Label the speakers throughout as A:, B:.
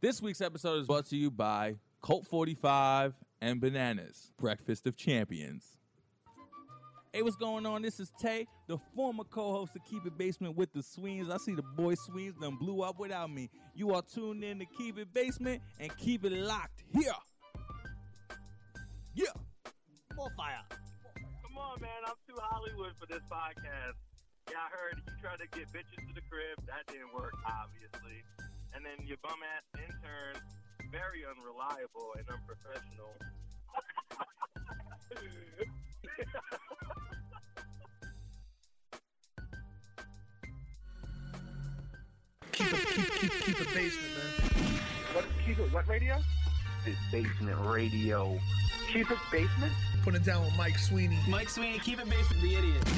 A: This week's episode is brought to you by Colt 45 and Bananas, Breakfast of Champions. Hey, what's going on? This is Tay, the former co-host of Keep It Basement with the Sweens. I see the boy Sweens done blew up without me. You are tuned in to Keep It Basement and keep it locked here. Yeah.
B: More fire.
C: Come on, man. I'm too Hollywood for this podcast. Yeah, I heard you tried to get bitches to the crib. That didn't work, obviously. And then your bum ass intern, very unreliable and unprofessional.
D: What keep it? What radio?
E: Keep It Basement Radio.
D: Keep it basement.
F: Put it down with Mike Sweeney.
B: Mike Sweeney, keep it basement, the idiot.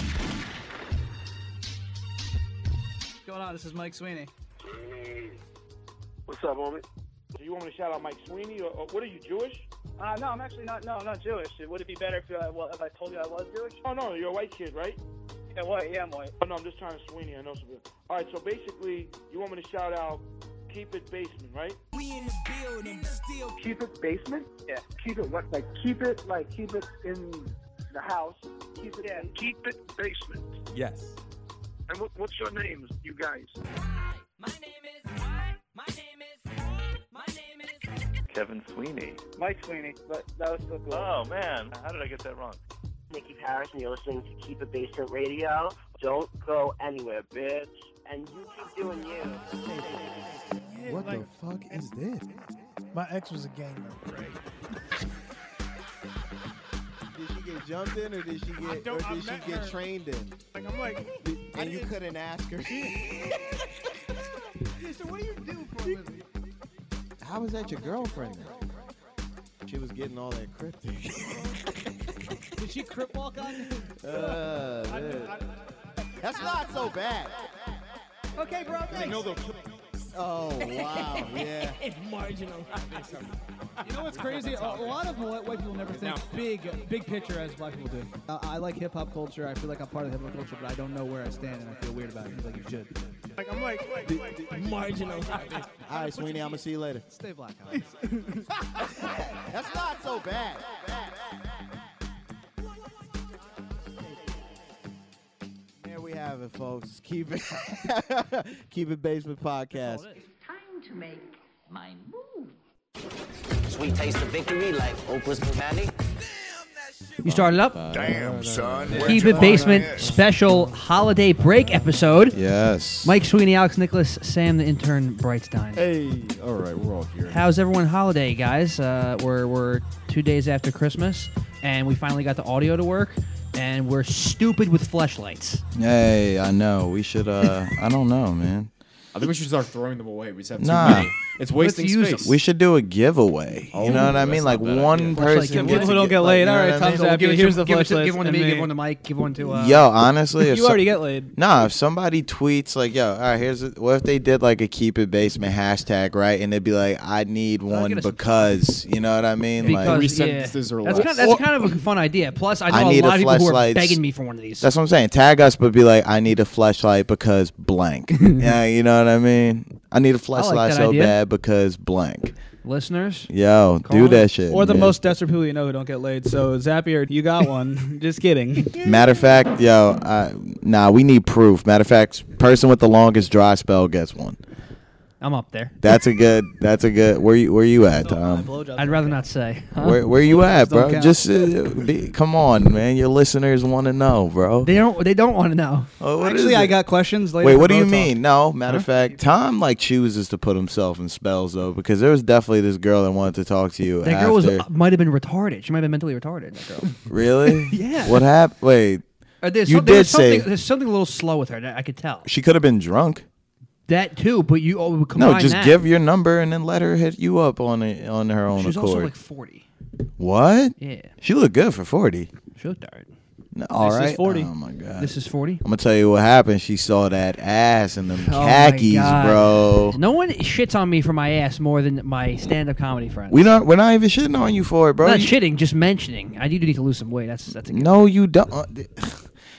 B: What's going on? This is Mike Sweeney.
D: What's up, homie? Do you want me to shout out Mike Sweeney or, or what are you Jewish?
G: Uh, no, I'm actually not. No, I'm not Jewish. Would it be better if, uh, well, if I told you I was Jewish?
D: Oh no, you're a white kid, right?
G: Yeah, what? Yeah, I'm white.
D: Oh no, I'm just trying to Sweeney. I know some. people. All right, so basically, you want me to shout out Keep It Basement, right?
E: Keep It Basement?
G: Yeah.
E: Keep it what? Like keep it like keep it in the house. Keep it
G: Yeah.
D: Keep It Basement.
A: Yes.
D: And what, what's your names, you guys?
E: Kevin Sweeney.
G: Mike Sweeney, but that was so cool.
C: Oh, man. How did I get that wrong?
H: Nikki Paris, and you're listening to Keep It Basement Radio. Don't go anywhere, bitch. And you keep doing you.
F: What the fuck is this? My ex was a gamer.
I: Did she get jumped in, or did she get, or
F: don't- I
I: did she
F: met
I: get
F: her.
I: trained in?
F: Like I'm like,
I: Did-
F: I
I: and you
F: didn't-
I: couldn't ask her.
F: yeah, so what do you do for a living?
I: How was that your girlfriend? then? She was getting all that cryptic.
B: Did she crip walk on you?
I: Uh, man. That's not so bad.
B: Okay, bro. Thanks.
I: Oh wow, yeah.
B: You know what's crazy? A, a lot of white, white people never think big, big picture as black people do. Uh, I like hip hop culture. I feel like I'm part of hip hop culture, but I don't know where I stand, and I feel weird about it. I feel like you should.
F: Like I'm like,
B: Marginal.
I: All right, Sweeney, I'm gonna see you later.
B: Stay black, Alex.
I: That's not so bad. There we have it, folks. Keep it, keep it basement podcast.
J: time to make my move.
H: Sweet taste of victory like Oprah's Mandy.
K: You started up? Damn, son. Keep It Basement special holiday break episode.
I: Yes.
K: Mike Sweeney, Alex Nicholas, Sam the intern, Brightstein.
I: Hey. All right, we're all here.
K: How's everyone holiday, guys? Uh, we're, we're two days after Christmas, and we finally got the audio to work, and we're stupid with fleshlights.
I: Hey, I know. We should. uh I don't know, man.
F: I think we should start throwing them away. We just have
I: Nah. many.
F: It's
K: wasting Let's use space.
I: We should do a giveaway. you know what I
F: that's
I: mean?
F: not a
I: Like
F: bad
I: one
F: idea.
I: person.
K: People
I: gets
K: who
I: a
K: don't
I: gi- like, you know what I mean?
K: So give, it to- give it to- give one to me, give one to Mike, give one to. Uh,
I: Yo, honestly, if so-
K: get laid.
I: Nah, if somebody tweets like, "Yo, all right, here's a, what if they did like a keep it basement hashtag, right?" And they'd be like, "I need one
K: get us-
I: because," you know what I mean? like,
K: Because,
F: Three
K: yeah.
F: sentences or
K: that's
F: less.
K: Kind of,
I: Or-
K: that's kind of a fun idea. Plus, I know
I: I
K: a
I: need a
K: lot of people who are
I: fleshlights.
K: begging me for one of these.
I: that's what I'm saying. Tag us, but be like, "I need a flashlight because blank." yeah, you know what I mean? I need a flashlight
K: that
I: so
K: idea.
I: bad because blank.
K: Listeners,
I: Yo, do
K: Colin?
I: that shit.
B: Or the
I: man.
B: most desperate people you know who don't get laid. So Zapier, you got one. Just kidding.
I: Matter of fact, yo, I, nah, we need proof. Matter of fact, person with the longest dry spell gets one.
K: I'm up there.
I: That's a good. That's a good. Where you Where you at, Tom?
K: I'd rather not say. huh?
I: Where Where you at,
B: don't
I: bro?
B: count.
I: Just uh, be, come on, man. Your listeners want to know, bro.
K: They don't. They don't want to know.
I: Oh, what is
B: Actually, I
I: it?
B: got questions later.
I: Wait,
B: for
I: what do you
B: Botox.
I: mean? No, matter of fact, Tom like chooses to put himself in spells though, because there was definitely this girl that wanted to talk to you.
K: That
I: after.
K: girl was might have been retarded. She might have been mentally retarded. That girl.
I: really.
K: Yeah.
I: What happened? Wait,
K: Or there's
I: You
K: some- there was
I: did say-
K: something, there's something a little slow with her. That I could tell.
I: she could have been drunk.
K: That too, but you oh, combine
I: No, just
K: that.
I: give your number and then let her hit you up on a, on her own
K: She's
I: accord.
K: also like 40.
I: what?
K: Yeah,
I: She looked good for forty.
K: she looked tired.
I: No, all
B: is
I: right.
B: 40.
I: Oh my god.
K: This is 40.
I: I'm gonna tell you what happened. She saw that ass and them
K: Oh my
I: khakis,
K: God.
I: bro.
K: No one shits on me for my ass more than my stand-up comedy friends.
I: We not we're not even shitting on you for it, bro.
K: not
I: You-
K: shitting, just mentioning. I do need to lose some weight. That's that's a good
I: No, you don't.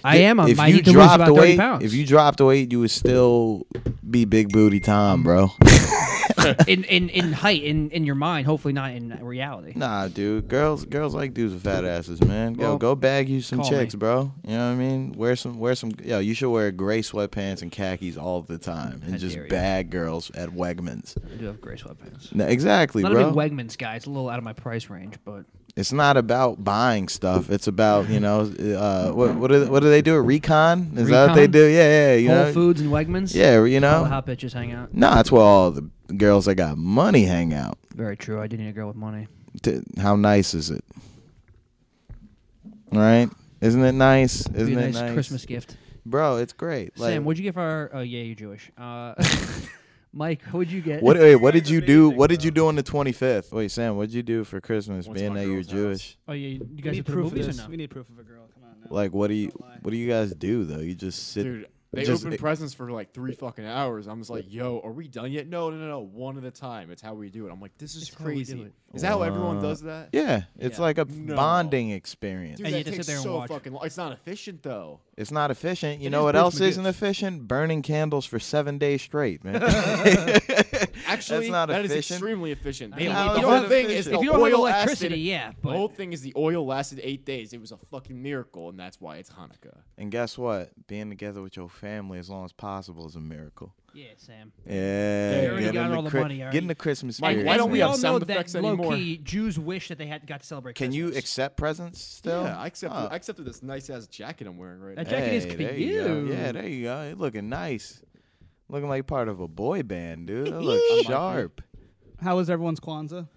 K: I am. I'm,
I: Uh, if
K: I
I: you
K: need to lose
I: dropped
K: about
I: the
K: 30
I: weight,
K: pounds.
I: If you dropped the weight, you would still be big booty Tom, bro.
K: in, in in height, in in your mind, hopefully not in reality.
I: nah, dude. Girls, girls like dudes with fat asses, man. Go,
K: Well,
I: go bag you some
K: call
I: chicks,
K: me.
I: bro. You know what I mean? Wear some, wear some. Yo, you should wear gray sweatpants and khakis all the time, and just
K: dare you.
I: bag girls at Wegmans.
K: I do have gray sweatpants.
I: No, exactly,
K: not
I: bro.
K: a big Wegmans guy. It's a little out of my price range, but
I: it's not about buying stuff. It's about you know uh, what what do, what do they do? Recon? Is that what they
K: Recon?
I: do? Yeah, yeah. You
K: Whole
I: know?
K: Foods and Wegmans.
I: Yeah, you
K: All
I: know.
K: the hot bitches hang out.
I: No, that's where all the girls that got money hang out.
K: Very true. I do need a girl with money.
I: T- How nice is it? Right? Isn't it nice? Isn't
K: Be a
I: it
K: nice,
I: nice?
K: Christmas gift.
I: Bro, it's great. Like,
K: Sam, what'd you get for our? Oh yeah, you're Jewish. Uh, Mike, what'd you get?
I: what, wait, what did you do? What did you do on the 25th? Wait, Sam, what did you do for Christmas? being that you're Jewish,
K: Oh yeah, you
B: We
K: guys
B: need
K: have been to
B: proof of
K: movies
B: this.
K: or no?
B: We need proof of a girl. Come on.
I: like, what do you what do you guys do though? You just sit.
L: Dude, they
I: just-
L: opened presents for like three fucking hours. I'm just like, yo, are we done yet? No, no, no, no. One at a time. It's how we do it. I'm like, this is
K: how we do
L: crazy.
K: it.
L: Is that how everyone
I: Wow.
L: does that?
I: Yeah, it's like a
L: No.
I: bonding experience.
L: Dude,
K: And
L: that
K: you just sit
L: takes
K: there and
L: so
K: watch.
L: fucking long. It's not efficient though.
I: It's not efficient. You
L: It
I: know
L: is
I: what
L: Bruce
I: else isn't
L: McGiff.
I: efficient? Burning candles for seven days straight, man.
L: Actually,
I: that's not
L: that is
I: efficient.
L: extremely efficient.
I: They
L: the
I: leave
L: the
I: the
L: whole
I: whole
L: thing
I: thing
L: is
I: efficient.
L: the
I: If
K: you don't have
L: oil
K: electricity,
L: lasted,
K: yeah, but-
L: the whole thing is the oil lasted eight days. It was a fucking miracle, and that's why it's Hanukkah.
I: And guess what? Being together with your family as long as possible is a miracle.
K: Yeah, Sam.
I: Yeah,
K: You already
I: get
K: got
I: in
K: all the
I: Chri-
K: money, alright.
I: Get in the Christmas
K: Mike,
I: spirit.
L: why don't
I: man.
L: we
K: all
L: have
K: know
L: sound
K: that
L: effects
K: low
L: anymore?
K: key Jews wish that they had got to celebrate.
I: Can you
K: Christmas.
I: accept presents still?
L: Yeah, I accepted.
I: Oh.
L: I accepted this nice ass jacket I'm wearing right
K: That
L: now.
K: jacket is
I: Hey,
K: cute.
I: there you go. Yeah, there you go. You're looking nice. Looking like part of a boy band, dude. That looks sharp.
B: How was everyone's Kwanzaa?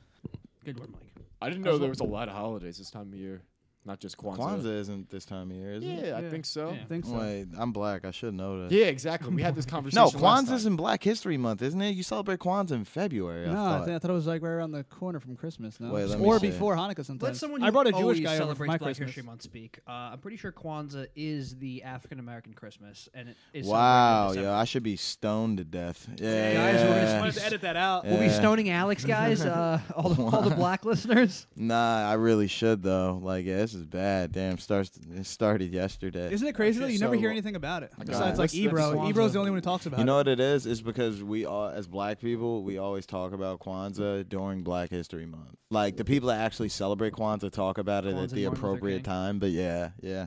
K: Good word, Mike.
L: I didn't know there was a lot of holidays this time of year, not just Kwanzaa.
I: Kwanzaa isn't this time of year, is
L: Yeah,
I: it?
L: I think so.
B: I think so.
I: Wait, I'm black. I should know that.
L: Yeah, exactly. We had this conversation.
I: No,
L: last
I: Kwanzaa's
L: time.
I: in Black History Month, isn't it? You celebrate Kwanzaa in February.
B: No,
I: I
B: I,
I: thought.
B: think, I thought it was like right around the corner from Christmas. No,
I: Wait, let me
B: or
I: see.
B: before Hanukkah. Sometimes
K: Let someone who
B: I brought a Jewish
K: always
B: guy over for
K: celebrates
B: my
K: Black
B: Christmas.
K: History Month speak. Uh, I'm pretty sure Kwanzaa is the African American Christmas, and it is.
I: Wow,
K: celebrated in
I: yo, I should be stoned to death. Yeah,
K: Guys, we're gonna
I: yeah.
K: wanted
B: wanted to
K: to s-
B: edit that out.
K: December. We'll be
I: Yeah.
K: stoning Alex, guys. Uh, all, the, all the black listeners.
I: Nah, I really should though. Like, yeah, this is bad. Damn, starts it started yesterday.
B: Isn't it crazy
L: Okay,
B: that you never
L: so-
B: hear anything about it?
I: got
B: Besides,
I: it.
B: like
L: Let's- let's
B: Ebro.
L: Kwanzaa.
B: Ebro's the only one who talks about
I: you know
B: it.
I: what it is? It's because we all, as black people, we always talk about Kwanzaa during Black History Month. Like the people that actually celebrate Kwanzaa talk about it at
K: Kwanzaa,
I: the
K: Martin Luther
I: appropriate
K: King.
I: time. But yeah, yeah.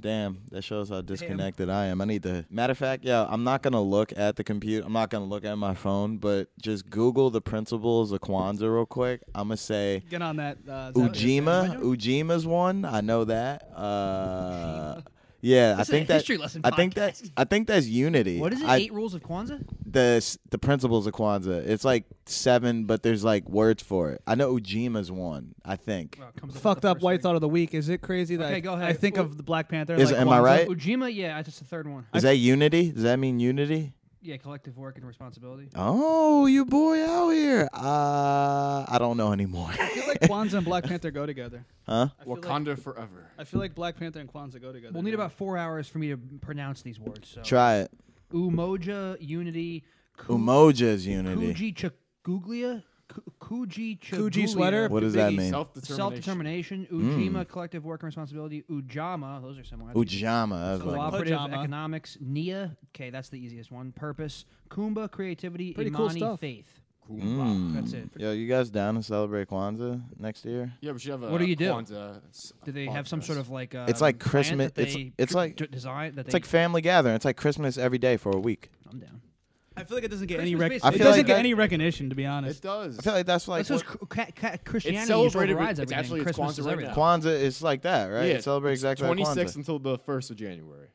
I: Damn, that shows how disconnected I am. I need to. Matter of fact, yeah, I'm not gonna look at the computer. I'm not gonna look at my phone. But just Google the principles of Kwanzaa real quick. I'm gonna say
B: Get on that. Uh, is that what you're saying?
I: Ujima. Ujima's one. I know that. Uh, yeah, I
K: This is a
I: think that.
K: history lesson
I: I think that.
K: podcast.
I: I think that's unity.
K: What is it?
I: I-
K: Eight rules of Kwanzaa.
I: the s- the principles of Kwanzaa. It's like seven, but there's like words for it. I know Ujima's one. I think.
K: Well, it Uh, comes with
B: Fucked
K: the
B: up
K: first
B: white
K: thing.
B: thought of the week. Is it crazy that
K: Okay,
B: I,
K: go
B: I
K: ahead.
B: think
K: Ooh.
B: of the Black Panther?
I: Is
B: like
I: it- am I
B: Kwanzaa?
I: right?
K: Ujima, yeah, that's just the third one.
I: Is that unity? Does that mean unity?
K: yeah, collective work and responsibility.
I: Oh, you boy out here. Uh, I don't know anymore.
B: I feel like Kwanzaa and Black Panther go together.
I: huh?
B: I feel, like,
L: Wakanda forever.
B: I feel like Black Panther and Kwanzaa go together.
K: We'll need
B: dude.
K: about four hours for me to pronounce these words. So.
I: Try it.
K: Umoja, Unity, Ku-
I: Umoja is unity.
K: Kuji Chaguglia, Ku- Kuji
B: Kuji sweater.
I: What does
L: E
I: that
B: Biggie.
I: mean?
L: Self-determination.
K: Self determination, Ujima, collective work and responsibility, Ujama, those are similar. I think.
I: Mm. Ujama. That's like,
K: Cooperative
B: Pajama.
K: economics, Nia, okay, that's the easiest one. Purpose, Kumba, creativity,
B: Pretty cool
K: Imani,
B: stuff.
K: faith.
I: mm.
K: That's it.
I: Yo, you guys down to celebrate Kwanzaa next year?
L: Yeah, we should have a
K: What do you do?
L: Kwanzaa s-
K: Do they have some
L: podcast.
K: sort of like? Um,
I: It's like
K: plant
I: Christmas-
K: that
I: it's-
K: they
I: it's
K: d-
I: like-
K: d- design that
I: It's
K: they.
I: like family gathering. It's like Christmas every day for a week.
K: I'm down.
B: I feel like it doesn't get any
K: Christmas
B: rec- It
K: basically- I
B: doesn't
K: feel
I: like
B: get
I: that-
B: any recognition, to be honest.
L: It does.
I: I feel like that's like
K: That's just
I: what-
K: cr- ca- ca- Christianity just
L: celebrated with-
K: overrides
L: it's
K: everything.
L: actually- it's
K: Christmas
L: Kwanzaa
K: is
L: right
K: everything.
L: now.
I: Kwanzaa is like that, right?
L: Yeah,
I: it celebrates
L: it's
I: exactly like
L: 26
I: Kwanzaa.
L: until the first of January.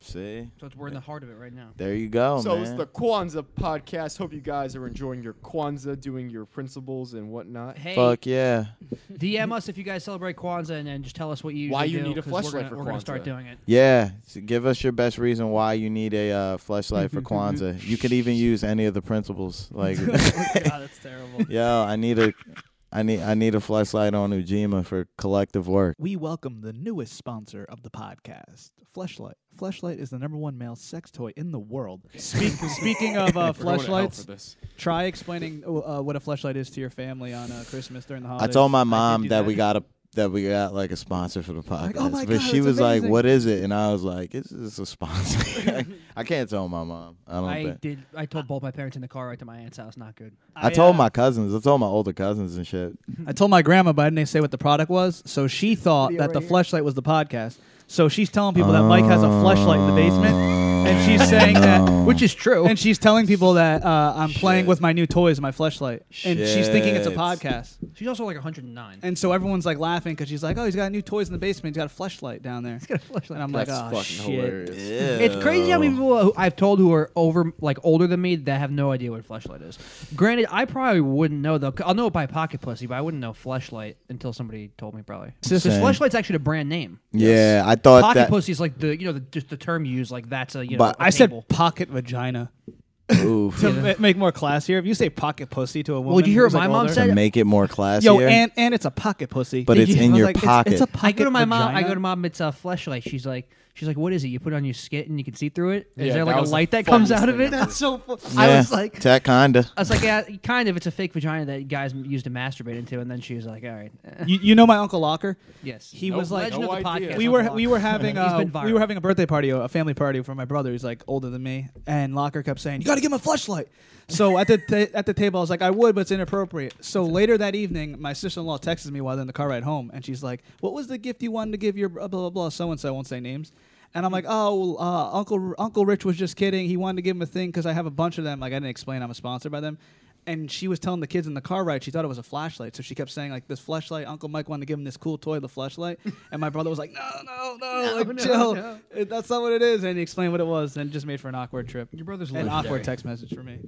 I: See,
K: So it's, we're in the heart of it right now.
I: there you go,
L: so
I: Oh, man.
L: it's the Kwanzaa podcast. Hope you guys are enjoying your Kwanzaa, doing your principles and whatnot.
K: Hey,
I: Fuck yeah.
K: DM us if you guys celebrate Kwanzaa, and then just tell us what you
L: Why
K: usually
L: you
K: do,
L: need a
K: 'cause we're
L: fleshlight
K: gonna-
L: for
K: We're gonna start
L: Kwanzaa.
K: doing it.
I: Yeah. s- give us your best reason why you need a uh, flashlight for Kwanzaa. you could even use any of the principles. Like,
B: God, that's terrible.
I: yo, I need a. I need I need a flashlight on Ujima for collective work.
B: We welcome the newest sponsor of the podcast, Fleshlight. Fleshlight is the number one male sex toy in the world. Speak, speaking of uh,
L: We're going to hell
B: fleshlights,
L: for this.
B: try explaining uh, what a fleshlight is to your family on uh, Christmas during the holidays.
I: I told my
B: did
I: mom
B: do
I: that we got a that we got like a sponsor for the podcast.
B: "Oh my
I: but
B: God,
I: she
B: that's
I: was like,
B: amazing."
I: "What is it?" And I was like, "It's just a sponsor." I can't tell my mom. I don't.
K: I
I: think.
K: did. I told both my parents in the car right to my aunt's house. Not good.
I: I,
B: uh,
I: told my cousins. I told my older cousins and shit.
B: I told my grandma, but I didn't say what the product was. So she thought that the flashlight was the podcast. So she's telling people that Mike has a flashlight in the basement, and she's saying
I: Oh.
B: that,
K: which is true.
B: And she's telling people that uh, I'm playing with my new toys, my flashlight, and she's thinking it's a
K: Shit.
B: podcast.
K: She's also like 109.
B: And so everyone's like laughing because she's like, "Oh, he's got new toys in the basement. He's got a flashlight down there." He's got a flashlight. And I'm
K: That's
B: like, "Oh
K: fucking
B: shit!"
K: hilarious. It's crazy how many people who I've told who are over, like older than me, that have no idea what fleshlight is. Granted, I probably wouldn't know though. 'cause I'll know it by pocket pussy, but I wouldn't know fleshlight until somebody told me probably. Because
I: Same.
K: fleshlight's actually a brand name.
I: Yeah, I thought
K: pocket
I: that.
K: pussy is like the you know the, just the term you use like that's a you know.
I: But-
K: a
I: I said
K: table.
B: pocket vagina.
I: Oof.
B: to ma- make more classier, if you say pocket pussy to a woman,
K: Well, did you hear
B: who's,
K: what
B: like,
K: my mom
B: older-
K: said?
I: to make it more classier.
B: Yo, and and it's a pocket pussy.
I: But
B: Did
I: it's
B: you-
I: in
B: I was
I: your
B: like, it's-
I: pocket.
B: It's, a
K: I
B: pocket
K: go to my mom. I
B: vagina?
K: go to mom. It's a fleshlight. She's like, she's like, what is it? You put it on your skit and you can see through it. Is
I: Yeah,
K: there
I: that
K: like a
I: was the
K: light that comes
I: funniest
K: out of
I: thing
K: it?
I: ever. That's
K: so. I
I: Yeah,
K: was like,
I: that kinda.
K: I was like, yeah, kind of. It's a fake vagina that guys use to masturbate into. And then she was like, all right. eh.
B: You, you know my uncle Locker?
K: Yes.
B: He
K: Nope.
B: was like
K: Legend of the No idea. podcast,
B: We were
K: Uncle
B: we were
K: Locker.
B: having
K: He's
B: uh,
K: been
B: we were having a birthday party, a family party for my brother. He's like older than me, and Locker kept saying, "You got to give him a flashlight." So at the ta- at the table, I was like, "I would, but it's inappropriate." So later that evening, my sister in law texts me while they're in the car ride home, and she's like, "What was the gift you wanted to give your blah blah blah so and so?" I won't say names. And I'm like, oh, uh, Uncle Uncle Rich was just kidding. He wanted to give him a thing because I have a bunch of them. Like I didn't explain I'm a sponsor by them. And she was telling the kids in the car ride she thought it was a flashlight, so she kept saying like this flashlight. Uncle Mike wanted to give him this cool toy, the flashlight. and my brother was like, no, no, no, like
K: no,
B: chill.
K: no.
B: Uh, That's not what it is. And he explained what it was, and it just made for an awkward trip.
K: Your brother's
B: an awkward
K: legendary.
B: text message for me.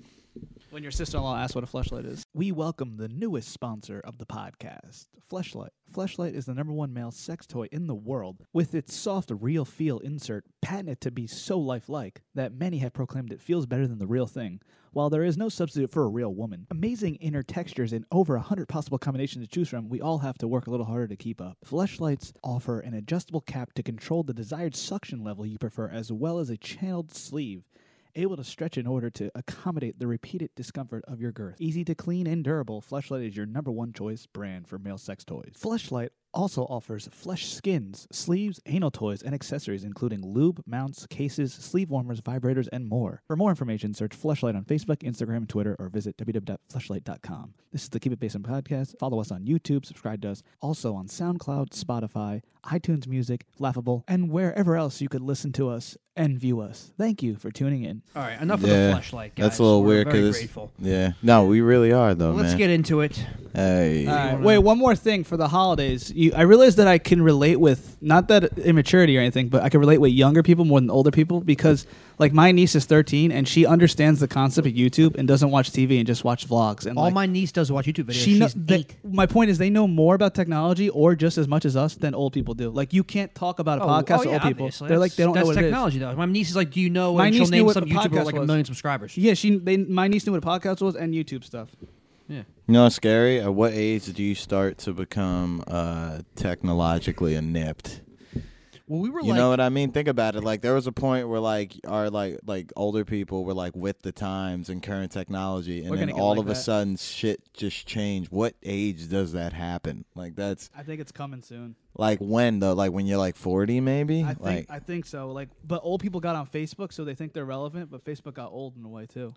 B: When your sister-in-law asks what a flashlight is, we welcome the newest sponsor of the podcast, Fleshlight. Fleshlight is the number one male sex toy in the world, with its soft, real feel insert patented to be so lifelike that many have proclaimed it feels better than the real thing. While there is no substitute for a real woman, amazing inner textures and over 100 possible combinations to choose from, we all have to work a little harder to keep up. Fleshlights offer an adjustable cap to control the desired suction level you prefer, as well as a channeled sleeve able to stretch in order to accommodate the repeated discomfort of your girth. Easy to clean and durable, Fleshlight is your number one choice brand for male sex toys. Fleshlight also offers flesh skins, sleeves, anal toys, and accessories, including lube, mounts, cases, sleeve warmers, vibrators, and more. For more information, search Fleshlight on Facebook, Instagram, Twitter, or visit www.fleshlight.com. This is the Keep It Basin podcast. Follow us on YouTube, subscribe to us, also on SoundCloud, Spotify, iTunes Music, Laughable, and wherever else you could listen to us and view us. Thank you for tuning in.
K: All right, enough
I: yeah,
K: of the fleshlight, guys.
I: that's a little
K: We're
I: weird
K: very
I: because
K: grateful.
I: yeah, no, we really are though.
K: Let's
I: man.
K: get into it.
I: Hey,
B: All right. Wait, one more thing for the holidays. You, I realize that I can relate with not that immaturity or anything, but I can relate with younger people more than older people because, like, my niece is 13 and she understands the concept of YouTube and doesn't watch TV and just watch vlogs. And
K: All
B: like,
K: my niece does watch YouTube videos.
B: she kno-
K: She's
B: they- My point is, they know more about technology or just as much as us than old people do. Like, you can't talk about a
K: Oh,
B: podcast
K: oh,
B: to
K: yeah,
B: old people.
K: obviously.
B: They're like, they don't
K: that's
B: know what it is.
K: technology, though. My niece is like, do you know?
B: My
K: and she'll
B: niece knew
K: name
B: what
K: some
B: the
K: YouTuber
B: podcast
K: with like a
B: was.
K: million subscribers.
B: Yeah, she. They, my niece knew what a podcast was and YouTube stuff.
K: Yeah.
I: You know, what's scary. At what age do you start to become uh, technologically inept?
K: Well, we were
I: You
K: like,
I: know what I mean? Think about it. Like there was a point where like our like like older people were like with the times and current technology, and
B: We're
I: then
B: gonna get
I: all
B: like
I: of a
B: that.
I: sudden shit just changed. What age does that happen? Like that's
B: I think it's coming soon.
I: like when though? Like when you're like forty, maybe?
B: I
I: like
B: think I think so. Like, but old people got on Facebook, so they think they're relevant. But Facebook got old in a way too.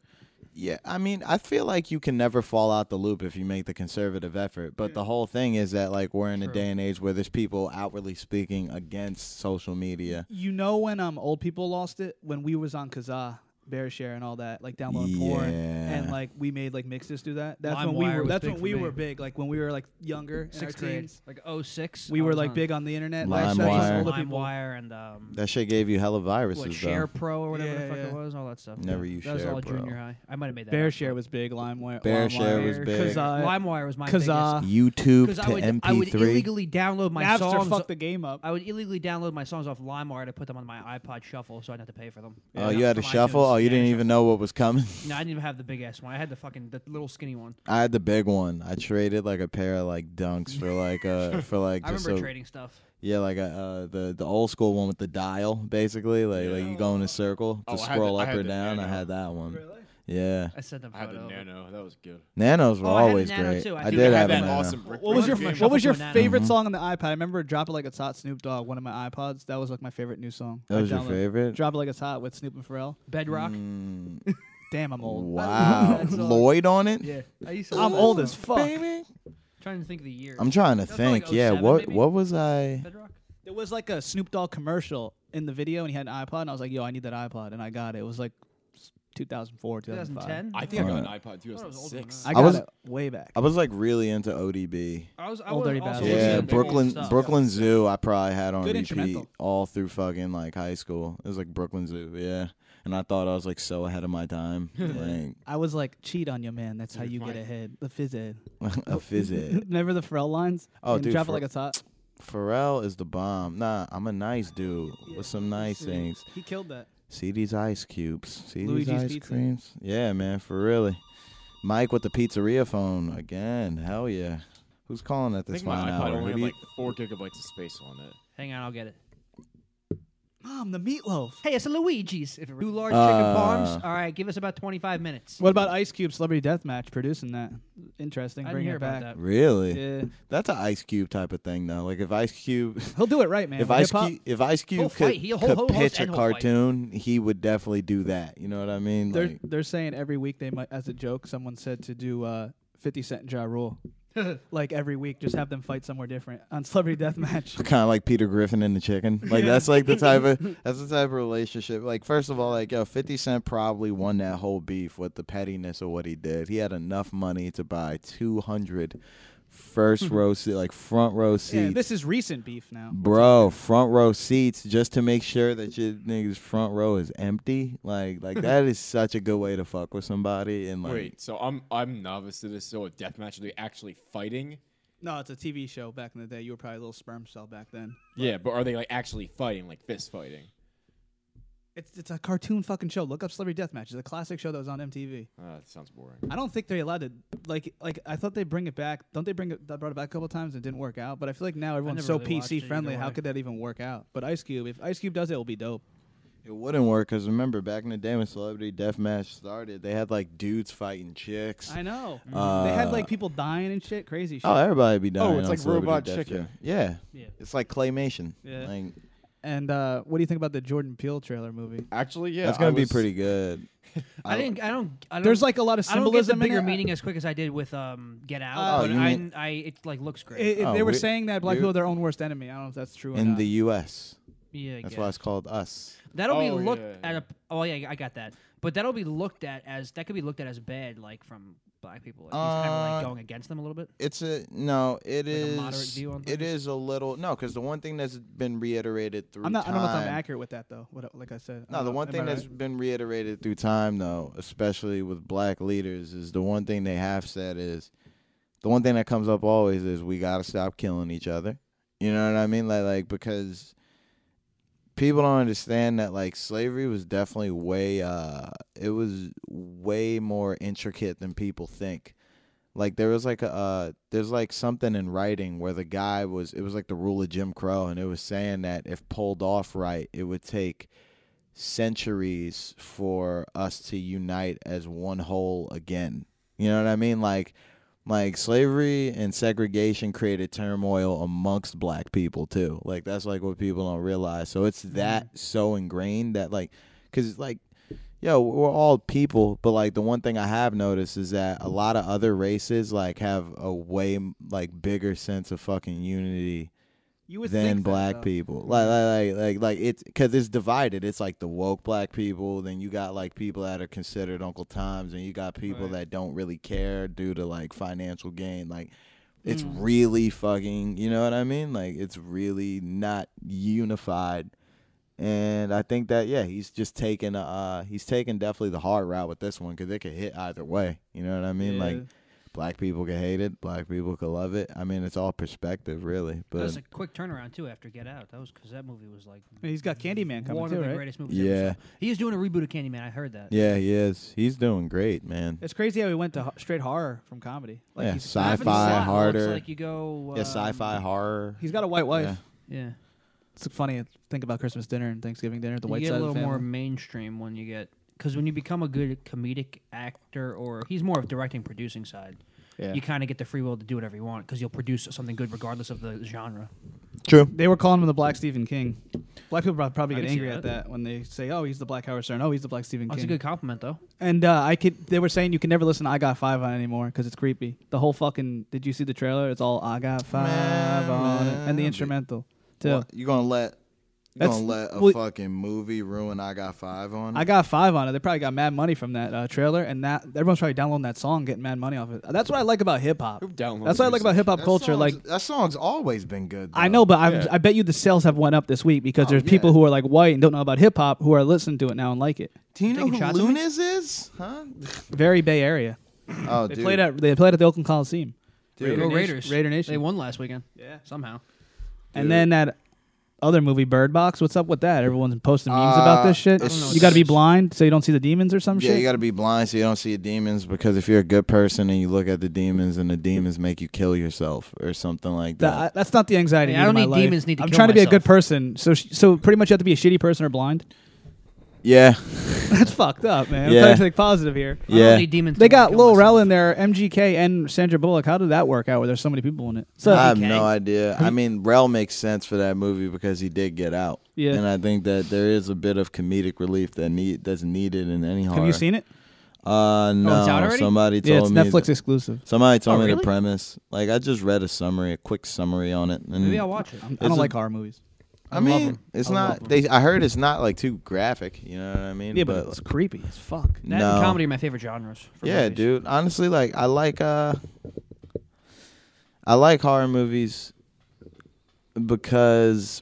I: Yeah, I mean, I feel like you can never fall out the loop if you make the conservative effort. But the whole thing is that like we're in a day and age where there's people outwardly speaking against social media.
B: You know when um old people lost it when we was on Kazaa, Bear Share, and all that, like downloading porn, and
I: Yeah.
B: like we made like mixes do that. That's when we
K: LimeWire
B: were.
K: was
B: That's
K: big
B: when
K: for
B: we
K: me.
B: were big. Like when we were like younger, in our
K: Sixth grade,
B: teens.
K: like 06,
B: We
K: I
B: were
K: was
B: like
K: on.
B: big on the internet. Like, that's just
I: LimeWire.
B: older people.
K: LimeWire and um,
I: That shit gave you hella viruses
K: what,
I: though.
K: Share Pro or whatever
B: Yeah,
K: the fuck
B: yeah.
K: it was, all that stuff.
I: Never
K: yeah.
I: you
K: That was
I: Share
K: all
I: Pro.
K: junior high. I might have made that.
B: Bear
K: up.
B: Share was big. LimeWire.
I: Bear
B: LimeWire.
I: Share was big.
B: Kazaa.
K: LimeWire was my
B: Kazaa.
I: YouTube to
K: Because uh, I would, I would
I: MP3.
K: illegally download my
B: Napster
K: songs.
B: fucked the game up.
K: I would illegally download my songs off LimeWire to put them on my iPod Shuffle, so I'd have to pay for them.
I: oh, you had to
K: From
I: shuffle.
K: iTunes.
I: Oh, you
K: Yeah,
I: didn't even know what was coming.
K: No, I didn't even have the big ass one. I had the fucking the little skinny one.
I: I had the big one. I traded like a pair of like dunks for like uh for like.
K: I
I: just
K: remember
I: a-
K: trading stuff.
I: Yeah, like a, uh, the the old school one with the dial, basically, like like you go in a circle to
K: Oh, I had the-
I: scroll
K: I
I: up
K: had
I: or
K: the
I: down. I had that one. Yeah.
K: I sent them.
L: I had the nano. That was good.
I: Nanos were
K: Oh, I had a
I: always
K: Nano,
I: great.
K: too. I
I: I
K: do
I: did
K: have
I: have
K: that
I: a Nano.
L: awesome brick
B: What was your
L: Fucking
B: What was your
K: shuffle banana.
I: Mm-hmm.
B: favorite song on the iPod? I remember "Drop It Like It's Hot" Snoop Dogg, one of my iPods. That was like my favorite new song.
I: That
B: I
I: was your
B: downloaded
I: favorite?
B: "Drop It Like It's Hot" with Snoop and Pharrell.
K: Bedrock.
I: Mm.
B: Damn, I'm old.
I: Wow.
K: That's all.
I: Lloyd on it?
K: Yeah. I used to
B: I'm
K: love
B: old
K: that
B: as
K: song.
B: fuck.
K: Trying to think of the years.
I: I'm trying to
K: That was probably
I: think.
K: like
I: yeah.
K: 07
I: What
K: maybe?
I: What was I?
B: There was like a Snoop Dogg commercial in the video, and he had an iPod, and I was like, "Yo, I need that iPod," and I got it. It was like s- 2004, 2005.
K: 2010?
L: I think I got an
I: Alright.
L: iPod in 2006.
B: I got
I: was
B: it way back.
I: I was like really into ODB.
K: I was. I
B: Old
K: was
B: Dirty
K: also
B: Bastard.
K: listening
I: Yeah,
K: to
I: Brooklyn
K: stuff.
I: Brooklyn Zoo. I probably had on
B: Good
I: repeat
B: instrumental.
I: all through fucking like high school. It was like Brooklyn Zoo. Yeah, and I thought I was like so ahead of my time. like
B: I was like, "Cheat on your man." That's how you get ahead. The fizz ed.
I: a fizz it.
B: Remember the Pharrell lines?
I: Oh,
B: And
I: dude,
B: drop it
I: Pharrell-
B: like it's hot.
I: Pharrell is the bomb. Nah, I'm a nice dude with some nice things.
B: He killed that.
I: See these ice cubes. See
B: Luigi's
I: these ice
B: Pizza.
I: creams. Yeah, man, for really. Mike with the pizzeria phone again. Hell yeah. Who's calling at
L: I
I: this
L: think my
I: fine
L: iPod
I: hour?
L: only
I: What
L: had
I: do you-
L: like four gigabytes of space on it.
K: Hang on, I'll get it.
B: Mom, the meatloaf.
K: Hey, it's a Luigi's. If it two large
I: Uh,
K: chicken palms. All right, give us about 25 minutes.
B: What about Ice Cube Celebrity Deathmatch producing that? Interesting.
K: I didn't
B: Bring
K: hear
B: it
K: about
B: back.
K: that.
I: Really?
B: Yeah.
I: That's an Ice Cube type of thing though. Like if Ice Cube
B: He'll do it right, man.
I: If
B: With
I: Ice
B: hip-hop.
I: Cube if Ice
K: He'll
I: Cube
K: fight.
I: could,
K: He'll-
I: could
K: he'll host
I: pitch a
K: and he'll fight.
I: cartoon, he would definitely do that. You know what I mean?
B: They're
I: Like,
B: they're saying every week they might, as a joke, someone said to do uh, Fifty Cent and Ja Rule, like every week, just have them fight somewhere different on Celebrity Deathmatch.
I: kind of like Peter Griffin and the chicken. Like that's like the type of that's the type of relationship. Like first of all, like yo, Fifty Cent probably won that whole beef with the pettiness of what he did. He had enough money to buy two hundred first row seat, like front row seats.
B: yeah, this is recent beef now.
I: Bro, front row seats just to make sure that your niggas front row is empty. Like, like that is such a good way to fuck with somebody. And like,
L: Wait, so I'm I'm novice to this. So a death match? Are they actually fighting?
B: No, it's a TV show back in the day. You were probably a little sperm cell back then.
L: Yeah, but are they like actually fighting, like fist fighting?
B: It's it's a cartoon fucking show. Look up Celebrity Deathmatch. It's a classic show that was on MTV.
L: Uh, that sounds boring.
B: I don't think they're allowed to like like I thought they bring it back. Don't they bring it? They brought it back a couple times and it didn't work out. But I feel like now everyone's
K: never
B: so
K: really watched it
B: PC
K: either
B: friendly. How
K: way.
B: could that even work out? But Ice Cube, if Ice Cube does it, it'll be dope.
I: It wouldn't work because remember back in the day when Celebrity Deathmatch started, they had like dudes fighting chicks.
B: I know.
I: Uh,
B: they had like people dying and shit, crazy shit.
I: Oh, everybody be dying.
L: it's
I: on
L: like
I: Celebrity
L: Robot
I: Death
L: Chicken.
I: Match. Yeah.
K: Yeah.
I: it's like claymation.
B: Yeah.
I: like,
B: And uh, what do you think about the Jordan Peele trailer movie?
L: Actually, yeah,
I: that's
L: I
I: gonna be
L: was-
I: pretty good.
K: I didn't. I don't. I don't
B: There's, like, a lot of
K: I
B: symbolism
K: don't
B: in
K: get the bigger
B: it.
K: meaning as quick as I did with um Get Out.
B: Uh,
I: Oh,
K: but
I: you
K: I,
I: mean-
K: I, it like looks great.
B: It- it-
I: Oh,
B: they were
I: we-
B: saying that black
I: we-
B: people are their own worst enemy. I don't know if that's true. or
I: in
B: not.
I: the U.S.
K: yeah, I
I: That's
K: guess.
I: why it's called Us.
K: That'll
L: Oh,
K: be looked
L: yeah,
K: at.
L: yeah.
K: A, oh yeah, I got that. But that'll be looked at as that could be looked at as bad, like from black people. Like, he's kind of
I: Uh,
K: like going against them a little bit.
I: It's a no. It
K: Like a
I: is.
K: moderate view on
I: it
K: things?
I: is a little no, because the one thing that's been reiterated through
B: I'm not.
I: time.
B: I don't know if I'm accurate with that though. What, like I said. I
I: No,
B: don't
I: the
B: know.
I: one
B: Am
I: thing
B: I
I: that's
B: right?
I: been reiterated through time, though, especially with black leaders, is the one thing they have said is the one thing that comes up always is we gotta stop killing each other. You know what I mean? Like, like because people don't understand that like slavery was definitely way uh it was way more intricate than people think like there was like a uh, there's like something in writing where the guy was it was like the rule of Jim Crow and it was saying that if pulled off right it would take centuries for us to unite as one whole again. You know what I mean? Like like slavery and segregation created turmoil amongst black people too. Like that's like what people don't realize. So it's that so ingrained that like cuz like yo, we're all people, but like the one thing I have noticed is that a lot of other races like have a way m- like bigger sense of fucking unity
B: You would
I: than
B: think that,
I: black
B: though.
I: people. Like like like like, like it's because it's divided. It's like the woke black people, then you got like people that are considered Uncle Toms, and you got people that don't really care due to like financial gain. Like it's
B: Mm.
I: really fucking, you know what I mean? Like it's really not unified. And I think that yeah, he's just taking uh he's taking definitely the hard route with this one because it could hit either way. You know what I mean? Like
B: Yeah.
I: black people could hate it, black people could love it. I mean, it's all perspective, really. But
K: That was a quick turnaround too after Get Out. That was because that movie was like
B: And he's got Candyman coming
K: one
B: too,
K: of the
B: right?
K: greatest movies.
I: Yeah.
K: ever. so he is doing a reboot of Candyman. I heard that.
I: Yeah, he is. He's doing great, man.
B: It's crazy how he went to ho- straight horror from comedy. Like
I: yeah,
B: he's,
I: sci-fi
K: Happens a lot. Looks
I: harder.
K: like you go.
I: yeah, sci-fi
K: um,
I: horror.
B: uh, he's got a white wife.
I: Yeah.
K: Yeah,
B: It's funny to think about Christmas dinner and Thanksgiving dinner. The
K: you
B: white
K: get
B: side
K: a little
B: of the
K: more
B: family.
K: mainstream when you get because when you become a good comedic actor, or he's more of directing, producing side,
B: Yeah.
K: you kind of get the free will to do whatever you want because you'll produce something good regardless of the genre.
I: True.
B: They were calling him the Black Stephen King. Black people prob- probably
K: I
B: get
K: can see
B: angry at
K: that.
B: that when they say, "Oh, he's the Black Howard Stern. Oh, he's the Black Stephen King."
K: That's a good compliment, though.
B: And uh, I could. They were saying you can never listen to "I Got Five on anymore because it's creepy. The whole fucking. Did you see the trailer? It's all "I Got Five on" it," and the instrumental too.
I: What, you gonna let you
B: That's-
I: gonna let a
B: well-
I: fucking movie ruin I Got Five on? it?
B: I got five on it. They probably got mad money from that uh, trailer, and that everyone's probably downloading that song, getting mad money off it. That's what I like about hip hop.
I: downloads
B: That's what I like about hip hop
I: That
B: culture.
I: song's-
B: Like
I: that song's always been good.
B: I know, but I'm,
I: Yeah.
B: I bet you the sales have went up this week because
I: Oh,
B: there's
I: yeah.
B: people who are like white and don't know about hip hop who are listening to it now and like it.
I: Do you know
B: Taking
I: who
B: shots at me?
I: Lunas is? Huh?
B: Very Bay Area.
I: Oh,
B: they
I: dude.
B: played at they played at the Oakland Coliseum.
I: Dude.
K: Go
I: Raider
B: Nation-
K: Raiders!
B: Raider Nation.
K: They won last weekend.
B: Yeah,
K: somehow.
B: And then that other movie Bird Box. What's up with that? Everyone's posting memes about this
I: Uh,
B: shit.
I: it's-
B: You got to be blind so you don't see the demons or some
I: Yeah,
B: shit.
I: you got to be blind so you don't see the demons because if you're a good person and you look at the demons and the demons make you kill yourself or something like
B: That-
I: that.
B: I- that's not the anxiety.
K: Hey,
B: need
K: I
B: in
K: don't
B: my
K: need
B: life.
K: demons, need to
B: I'm
K: kill
B: trying to be a
K: myself.
B: good person. So, sh- so pretty much you have to be a shitty person or blind.
I: yeah.
B: That's fucked up, man.
I: Yeah.
B: I'm trying to think positive here.
I: I don't Yeah.
K: need demons
B: They
K: to
B: got
K: kill
B: Lil Rel in there, MGK, and Sandra Bullock. How did that work out? Where there's so many people in it. So
I: I have no idea. I mean, Rel makes sense for that movie because he did get out.
B: Yeah.
I: And I think that there is a bit of comedic relief that need that's needed in any horror.
B: Have you seen it? Oh,
I: Uh no.
B: out already?
I: Somebody told
B: Yeah, it's
I: me
B: Netflix
I: the-
B: exclusive.
I: Somebody told
B: Oh,
I: me the
B: really?
I: premise. Like I just read a summary, a quick summary on it. And
K: Maybe I'll watch it.
B: I'm- I
I: it's
B: don't
I: a-
B: like horror movies.
I: I,
B: I love
I: mean,
B: 'em.
I: it's
B: I love
I: not. They, I heard it's not like too graphic. You know what I mean?
B: Yeah, but it's creepy as fuck.
K: That
I: No.
K: and comedy are my favorite genres. for
I: yeah,
K: movies.
I: dude. Honestly, like I like uh I like horror movies because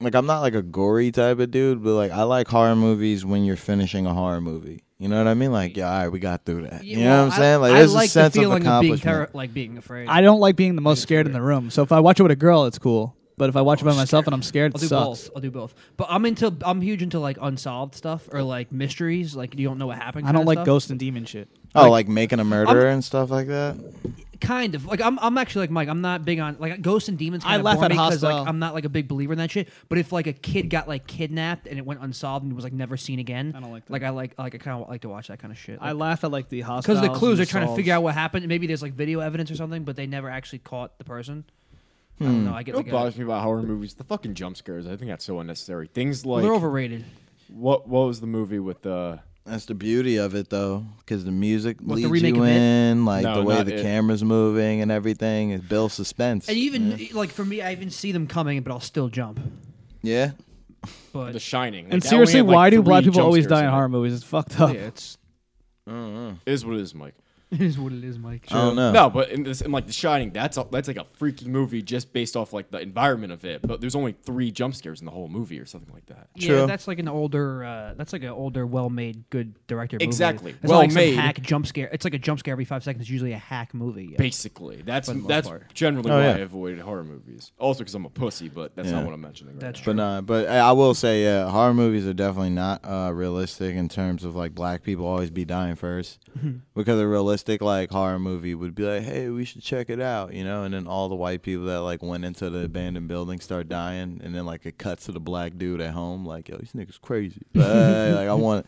I: like I'm not like a gory type of dude, but like I like horror movies when you're finishing a horror movie. You know what I mean? Like, yeah, all right, we got through that. You know
K: well,
I: what I'm saying?
K: I-
I: Like,
K: I
I: there's
K: like
I: a
K: the
I: sense of
K: feeling of being
I: accomplishment.
K: terri- like being afraid.
B: I don't like being the most scared in the room. So if I watch it with a girl, it's cool. But if I watch it by myself and I'm scared, it
K: Oh, I'll do
B: sucks.
K: both. I'll do both. But I'm into I'm huge into like unsolved stuff or like mysteries, like you don't know what happened.
B: I don't
K: kinda
B: like
K: stuff.
B: ghost and demon shit.
I: oh, like, making a murderer and stuff like that.
K: Kind of like I'm. I'm actually like Mike. I'm not big on like ghosts and demons.
B: I
K: kinda
B: laugh
K: bore
B: at
K: me 'cause,
B: Hostel.
K: Like, I'm not like a big believer in that shit. But if like a kid got like kidnapped and it went unsolved and was like never seen again, I don't like. That. Like I like like I kind of like to watch that kind of shit.
B: I laugh at like the hostiles
K: because the clues
B: and
K: are trying to
B: solves.
K: figure out what happened. Maybe there's like video evidence or something, but they never actually caught the person. I
L: Hmm.
K: don't know. I get
L: You know
K: like
L: what
K: a-
L: bothers me about horror movies? The fucking jump scares. I think that's so unnecessary. Things
K: Well,
L: like
K: they're overrated.
L: What What was the movie with the?
I: That's the beauty of it, though, because the music
K: What, the
I: leads
K: remake
I: you
K: of It?
I: in, like
L: No,
I: the way
L: not
I: the
L: It.
I: camera's moving and everything. It builds suspense.
K: And even e, like for me, I even see them coming, but I'll still jump.
I: yeah.
K: But
L: The Shining. Like,
B: And
L: that only
B: seriously,
L: had, like,
B: why do
L: three
B: black people
L: jump
B: always
L: scares
B: die in
L: it.
B: horror movies? It's fucked up.
L: Yeah, it's. Is what it is, Mike.
K: It is what it is, Mike.
L: Oh,
I: I don't know.
L: No, but in this, in like The Shining, that's a, that's like a freaky movie just based off like the environment of it. But there's only three jump scares in the whole movie or something like that.
K: Yeah, that's like an older. Uh, that's like an older, well-made, good director. movie.
L: Exactly.
K: It's not like some
L: Well-made.
K: hack jump scare. It's like a jump scare every five seconds. Usually a hack movie. yeah.
L: Basically, that's
K: For the most
L: that's
K: part.
L: generally
I: Oh,
L: why
I: yeah.
L: I avoided horror movies. Also, because I'm a pussy, but that's not
I: Yeah.
L: what I'm mentioning. Right
K: That's
I: But nah, but I I will say, yeah, horror movies are definitely not uh, realistic in terms of like black people always be dying first,
B: Mm-hmm.
I: because a realistic like horror movie would be like, hey, we should check it out, you know, and then all the white people that like went into the abandoned building start dying, and then like it cuts to the black dude at home, like, yo, these niggas crazy, Hey, like I want.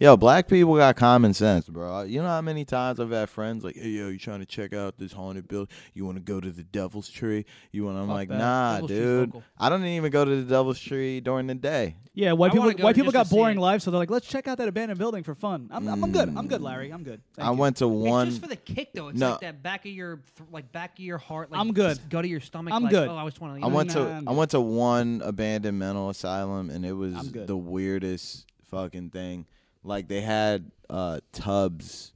I: Yo, black people got common sense, bro. You know how many times I've had friends like, "Hey, yo, you trying to check out this haunted building? You want to go to the Devil's Tree? You want?" I'm
B: Fuck
I: like,
B: that.
I: "Nah,
B: Devil's Tree's
I: dude.
B: local.
I: I don't even go to the Devil's Tree during the day.
B: Yeah, white
K: I
B: people.
K: wanna go
B: White
K: just
B: people
K: to
B: got
K: see
B: boring lives, so they're like, let's check out that abandoned building for fun. I'm, I'm, I'm good. I'm good, Larry. I'm good. Thank
I: I
B: you.
I: went to one.
K: It's just for the kick, though. It's
I: No.
K: like that back of your, th- like back of your heart. Like
B: I'm good.
K: just Go to your stomach.
B: I'm
K: like,
B: good.
K: Oh, I was twenty.
I: I went
B: Nah,
I: to
B: I'm
I: I
B: good.
I: went to one abandoned mental asylum, and it was
B: good.
I: the weirdest fucking thing. Like they had uh, tubs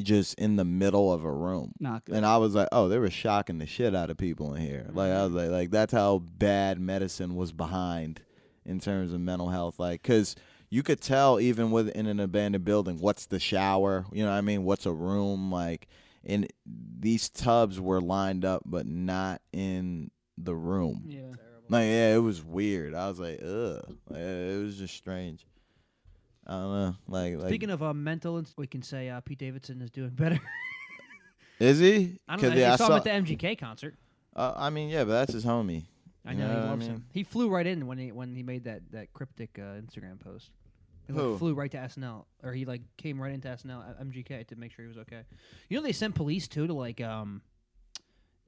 I: just in the middle of a room,
B: Not good.
I: and I was like, oh, they were shocking the shit out of people in here. Like I was like, like that's how bad medicine was behind in terms of mental health. Like, cause you could tell even within an abandoned building, what's the shower? You know what I mean? What's a room like? And these tubs were lined up, but not in the room. Yeah. Like, yeah, it was weird. I was like, ugh. Like, it was just strange. I don't know. Like, like
K: Speaking of uh, mental, ins- we can say uh, Pete Davidson is doing better.
I: is he?
K: I don't
I: 'Cause,
K: know.
I: yeah,
K: I saw, him at the MGK concert.
I: uh, I mean, yeah, but that's his homie.
K: I
I: You
K: know,
I: what
K: he loves
I: mean?
K: him. He flew right in when he when he made that that cryptic uh, Instagram post. He like,
I: Who?
K: flew right to SNL, or he like came right into SNL at MGK to make sure he was okay. You know, they sent police too to like, um,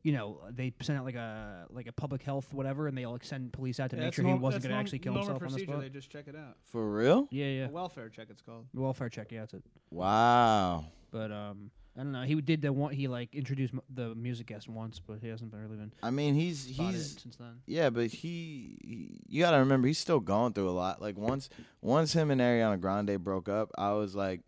K: you know, they sent out like a like a public health whatever, and they all like send police out to
B: Yeah,
K: make
B: that's
K: sure
B: norm-
K: he wasn't
B: that's
K: going to
B: norm-
K: actually kill
B: normal
K: himself on the
B: procedure,
K: spot.
B: They just check it out.
I: For real?
K: Yeah, yeah.
B: A welfare check, it's called.
K: Welfare check, yeah, that's it.
I: Wow.
K: But um, I don't know. He did the one. He like introduced m- the music guest once, but he hasn't been really been.
I: I mean, he's
K: spotted
I: he's
K: since then.
I: Yeah, but he, he- you got to remember he's still going through a lot. Like once once him and Ariana Grande broke up, I was like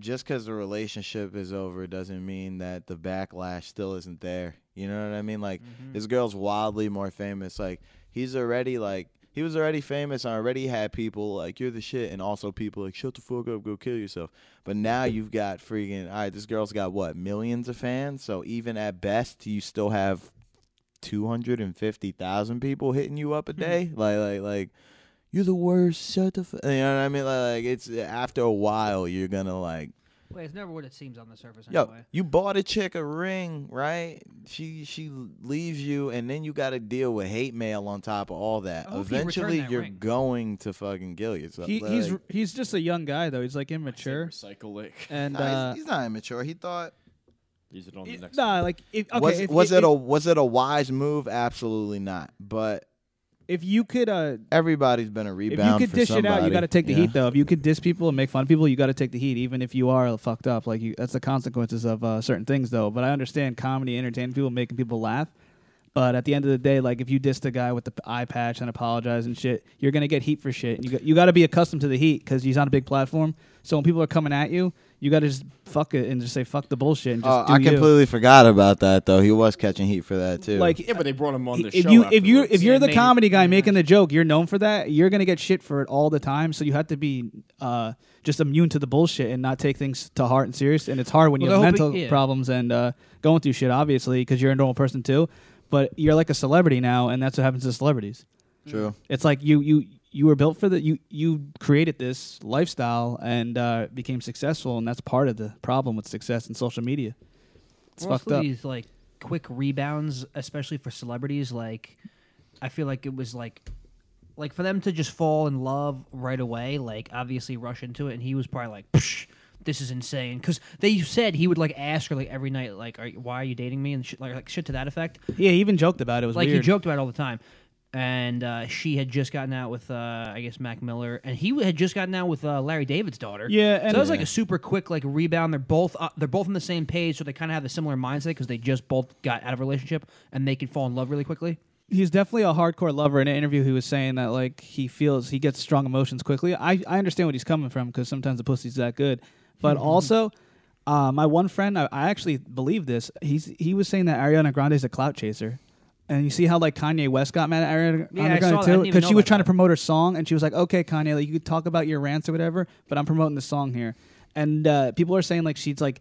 I: just cuz the relationship is over doesn't mean that the backlash still isn't there. You know what I mean? Like this girl's wildly more famous. Like he's already like he was already famous and already had people like you're the shit and also people like shut the fuck up go kill yourself but now you've got freaking all right this girl's got what millions of fans so even at best you still have 250,000 people hitting you up a
B: Hmm.
I: day. like, like, like, you're the worst. Shut the f-. You know what I mean? Like, like, it's after a while, you're gonna like,
K: Wait, it's never what it seems on the surface.
I: yo,
K: Anyway.
I: you bought a chick a ring, right? She she leaves you, and then you got to deal with hate mail on top of all that.
B: I hope Oh, he returned
I: Eventually,
B: that
I: you're
B: ring.
I: going to fucking kill yourself.
B: He,
I: Like,
B: he's he's just a young guy though. He's like immature.
L: Recycle it.
B: And
I: Nah, he's-
B: uh,
I: he's not immature. He thought.
L: Use it on the next.
B: nah, like if, okay,
I: was
B: if,
I: was
B: if-
I: it a was it a wise move? Absolutely not. But
B: if you could, uh,
I: everybody's been a
B: if
I: rebound.
B: you could
I: for
B: dish it out, you
I: somebody,
B: got to take the
I: you know?
B: heat though. If you could diss people and make fun of people, you got to take the heat, even if you are fucked up. Like you, that's the consequences of uh, certain things though. But I understand comedy, entertaining people, making people laugh. But at the end of the day, like if you diss the guy with the p- eye patch and apologize and shit, you're gonna get heat for shit. And you got, you got to be accustomed to the heat because he's on a big platform. So when people are coming at you, you got to just fuck it and just say fuck the bullshit and just
I: Oh,
B: do
I: I
B: you.
I: completely forgot about that though. He was catching heat for that too.
B: Like
L: Yeah, but they brought him on the
B: if
L: show.
B: you if you if
L: afterwards.
B: you're the comedy guy making the joke, you're known for that. You're gonna get shit for it all the time. So you have to be uh, just immune to the bullshit and not take things to heart and serious. And it's hard when
K: Well,
B: you have
K: they're hoping-
B: mental
K: yeah.
B: problems and uh, going through shit, obviously, because you're a normal person too. But you're like a celebrity now, and that's what happens to celebrities.
I: True.
B: It's like you you you were built for the you you created this lifestyle and uh, became successful, and that's part of the problem with success in social media. It's
K: Well,
B: fucked up.
K: These like quick rebounds, especially for celebrities, like I feel like it was like like for them to just fall in love right away, like obviously rush into it, and he was probably like, Psh, "This is insane," because they said he would like ask her like every night, like, are, you- "Why are you dating me?" and shit, like, like shit to that effect.
B: Yeah, he even joked about it. It was
K: like
B: weird.
K: he joked about it all the time. And uh, she had just gotten out with, uh, I guess, Mac Miller, and he had just gotten out with uh, Larry David's daughter.
B: Yeah,
K: so
B: and-
K: that was like
B: Yeah.
K: a super quick like rebound. They're both uh, they're both on the same page, so they kind of have a similar mindset because they just both got out of a relationship and they can fall in love really quickly.
B: he's definitely a hardcore lover. In an interview, he was saying that like he feels he gets strong emotions quickly. I I understand what he's coming from because sometimes the pussy's that good, but
K: Mm-hmm.
B: also. Uh, my one friend, I, I actually believe this. He's he was saying that Ariana Grande is a clout chaser, and you see how like Kanye West got mad at Ariana,
K: Yeah,
B: Ariana
K: I saw that. I
B: Grande
K: didn't
B: too
K: even
B: because she
K: know
B: was
K: about
B: trying to promote her song, and she was like, "Okay, Kanye, like, you could talk about your rants or whatever, but I'm promoting the song here." And uh, people are saying like she's like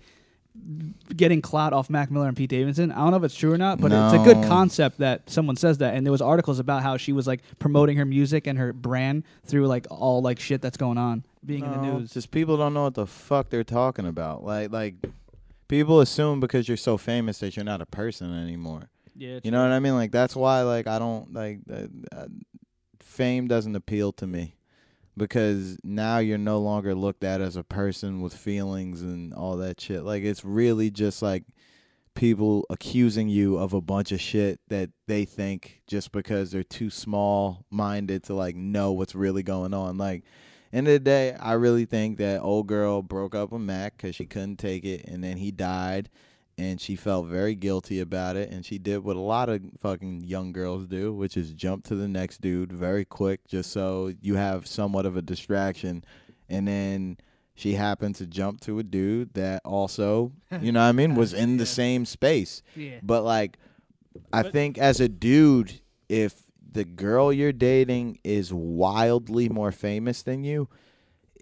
B: getting clout off Mac Miller and Pete Davidson. I don't know if it's true or not, but it's a good
I: No.
B: concept that someone says that. And there was articles about how she was like promoting her music and her brand through like all like shit that's going on, being in the
I: No,
B: news.
I: Just people don't know what the fuck they're talking about. Like like people assume because you're so famous that you're not a person anymore.
B: Yeah,
I: You know what I mean? Like that's why like I don't like uh, uh, fame doesn't appeal to me because now you're no longer looked at as a person with feelings and all that shit. Like it's really just like people accusing you of a bunch of shit that they think just because they're too small minded to like know what's really going on. Like end of the day, I really think that old girl broke up with Mac because she couldn't take it, and then he died, and she felt very guilty about it, and she did what a lot of fucking young girls do, which is jump to the next dude very quick, just so you have somewhat of a distraction, and then. She happened to jump to a dude that also, you know what I mean, was in the same space.
K: Yeah.
I: But like I think as a dude, if the girl you're dating is wildly more famous than you,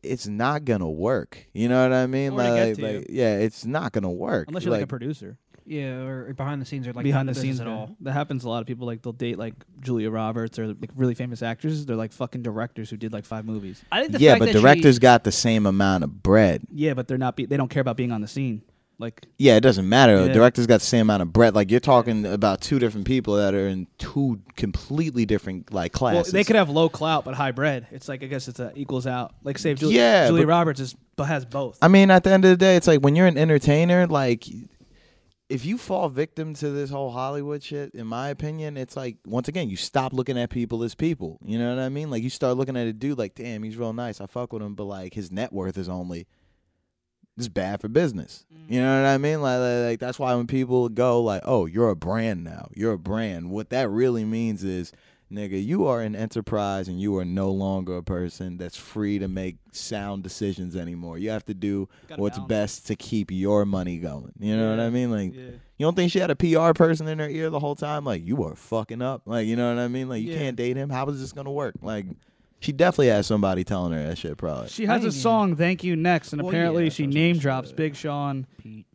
I: it's not gonna work. You know what I mean?
B: Or to get
I: like,
B: to
I: like yeah, it's not gonna work.
B: Unless you're like, a producer,
K: Yeah, or, or behind the snenes, or like
B: behind
K: not
B: the
K: in business
B: scenes
K: at all.
B: That happens to a lot of people. Like they'll date like Julia Roberts or like really famous actresses. They're like fucking directors who did like five movies.
K: I think the
I: yeah,
K: fact
I: but
K: that
I: directors got the same amount of bread.
B: Yeah, but they're not. Be- they don't care about being on the scene. Like
I: Yeah, it doesn't matter. The
B: Yeah.
I: director's got the same amount of breadth. Like you're talking about two different people that are in two completely different like
B: well,
I: classes.
B: they could have low clout but high bread. It's like I guess it's a equals out. Like say if Julia,
I: Yeah,
B: Julia
I: but-
B: Roberts is but has both.
I: I mean, at the end of the day, it's like when you're an entertainer, like if you fall victim to this whole Hollywood shit, in my opinion, it's like once again, you stop looking at people as people. You know what I mean? Like you start looking at a dude like, damn, he's real nice. I fuck with him, but like his net worth is only this is bad for business. You know what I mean? Like, like, like, that's why when people go like, "Oh, you're a brand now. You're a brand." What that really means is, nigga, you are an enterprise, and you are no longer a person that's free to make sound decisions anymore. You have to do what's best to keep your money going. You know what I mean? Like, you don't think she had a PR person in her ear the whole time? Like, you are fucking up. Like, you know what I mean? Like, you
B: Yeah.
I: can't date him. How is this gonna work? Like, she definitely had somebody telling her that shit. Probably.
B: She has a song "Thank You" next, and
K: Well,
B: apparently
K: yeah,
B: she name drops Big Sean,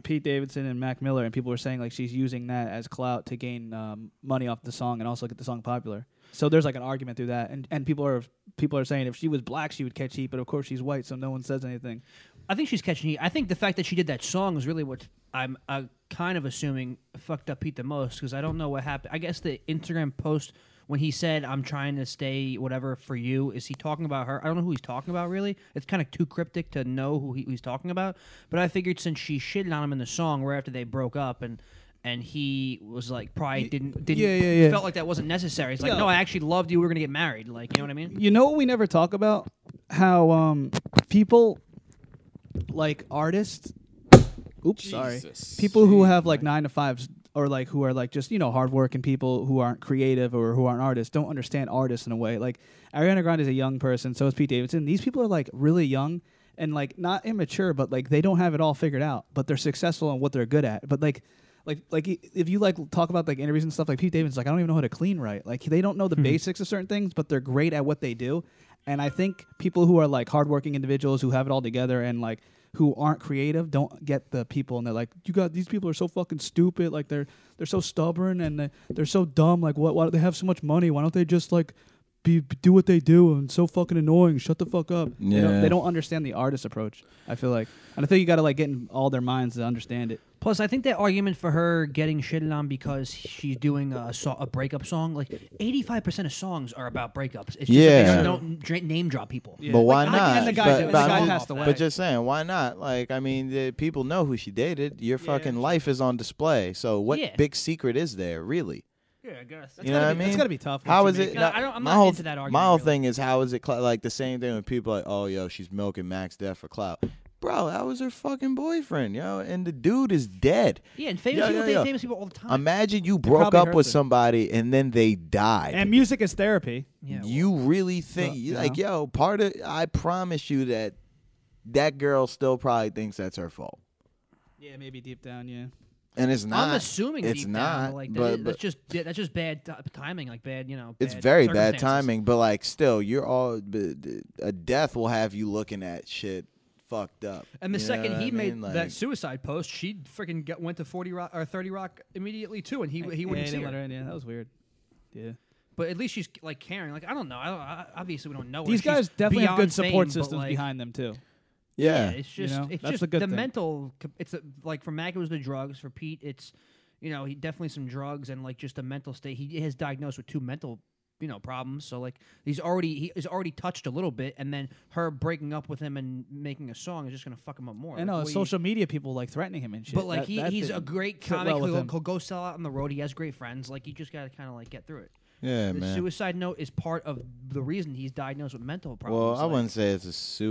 B: Pete. Davidson, and Mac Miller, and people were saying like she's using that as clout to gain um, money off the song and also get the song popular. So there's like an argument through that, and and people are people are saying if she was black she would catch heat, but of course she's white, so no one says anything.
K: I think she's catching heat. I think the fact that she did that song is really what I'm uh, kind of assuming fucked up Pete the most because I don't know what happened. I guess the Instagram post when he said, I'm trying to stay whatever for you, is he talking about her? I don't know who he's talking about really. It's kind of too cryptic to know who, he, who he's talking about. But I figured since she shitted on him in the song right after they broke up and. And he was like, probably didn't, didn't
B: yeah, yeah, yeah.
K: felt like that wasn't necessary. It's like,
B: No.
K: no, I actually loved you. We were gonna get married. Like, you know what I mean?
B: You know what we never talk about? How um people like artists oops sorry people who have like nine to fives or like who are like just you know hardworking people who aren't creative or who aren't artists don't understand artists in a way like ariana grande is a young person so is pete davidson these people are like really young and like not immature but like they don't have it all figured out but they're successful in what they're good at but like like like i- if you like talk about like interviews and stuff like pete davidson's like i don't even know how to clean right like they don't know the basics of certain things but they're great at what they do and I think people who are like hardworking individuals who have it all together and like who aren't creative don't get the people and they're like, you got these people are so fucking stupid. Like they're they're so stubborn and they- they're so dumb. Like what? Why do they have so much money? Why don't they just like be do what they do and so fucking annoying? Shut the fuck up. They don't,
I: Yeah.
B: they don't understand the artist approach. I feel like, and I think you got to like get in all their minds to understand it.
K: Plus, I think that argument for her getting shitted on because she's doing a, so- a breakup song, like 85% of songs are about breakups. It's just yeah.
I: Yeah.
K: don't dra- name drop people.
I: But
K: Like,
I: why
K: I-
I: not?
K: and the guy
I: but,
K: did- the
I: but
K: guy
I: I'm-
K: passed away.
I: but just saying, why not? Like, I mean, the people know who she dated. Your fucking life is on display. So what
K: Yeah.
I: big secret is there, really?
K: Yeah, I guess. That's
I: you know
K: gotta
I: what I
K: be-
I: mean?
K: that's gotta be tough
I: How
K: with
I: is it?
K: Jamaica. I don't- I'm
I: my
K: not
I: whole,
K: into that argument,
I: My whole thing is how is it cl- like the same thing when people are like, oh yo, she's milking Max death for clout. Bro, that was her fucking boyfriend, yo, and the dude is dead.
K: Yeah, and famous
I: Yo,
K: people
I: yo,
K: date
I: yo.
K: famous people all the time.
I: Imagine you broke
B: probably
I: up
B: hurts
I: with
B: her.
I: somebody and then they died.
B: And music is therapy.
I: you really think
B: you
I: like yo part of i promise you that that girl still probably thinks that's her fault
B: Yeah, maybe deep down, yeah.
I: and it's not
K: I'm assuming
I: it's
K: deep
I: not
K: down, like, that
I: but,
K: is-
I: but
K: that's just yeah, that's just bad t- timing, like bad, you know.
I: it's
K: bad
I: very bad
K: circumstances.
I: timing but like still you're all b- d- a death will have you looking at shit fucked up
K: And the
I: You know
K: second
I: what
K: he
I: I mean?
K: made
I: like,
K: that suicide post, she freaking got, went to 40 rock or 30 rock immediately too, and he he
B: yeah, he
K: wouldn't see
B: didn't
K: her.
B: let her in. Yeah, that was weird. Yeah.
K: But at least she's like caring. Like I don't know. I, don't, I obviously we don't know. her.
B: These
K: She's
B: guys definitely have good
K: beyond
B: support
K: fame, but,
B: systems
K: like,
B: behind them too.
I: Yeah.
K: it's
B: You
K: just
B: know?
K: it's
B: That's
K: just
B: the good
K: the
B: thing.
K: mental. co- It's a, like for Mac it was the drugs. For Pete, it's you know he definitely some drugs and like just a mental state. He is diagnosed with two mental you know problems. So like he's already he is already touched a little bit, and then her breaking up with him and making a song is just gonna fuck him up more.
B: I know
K: Like, what do you-
B: social media people like threatening him and shit.
K: But like
B: That-
K: he,
B: that
K: he's a
B: didn't
K: great
B: sit well
K: comic.
B: with
K: he'll,
B: him.
K: he'll go sell out on the road. He has great friends. Like you just gotta kind of like get through it.
I: Yeah,
K: the
I: man.
K: suicide note is part of the reason he's diagnosed with mental problems.
I: well i
K: like-
I: wouldn't say it's a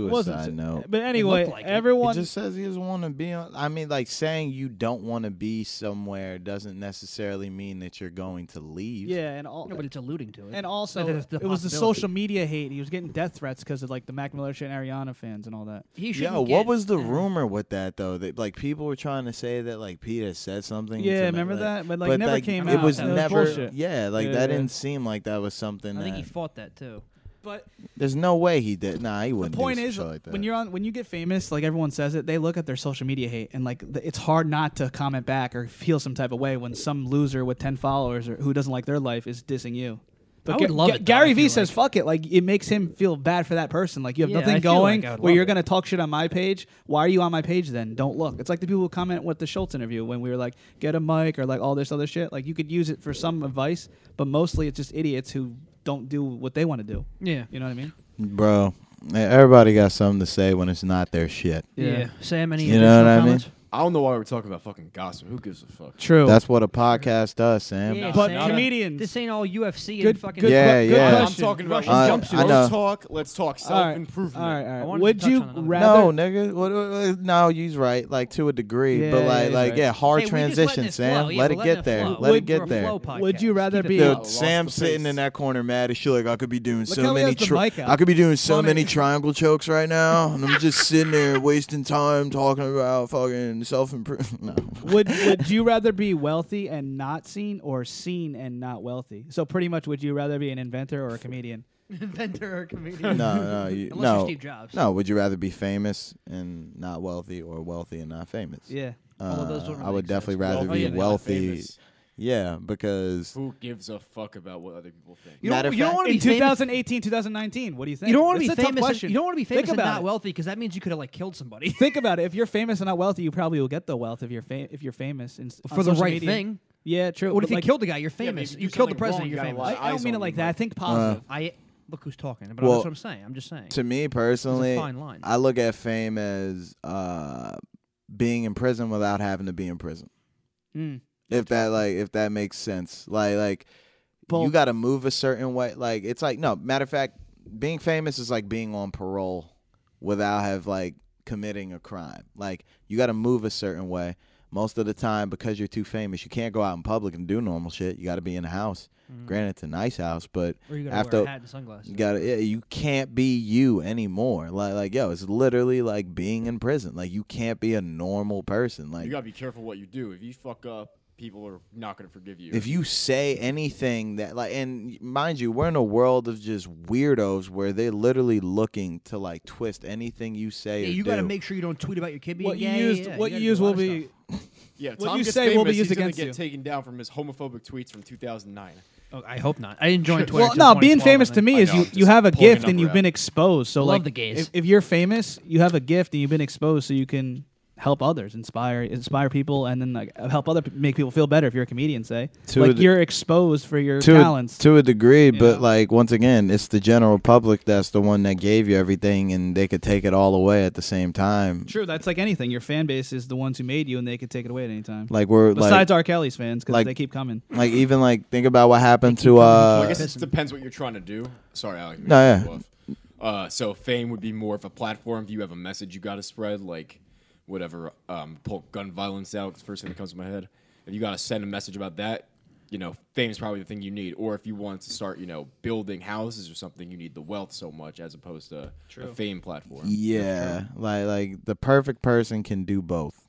K: wasn't
I: suicide
K: su-
I: note
K: but It anyway, looked like it. everyone-
I: it just says he doesn't want to be on i mean like saying you don't want to be somewhere doesn't necessarily mean that you're going to leave
B: Yeah, and all.
K: No, but it's alluding to it.
B: And also,
K: That is the
B: it was the
K: possibility.
B: social media hate. He was getting death threats because of like the Mac Miller shit and Ariana fans and all that.
K: He
I: Yeah, what was the rumor with that though? That like people were trying to say that like Pete had said something.
B: Yeah,
I: to,
B: remember that? But, like, never came
I: It
B: out.
I: was
B: That was
I: never.
B: bullshit.
I: yeah, like
B: Yeah,
I: that
B: yeah.
I: didn't seem like that was something.
K: I think he
I: that,
K: fought that too. But
I: there's no way he did. Nah, he wouldn't.
B: The point
I: do some
B: is,
I: shit like that.
B: when you're on, when you get famous, like everyone says it, they look at their social media hate, and like th- it's hard not to comment back or feel some type of way when some loser with ten followers or who doesn't like their life is dissing you.
K: I
B: Ga-
K: would love
B: Ga-
K: it, though,
B: Gary
K: if
B: Vee
K: you
B: says "fuck it," like it makes him feel bad for that person. Like you have
K: Yeah,
B: nothing
K: I feel
B: going.
K: like I'd
B: where
K: love
B: you're
K: it.
B: gonna talk shit on my page? Why are you on my page then? Don't look. It's like the people who comment with the Schultz interview when we were like, "Get a mic" or like all this other shit. Like you could use it for some advice, but mostly it's just idiots who don't do what they want to do.
K: Yeah.
B: you know what I mean.
I: Bro, e, everybody got something to say when it's not their shit.
K: Yeah. Sam, any
I: You know what
K: additional
I: I mean?
K: comments?
L: I don't know why we're talking about fucking gossip. Who gives a fuck?
B: True.
I: That's what a podcast does, Sam.
K: Yeah,
L: But
K: Sam,
B: comedians-
K: This ain't all UFC
B: Good-
K: and fucking.
I: good- Yeah, good yeah.
L: I'm
I: question.
L: talking about
I: Russian Uh,
L: jumpsuits.
I: I know.
L: Let's talk. Let's talk self
B: All
L: improvement.
B: right, all
K: I
B: right.
K: wanted to
B: Would
K: touch
B: you
K: on another
B: rather?
I: No, nigga. What, what- what- no, you's right. Like to a degree,
B: Yeah,
I: but like,
B: yeah,
I: like
B: right.
I: yeah, hard
K: Hey, we just letting
I: transition,
K: it flow.
I: Sam.
K: Yeah,
I: Let
K: we're
I: it
K: letting
I: get
K: it
I: there.
K: flow.
I: Let
K: We're-
I: it
K: we're
I: get
K: a
I: there.
K: flow podcast.
B: Would you rather be?
K: Keep it
I: Dude,
K: flow.
I: Sam
L: the
I: sitting in that corner, mad as shit. Like I could be doing
B: how
I: so
B: he
I: many.
B: has the
I: Tri-
B: mic out.
I: I could be doing so many triangle chokes right now, and I'm just sitting there wasting time talking about fucking self improvement. No.
B: would would you rather be wealthy and not seen or seen and not wealthy? So pretty much would you rather be an inventor or a comedian?
K: Inventor or comedian?
I: No, no, you,
K: Unless
I: no.
K: you're Steve Jobs.
I: No, would you rather be famous and not wealthy, or wealthy and not famous?
B: Yeah.
K: All of those
I: Uh,
K: don't
I: I
K: make
I: would definitely
K: sense.
I: rather
L: Wealthy
I: be
L: and not
I: wealthy.
L: famous.
I: Yeah, because
L: Who gives a fuck about what other people think?
K: You don't-
I: Matter of
K: you don't
I: fact-
K: want to be
B: In
K: famous
B: 2018, 2019, what do you think?
K: You don't want to
B: It's
K: be
B: a tough
K: famous. and-
B: question.
K: You don't want to be famous
B: Think
K: and
B: about
K: not
B: it.
K: wealthy because that means you could have like killed somebody
B: Think about it. If you're famous and not wealthy, you probably will get the wealth if you're fam- if you're famous and s- on
K: for the
B: social
K: right
B: media.
K: thing.
B: Yeah, true.
K: What
B: but
K: if you
B: like-
K: killed the guy? You're
L: Yeah, maybe
K: famous.
L: you
K: you
L: do
K: killed the
L: something
K: president.
L: wrong,
K: You're
L: got a
K: famous.
L: lot of
B: I, I
L: eyes
B: don't mean
L: on
B: it
L: you,
B: like
L: like-
B: that. I think positive.
K: I look who's talking, but
I: Uh, Well,
K: that's what I'm saying. I'm just saying.
I: to me personally,
K: fine line.
I: I look at fame as uh, being in prison without having to be in prison.
B: Mm.
I: If that like if that makes sense, like like you
B: Boom.
I: got to move a certain way. Like it's like no matter of fact, being famous is like being on parole without have like committing a crime. Like you got to move a certain way. Most of the time, because you're too famous, you can't go out in public and do normal shit. You got to be in a house. Granted, it's a nice house, but
K: Mm. Or you gotta
I: after
K: wear a hat and sunglasses.
I: you got to you can't be you anymore. Like like yo, it's literally like being in prison. Like you can't be a normal person. Like
L: You gotta be careful what you do. If you fuck up, people are not gonna forgive you.
I: if you say anything that like and mind you, we're in a world of just weirdos where they're literally looking to like twist anything you say
K: Yeah,
I: or
K: you got to
I: do.
K: make sure you don't tweet about your kid being
B: What you
K: gay.
B: used,
K: yeah,
B: what
K: you
B: you
K: gotta
B: used
K: do a
B: will
K: lot
B: be.
K: of stuff.
L: yeah,
B: what
L: Tom
B: you
L: gets
B: say will be
L: famous,
B: used
L: he's gonna
B: against
L: get
B: you.
L: taken down from his homophobic tweets from 2009.
K: Oh, I hope not. I didn't join Twitter.
B: Well, no,
K: till
B: being
K: 2012,
B: famous
K: I
B: to me
K: think.
B: is
L: I know,
B: you,
L: just
B: you have a
L: pulling a
B: gift and
L: number
B: you've
L: out.
B: been exposed. So
K: Love
B: like,
K: the gays.
B: If, if you're famous, you have a gift and you've been exposed, so you can help others, inspire inspire people, and then like help other pe- make people feel better. If you're a comedian, say
I: To
B: like
I: the-
B: you're exposed for your
I: to a,
B: talents.
I: to a degree, but
B: know?
I: like once again, it's the general public that's the one that gave you everything, and they could take it all away at the same time.
B: True, that's like anything. Your fan base is the ones who made you, and they could take it away at any time.
I: Like we're like,
B: Besides R. Kelly's fans, because
I: like-
B: they keep coming.
I: like even like think about what happened to
L: Well, I
I: uh
L: guess it depends what you're trying to do. Sorry, Alex.
I: No, yeah.
L: yeah. Uh, so fame would be more of a platform. If you have a message you got to spread, like whatever, um, pull gun violence out. It's the first thing that comes to my head. If you got to send a message about that, you know, fame is probably the thing you need. Or if you want to start, you know, building houses or something, you need the wealth so much as opposed to a fame platform.
I: yeah, like like the perfect person can do both.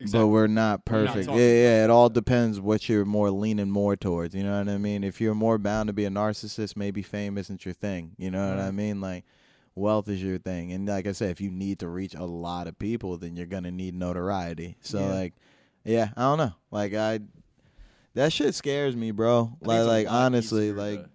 I: But
L: Exactly.
I: we're
L: We're
I: not
L: not
I: perfect.
L: talking
I: yeah, yeah. It all depends what you're more leaning more towards. You know what I mean? If you're more bound to be a narcissist, maybe fame isn't your thing. You know what I mean? Like wealth is your thing. And like I said, if you need to reach a lot of people, then you're gonna need notoriety. So
B: Yeah.
I: like yeah, I don't know. Like I that shit scares me,
L: I
I: bro.
L: think
I: Like
L: it's a
I: like
L: lot
I: honestly,
L: easier to-
I: like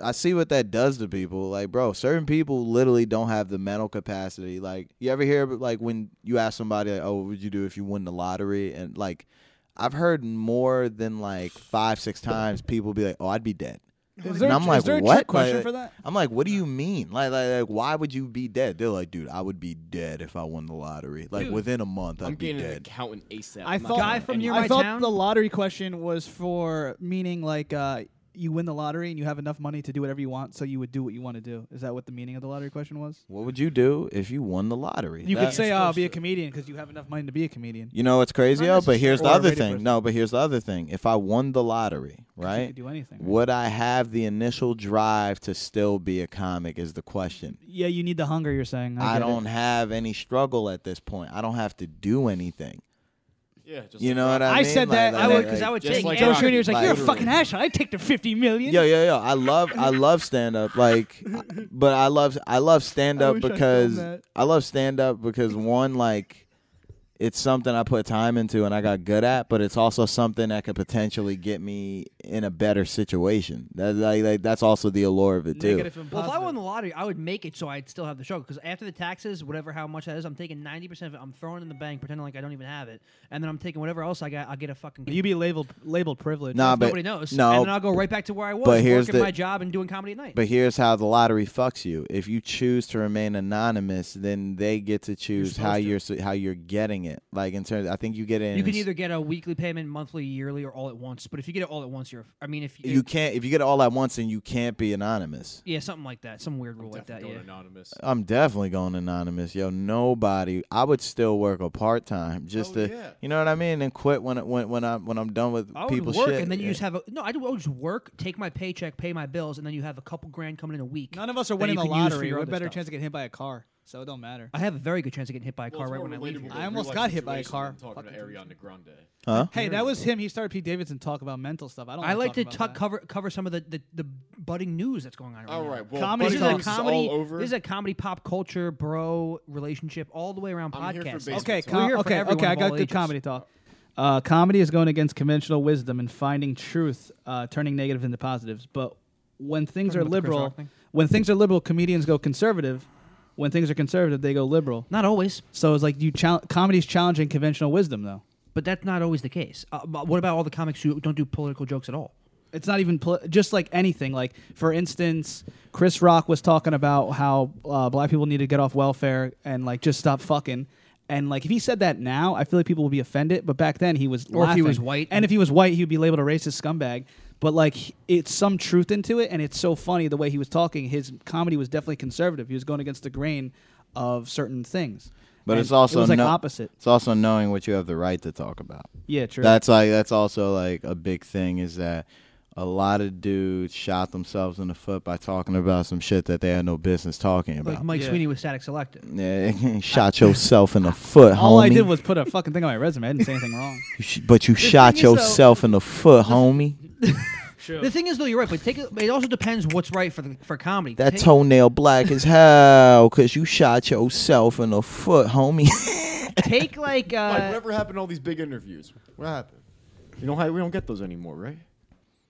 I: I see what that does to people. Like, bro, certain people literally don't have the mental capacity. Like, you ever hear but, like when you ask somebody, like, "Oh, what would you do if you won the lottery?" And like, I've heard more than like five, six times people be like, "Oh, I'd be dead."
B: Is
I: and I'm like, what? Like,
B: question for that?
I: I'm like, what do you mean? Like, like, like, why would you be dead? They're like, dude, I would be dead if I won the lottery. Like,
K: Dude,
I: within a month, I'd
L: I'm
I: be
L: getting an
I: dead.
L: accountant ASAP.
B: I
L: I'm not
B: thought
K: Guy
L: doing
K: from
L: any-
K: near
B: I
K: my
B: thought
K: town?
B: the lottery question was for meaning like uh, you win the lottery and you have enough money to do whatever you want, so you would do what you want to do. Is that what the meaning of the lottery question was?
I: What would you do if you won the lottery?
B: You could
I: That-
B: say, oh, "I'll be a comedian" because you have enough money to be a comedian.
I: You know it's crazy,
B: Not
I: yo. But here's
B: necessarily.
I: the
B: Or a
I: other
B: radio
I: thing.
B: person.
I: No, but here's the other thing. If I won the lottery,
B: You
I: right?
B: could do anything. right?
I: Would I have the initial drive to still be a comic? Is the question.
B: Yeah, you need the hunger. You're saying. I,
I: I,
B: get it.
I: don't have any struggle at this point. I don't have to do anything.
L: Yeah, just
I: You
L: like
I: know
L: rock-
I: what I
B: I
I: mean?
B: said
I: Like-
B: that-
I: like-
K: I would
I: like-
K: because I would
L: Just
K: take.
L: like
B: Joe
K: every-
L: Rocky.
B: Jr.'was like,
I: Like-
B: "You're a fucking asshole. I take the fifty million.
I: Yo, yo, yo! I love, I love stand up. Like, but I love, I love stand
B: I
I: up
B: wish I filmed
I: because I,
B: that.
I: love stand up because one, like, it's something I put time into and I got good at, but it's also something that could potentially get me in a better situation. That like, like that's also the allure of it too.
K: Well, if I won the lottery, I would make it so I'd still have the show. Because after the taxes, whatever how much that is, I'm taking ninety percent of it. I'm throwing it in the bank, pretending like I don't even have it, and then I'm taking whatever else I got. I'll get a fucking.
B: You'd be labeled labeled privileged.
I: Nah, but
K: nobody knows.
I: No,
K: and then I'll go right back to where I was,
I: but here's
K: working
I: the-
K: my job and doing comedy at night.
I: But here's how the lottery fucks you. If you choose to remain anonymous, then they get to choose how
K: supposed to.
I: you're s- how you're getting it. Like in terms, I think you get it.
K: you
I: in
K: can
I: s-
K: either get a weekly payment, monthly, yearly, or all at once. But if you get it all at once, you're. I mean, if
I: you can't if you get it all at once, then you can't be anonymous.
K: Yeah, something like that. Some weird rule like that. Yeah.
L: Anonymous.
I: I'm definitely going anonymous, yo. Nobody. I would still work a part time just to, you know what I mean, and quit when it- when when I'm when I'm done with
K: I would
I: people
K: work,
I: shit.
K: and then you
I: Yeah.
K: just have a no. I do. I would just work, take my paycheck, pay my bills, and then you have a couple grand coming in a week.
B: None of us are
K: that you
B: winning the
K: can use for
B: lottery.
K: your
B: What
K: other
B: better
K: stuff.
B: chance to get hit by a car? So it don't matter.
K: I have a very good chance of getting hit by a
B: Well,
K: car
B: it's
K: right
B: more
K: when I leave.
B: relatable
K: here.
B: I almost got hit by a car.
L: Talking to Ariana Grande.
I: Huh?
B: Hey, that was him. He started Pete Davidson talk about mental stuff. I don't.
K: I
B: wanna
K: like
B: talk
K: to
B: about
K: tuck,
B: that.
K: cover cover some of the, the, the budding news that's going on. Right
L: All
K: now.
L: right, well,
K: comedy. This
L: budding
K: is a
L: news is all
K: comedy.
L: over.
K: This is a comedy, pop culture, bro, relationship, all the way around
L: I'm here for
K: podcast.
L: basement
K: okay,
L: talk.
K: We're
B: Com-
K: here for
B: okay,
K: everyone
B: okay. I
K: of
B: got
K: all
B: good
K: ages.
B: comedy talk. Uh, comedy is going against conventional wisdom and finding truth, uh, turning negative into positives. But when things
K: Talking
B: are
K: about the Chris Rock
B: liberal,
K: thing?
B: when things are liberal, comedians go conservative. When things are conservative, they go liberal.
K: Not always.
B: So it's like you chal- comedy's challenging conventional wisdom, though.
K: But that's not always the case. Uh, but what about all the comics who don't do political jokes at all?
B: It's not even poli- just like anything. Like for instance, Chris Rock was talking about how uh, black people need to get off welfare and like just stop fucking. And like if he said that now, I feel like people would be offended. But back then, he was
K: Or if he
B: laughing.
K: was white.
B: and if he was white, he'd be labeled a racist scumbag. But like he- it's some truth into it, and it's so funny the way he was talking. His comedy was definitely conservative. He was going against the grain of certain things.
I: But
B: And
I: it's
B: it
I: also
B: was like
I: kno-
B: opposite.
I: It's also knowing what you have the right to talk about.
B: Yeah, true.
I: That's like that's also like a big thing is that a lot of dudes shot themselves in the foot by talking about some shit that they had no business talking about.
K: Like Mike Sweeney with Static Selective.
I: yeah, shot yourself in the foot, homie.
B: All I did was put a fucking thing on my resume. I didn't say anything wrong.
I: You sh- but you shot
K: thing is, though-
I: yourself in the foot, homie.
K: The thing is, though, you're right. But take it. It also depends what's right for the, for comedy.
I: That
K: Take-
I: toenail black as hell, cause you shot yourself in the foot, homie.
K: take like uh,
L: Mike, whatever happened to all these big interviews? What happened? You know how we don't get those anymore, right?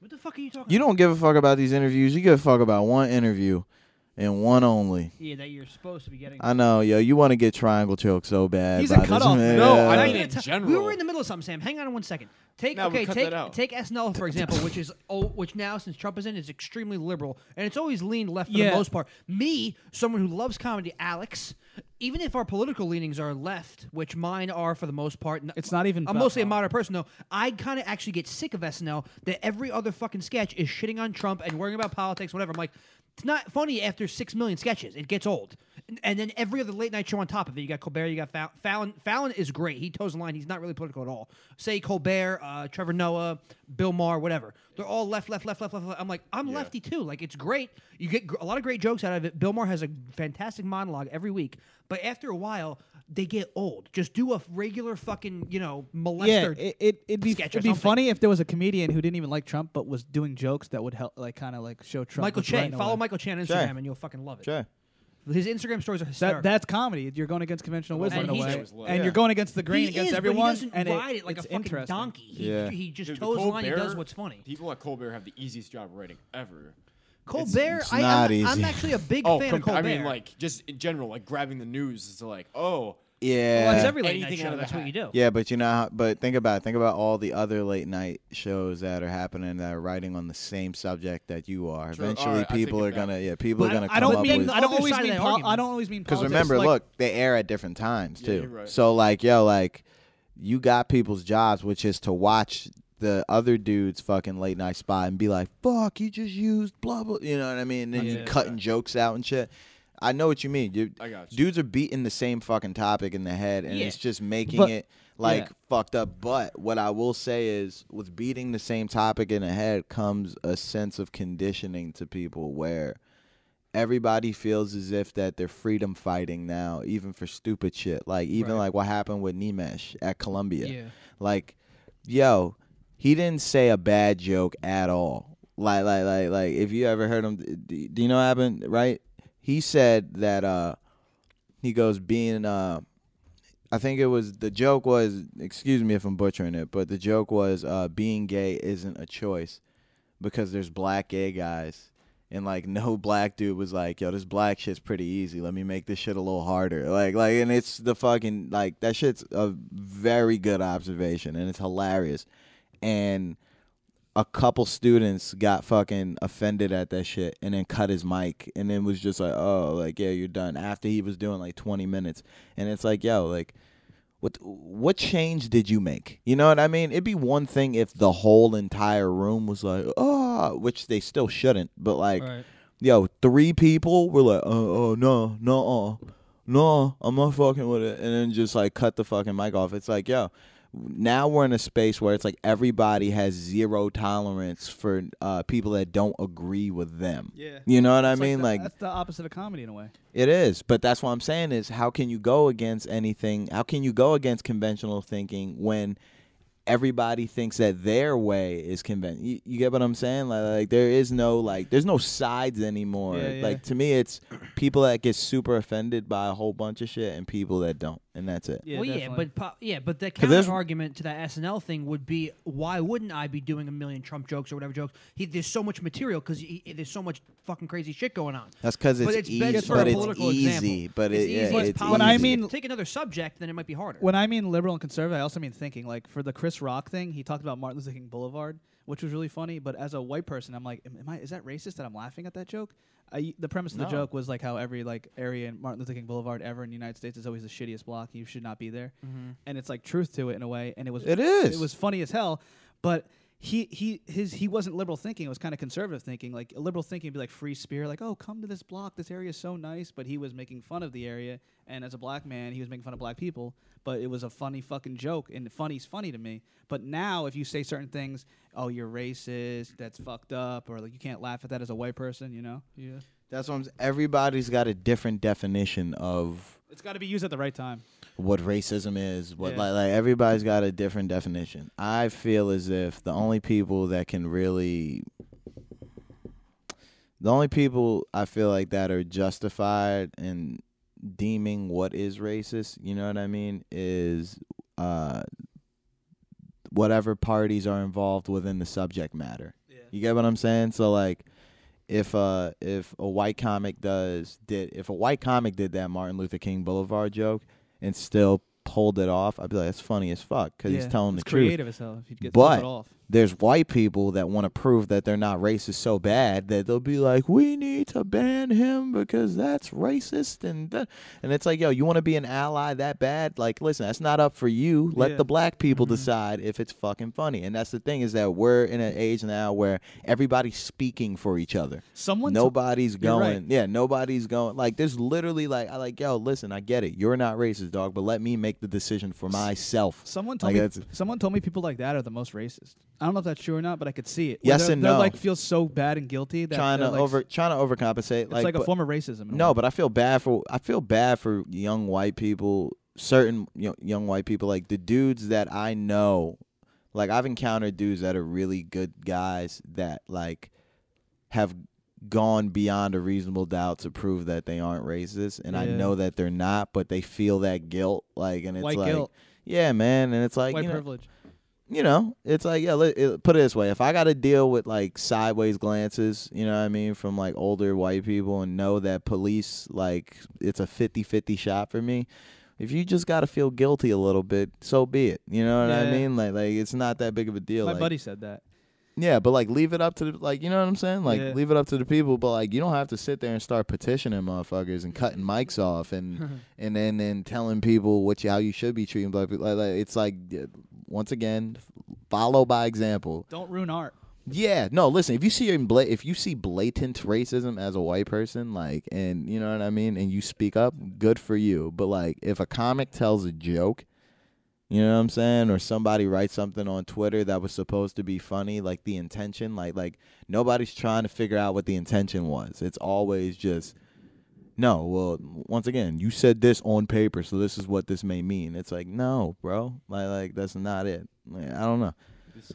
K: what the fuck are you talking?
I: you don't give a fuck about these interviews. You give a fuck about one interview, and one only.
K: Yeah, that you're supposed to be getting.
I: I know, yo. You want to get triangle choke so bad.
B: He's a
I: by this
B: cutoff man.
I: man.
K: No,
I: Yeah.
K: I mean in general. We were in the middle of something, Sam. Hang on one second. Take
L: No,
K: okay,
L: we'll cut
K: take
L: that out.
K: take SNL for example, which is oh, which now since Trump is in is extremely liberal and it's always leaned left for
B: Yeah.
K: the most part. Me, someone who loves comedy, Alex, even if our political leanings are left, which mine are for the most part, n-
B: It's not even
K: I'm
B: about-
K: mostly a moderate person though. I kind of actually get sick of SNL that every other fucking sketch is shitting on Trump and worrying about politics, whatever. I'm like. It's not funny after six million sketches. It gets old, and, and then every other late night show on top of it. You got Colbert, you got Fallon. Fallon, Fallon is great. He toes the line. He's not really political at all. Say Colbert, uh, Trevor Noah, Bill Maher, whatever. They're all left, left, left, left, left. left. I'm like, I'm lefty too. Like it's great. You get gr- a lot of great jokes out of it. Bill Maher has a fantastic monologue every week, but after a while, they get old. Just do a regular fucking, you know,
B: Yeah,
K: molester.
B: it, it, it'd be,
K: sketch or
B: it'd be
K: something.
B: funny if there was a comedian who didn't even like Trump but was doing jokes that would help, like, kind of like show Trump.
K: Michael
B: was right
K: Che,
B: in a
K: follow
B: way.
K: Michael Che on Instagram,
B: Che.
K: and you'll fucking love it.
I: Sure.
K: His Instagram stories are hysterical.
B: That, that's comedy. You're going against conventional wisdom
K: And
B: in a
K: he's-
B: way,
K: Oh, He
B: and
K: is,
B: you're going against the grain
K: but
B: against
K: he
B: everyone.
K: doesn't
B: and
K: ride it like a
B: it's
K: fucking
B: interesting.
K: donkey. He,
I: Yeah.
K: he just
L: Dude, the
K: toes the line. He does
L: Colbert-
K: what's funny.
L: People at Colbert have the easiest job writing ever.
K: Colbert, I,
I: not
K: I'm, I'm
I: easy.
K: actually a big
L: oh,
K: fan of
L: com-
K: Colbert.
L: I mean, like just in general, like grabbing the news is like, oh,
I: Yeah.
K: Well, that's every late night
L: anything
K: show.
L: out of the
K: That's what
L: hat.
K: you do.
I: Yeah, but you know, how- but think about it. think about all the other late night shows that are happening that are writing on the same subject that you are.
B: True.
I: Eventually,
B: Alright, I
I: people
B: take
I: are
B: it back.
I: gonna yeah, people
B: But
I: are gonna
B: I
I: come
B: don't
I: up
B: mean-
I: with
B: I don't always
K: side of
B: mean
K: that
B: pol- I
K: argument.
B: don't always mean
I: because
B: because
I: remember,
B: like,
I: look, they air at different times too.
B: you're right.
I: So like, yo, like you got people's jobs, which is to watch the other dude's fucking late night spot and be like, fuck, you just used blah blah. You know what I mean? And then you
L: Yeah.
I: cutting jokes out and shit. I know what you mean. You,
L: I got you.
I: Dudes are beating the same fucking topic in the head, and
L: Yeah.
I: it's just making
L: But-
I: it like
L: Yeah.
I: fucked up. But what I will say is, with beating the same topic in the head comes a sense of conditioning to people where everybody feels as if that they're freedom fighting now, even for stupid shit. Like even like what happened with Nimesh at Columbia.
K: Yeah.
I: Like, yo, he didn't say a bad joke at all. Like like like like if you ever heard him, d- do you know what happened? Right? He said that uh he goes being uh I think it was the joke was excuse me if I'm butchering it, but the joke was uh being gay isn't a choice. because there's black gay guys. And like no black dude was like, yo, this black shit's pretty easy. Let me make this shit a little harder. Like like and it's the fucking like that shit's a very good observation and it's hilarious. And a couple students got fucking offended at that shit and then cut his mic and then was just like, oh, like yeah, you're done. After he was doing like 20 minutes, and it's like, yo, like, what what change did you make? You know what I mean? It'd be one thing if the whole entire room was like, oh, which they still shouldn't, but like,
M: Right.
I: yo, three people were like, oh, oh no, no, uh, no, I'm not fucking with it, and then just like cut the fucking mic off. It's like, yo, now we're in a space where it's like everybody has zero tolerance for uh, people that don't agree with them.
B: Yeah.
I: you know what I
B: It's
I: mean?
B: the-
I: Like,
B: that's the opposite of comedy in a way.
I: it is, but that's what I'm saying is how can you go against anything? How can you go against conventional thinking when everybody thinks that their way is conventional? You, you get what I'm saying? Like, like there is no like there's no sides anymore.
M: Yeah, yeah.
I: Like to me, it's people that get super offended by a whole bunch of shit and people that don't, and that's it.
K: well, Oh, yeah, but po- yeah, but the
I: 'Cause there's-
K: counter argument to that SNL thing would be, why wouldn't I be doing a million Trump jokes or whatever jokes? He, there's so much material because there's so much fucking crazy shit going on.
I: That's 'cause
K: But
I: it's
K: it's best
I: eas-
K: for
I: but
K: a
I: it's
K: political
I: easy,
K: example.
I: but it- yeah,
K: easy.
I: it's
K: it's
I: When I
K: politics.
B: mean-
K: If you take another subject, then it might be harder.
B: When I mean liberal and conservative, I also mean thinking. Like for the Chris Rock thing, he talked about Martin Luther King Boulevard, which was really funny. But as a white person, I'm like, am, am I? Is that racist that I'm laughing at that joke? I, the premise of the
K: No.
B: joke was like how every like area in Martin Luther King Boulevard ever in the United States is always the shittiest block. You should not be there,
K: Mhm.
B: and it's like truth to it in a way. And it was
I: It is.
B: it was funny as hell, but. He he his he wasn't liberal thinking. It was kind of conservative thinking. Like liberal thinking would be like free spirit, like oh come to this block, this area is so nice. But he was making fun of the area, and as a black man, he was making fun of black people. But it was a funny fucking joke, and funny's funny to me. But now if you say certain things, oh you're racist, that's fucked up, or like you can't laugh at that as a white person, you know? Yeah.
I: That's what I'm. s- Everybody's got a different definition of
B: It's got to be used at the right time.
I: what racism is, what
B: Yeah.
I: like, like everybody's got a different definition. I feel as if the only people that can really the only people I feel like that are justified in deeming what is racist, you know what I mean, is uh whatever parties are involved within the subject matter. You get what I'm saying? So like if uh if a white comic does did if a white comic did that Martin Luther King Boulevard joke and still pulled it off, I'd be like, that's funny as fuck because
B: Yeah,
I: he's telling
B: it's
I: the truth.
B: creative as hell if he gets- pulls
I: but
B: it off.
I: there's white people that want to prove that they're not racist so bad that they'll be like, we need to ban him because that's racist and that. and it's like, yo, you want to be an ally that bad? Like, listen, that's not up for you. Let
M: Yeah.
I: the black people
B: Mm-hmm.
I: decide if it's fucking funny. And that's the thing is that we're in an age now where everybody's speaking for each other.
B: Someone t-
I: nobody's
B: You're right.
I: going. Yeah, nobody's going. Like, there's literally like, I like, yo, listen, I get it. You're not racist, dog, but let me make the decision for myself.
B: Someone told
I: Like, that's-
B: me someone told me people like that are the most racist. I don't know if that's true or not, but I could see it.
I: Yes
B: they
I: and
B: They
I: no.
B: like feel so bad and guilty that
I: trying
B: they're,
I: to
B: like,
I: over trying to overcompensate.
B: It's like a
I: but-
B: form of racism in a
I: No, but I feel bad for I feel bad for young white people. Certain yo- young white people, like the dudes that I know, like I've encountered dudes that are really good guys that like have gone beyond a reasonable doubt to prove that they aren't racist, and I
B: Yeah.
I: know that they're not, but they feel that guilt, like, and it's
B: White
I: like,
B: guilt.
I: yeah, man, and it's like
B: white
I: you know,
B: privilege.
I: you know, it's like yeah. Let, it, put it this way: if I got to deal with like sideways glances, you know what I mean, from like older white people, and know that police like it's a 50-50 shot for me. If you just got to feel guilty a little bit, so be it. You know what I
B: Yeah.
I: mean? Like, like it's not that big of a deal.
B: My
I: like,
B: buddy said that.
I: Yeah, but like leave it up to the like you know what I'm saying? Like
B: Yeah.
I: leave it up to the people, but like you don't have to sit there and start petitioning motherfuckers and cutting mics off and and then and telling people what you how you should be treating black people. Like, like, it's like yeah, once again, follow by example.
B: Don't ruin art.
I: Yeah, no. Listen, if you see in bla- if you see blatant racism as a white person, like, and you know what I mean, and you speak up, good for you. But like, if a comic tells a joke, you know what I'm saying, or somebody writes something on Twitter that was supposed to be funny, like the intention, like, like nobody's trying to figure out what the intention was. It's always just, no. Well, once again, you said this on paper, so this is what this may mean. It's like, no, bro, like, like that's not it. Like, I don't know.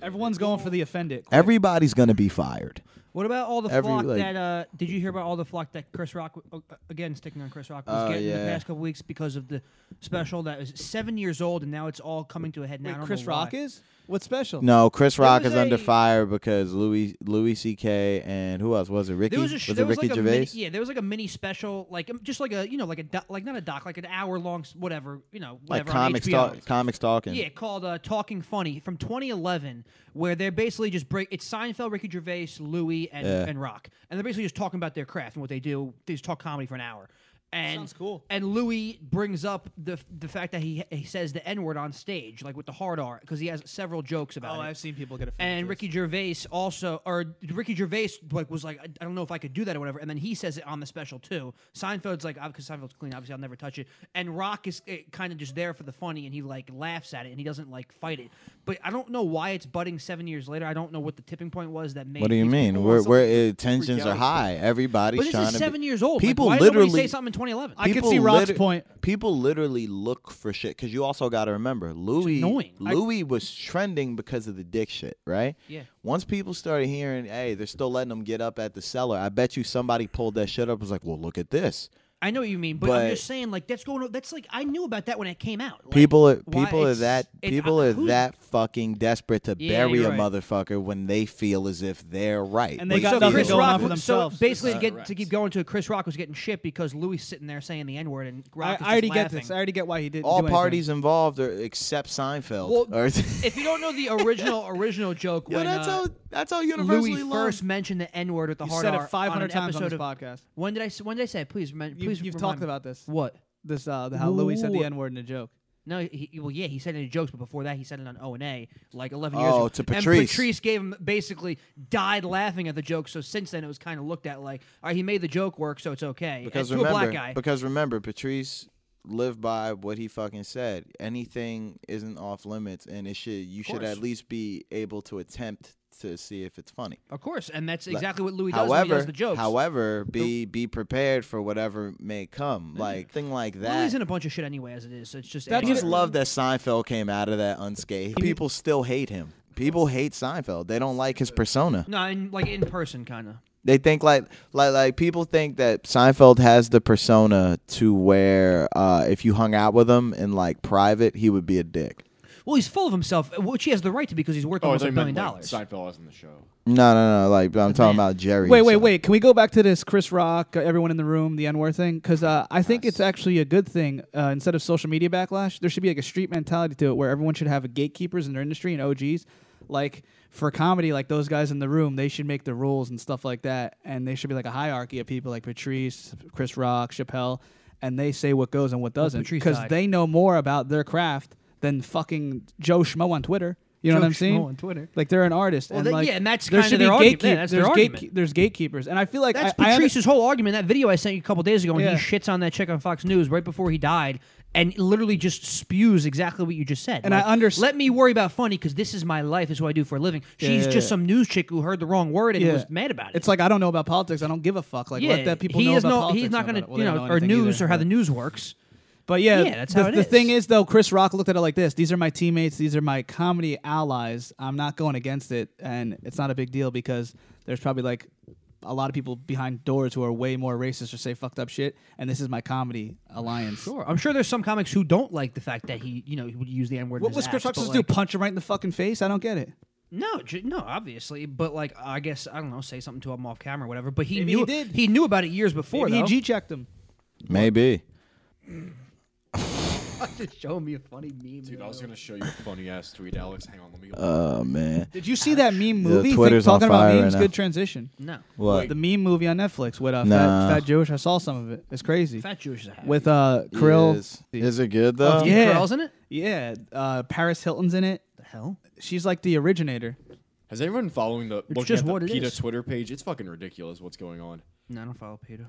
B: Everyone's going for the offended.
I: Everybody's gonna be fired.
K: What about all the
I: Every,
K: flock
I: like-
K: that? Uh, did you hear about all the flock that Chris Rock uh, again sticking on Chris Rock was
I: Oh,
K: getting the
I: yeah.
K: past couple weeks because of the special that was seven years old and now it's all coming to a head now.
B: Wait,
K: I don't
B: Chris
K: know
B: Rock
K: why.
B: is? What's special?
I: No, Chris Rock
B: There
I: is
B: was
I: under
B: a-
I: fire because Louis Louis C.K. and who else was it? Ricky
K: There was a sh-
I: it
K: there was
I: Ricky
K: like
I: Gervais?
K: A mini, yeah, there was like a mini special, like um, just like a you know like a doc, like not a doc, like an hour long, s- whatever you know,
I: like
K: whatever. on
I: comics
K: HBO.
I: talk, comics talking.
K: Yeah, called uh, Talking Funny from 2011, where they're basically just break. It's Seinfeld, Ricky Gervais, Louis, and,
I: Yeah.
K: and Rock, and they're basically just talking about their craft and what they do. They just talk comedy for an hour. And, Sounds cool. And Louis brings up the the fact that he he says the N word on stage, like with the hard R, because he has several jokes about
B: Oh,
K: it.
B: I've seen people get offended.
K: And Ricky Gervais also, or Ricky Gervais like was like, I I don't know if I could do that or whatever. And then he says it on the special too. Seinfeld's like, because Seinfeld's clean, obviously I'll never touch it. And Rock is kind of just there for the funny, and he like laughs at it, and he doesn't like fight it. But I don't know why it's budding seven years later. I don't know what the tipping point was that made.
I: What do you
K: these
I: mean?
K: people
I: We're,
K: want something
I: we're
K: to
I: uh, tensions
K: freak
I: are
K: out.
I: high. Everybody's
K: But this
I: trying
K: is
I: to
K: seven
I: be,
K: years old.
I: People
K: like, why did
I: literally
K: nobody say something in 2011?
I: people liter- People literally look for shit because you also got to remember Louis.
K: annoying. I-
I: Louis was trending because of the dick shit, right?
K: Yeah.
I: Once people started hearing, hey, they're still letting them get up at the cellar. I bet you somebody pulled that shit up. and Was like, well, look at this.
K: I know what you mean, but, I'm
I: But-
K: just saying, like that's going. That's like I knew about that when it came out. Like,
I: People are
K: why
I: people are
K: it's-
I: that
K: it-
I: people
K: I-
I: are
K: who's-
I: that fucking desperate to
K: Yeah,
I: bury a
K: you're right.
I: motherfucker when they feel as if they're right.
B: And they
I: When
B: got
I: feel
B: nothing
I: as
B: going
I: if-
B: on for themselves.
K: So basically, to,
B: That's
K: get,
B: correct.
K: to keep going to it, Chris Rock was getting shit because Louis sitting there saying the N word and
B: I,
K: Rock.
B: I already get this. I already get why he didn't.
I: all
B: do anything.
I: parties involved are, except Seinfeld.
K: Well,
I: Or-
K: if you don't know the original original joke,
I: Yo,
K: when
I: that's
K: uh,
I: how- that's how universally
K: Louis
I: loved.
K: first mentioned the N word with the
B: You
K: hard
B: said it
K: R on
B: 500
K: an
B: times on this
K: episode of-
B: podcast.
K: When did I? s- When did I say? it? Please remind.
B: You,
K: Please,
B: you've
K: remind
B: talked
K: me.
B: about this.
K: What?
B: This uh, the, how Louis said the
K: What?
B: N word in a joke.
K: No, he, he- well, yeah, he said it in jokes, but before that, he said it on O and A, like eleven years
I: Oh,
K: ago.
I: to
K: And
I: Patrice.
K: Patrice gave him basically died laughing at the joke. So since then, it was kind of looked at like, all right, he made the joke work, so it's okay.
I: because
K: and to
I: remember,
K: a black guy,
I: because remember, Patrice lived by what he fucking said. Anything isn't off limits, and it should you should
K: course.
I: at least be able to attempt to see if it's funny.
K: of course, and that's
I: Like-
K: exactly what Louis does. when he
I: however,
K: does the jokes.
I: However, be be prepared for whatever may come, like thing like that.
K: Louis in a bunch of shit anyway, as it is. So it's just.
I: I just
K: adding-
I: love that Seinfeld came out of that unscathed. People still hate him. People hate Seinfeld. They don't like his persona.
K: Uh, No, in like in person, kind of.
I: They think like like like people think that Seinfeld has the persona to where uh, if you hung out with him in like private, he would be a dick.
K: Well, he's full of himself, which he has the right to because he's
L: Oh,
K: worth
L: I
K: almost
L: thought
K: a
L: you
K: billion
L: meant
K: dollars.
L: like, Seinfeld was in the show.
I: No, no, no. Like I'm talking about Jerry.
B: Wait, wait, wait. Can we go back to this Chris Rock, uh, everyone in the room, the N word thing? Because uh, I think it's actually a good thing. Uh, instead of social media backlash, there should be like a street mentality to it where everyone should have a gatekeepers in their industry and OGs. Like for comedy, like those guys in the room, they should make the rules and stuff like that. And they should be like a hierarchy of people like Patrice, Chris Rock, Chappelle, and they say what goes and what doesn't.
K: Patrice
B: Because
K: died.
B: they know more about their craft than fucking Joe Schmo on Twitter. You know
K: Joe
B: what I'm saying?
K: Schmo on Twitter.
B: Like they're an artist.
K: Well,
B: and
K: then-
B: like,
K: yeah, and that's
B: there
K: kinda
B: should
K: their
B: be
K: argument.
B: gatekeep-
K: Yeah, that's their
B: there's
K: argument.
B: there's gatekeepers, and I feel like
K: That's
B: I, I under-
K: Patrice's whole argument. That video I sent you a couple days ago, when
B: Yeah.
K: he shits on that chick on Fox News right before he died, and literally just spews exactly what you just said.
B: And I underst-
K: Let me worry about funny because this is my life. Is what I do for a living.
B: Yeah,
K: She's
B: yeah,
K: just
B: yeah.
K: some news chick who heard the wrong word and
B: Yeah.
K: was mad about it.
B: It's like I don't know about politics. I don't give a fuck. Like
K: Yeah,
B: let that people
K: he
B: know
K: is
B: about
K: no-
B: politics.
K: He's not
B: going
K: gonna,
B: to
K: you know, or news or how the news works.
B: But yeah,
K: Yeah, that's
B: the,
K: how it
B: the
K: is.
B: thing is though, Chris Rock looked at it like this: these are my teammates, these are my comedy allies. I'm not going against it, and it's not a big deal because there's probably like a lot of people behind doors who are way more racist or say fucked up shit, and this is my comedy alliance.
K: Sure, I'm sure there's some comics who don't like the fact that he, you know, he would use the N word.
B: What was Chris Rock supposed to do? Punch him right in the fucking face? I don't get it.
K: No, j- no, obviously, but like I guess I don't know, say something to him off camera or whatever. But he
B: Maybe he
K: knew
B: did.
K: knew about it years before.
B: Maybe he
K: though.
B: G-checked him.
I: Maybe.
K: Just show me a funny meme.
L: Dude, I was gonna show you a funny ass tweet, Alex. Hang on, let me go.
I: Oh man.
B: Did you see that meme
I: The
B: movie? Think-
I: Twitter's on
B: talking
I: fire
B: about
I: right
B: memes,
I: now.
B: good transition.
K: No.
I: What?
B: The meme movie on Netflix with uh,
I: Nah.
B: fat, fat Jewish. I saw some of it. It's crazy.
K: Fat Jewish is a hack.
B: With uh, Krill.
I: Is, is it good though?
B: yeah.
K: Krill's in it?
B: Yeah. Uh, Paris Hilton's in it. The
K: hell?
B: She's like the originator.
L: Has anyone following the looking
B: just
L: at the
B: what it
L: PETA
B: is.
L: Twitter page? It's fucking ridiculous what's going on.
K: No, I don't follow Peter.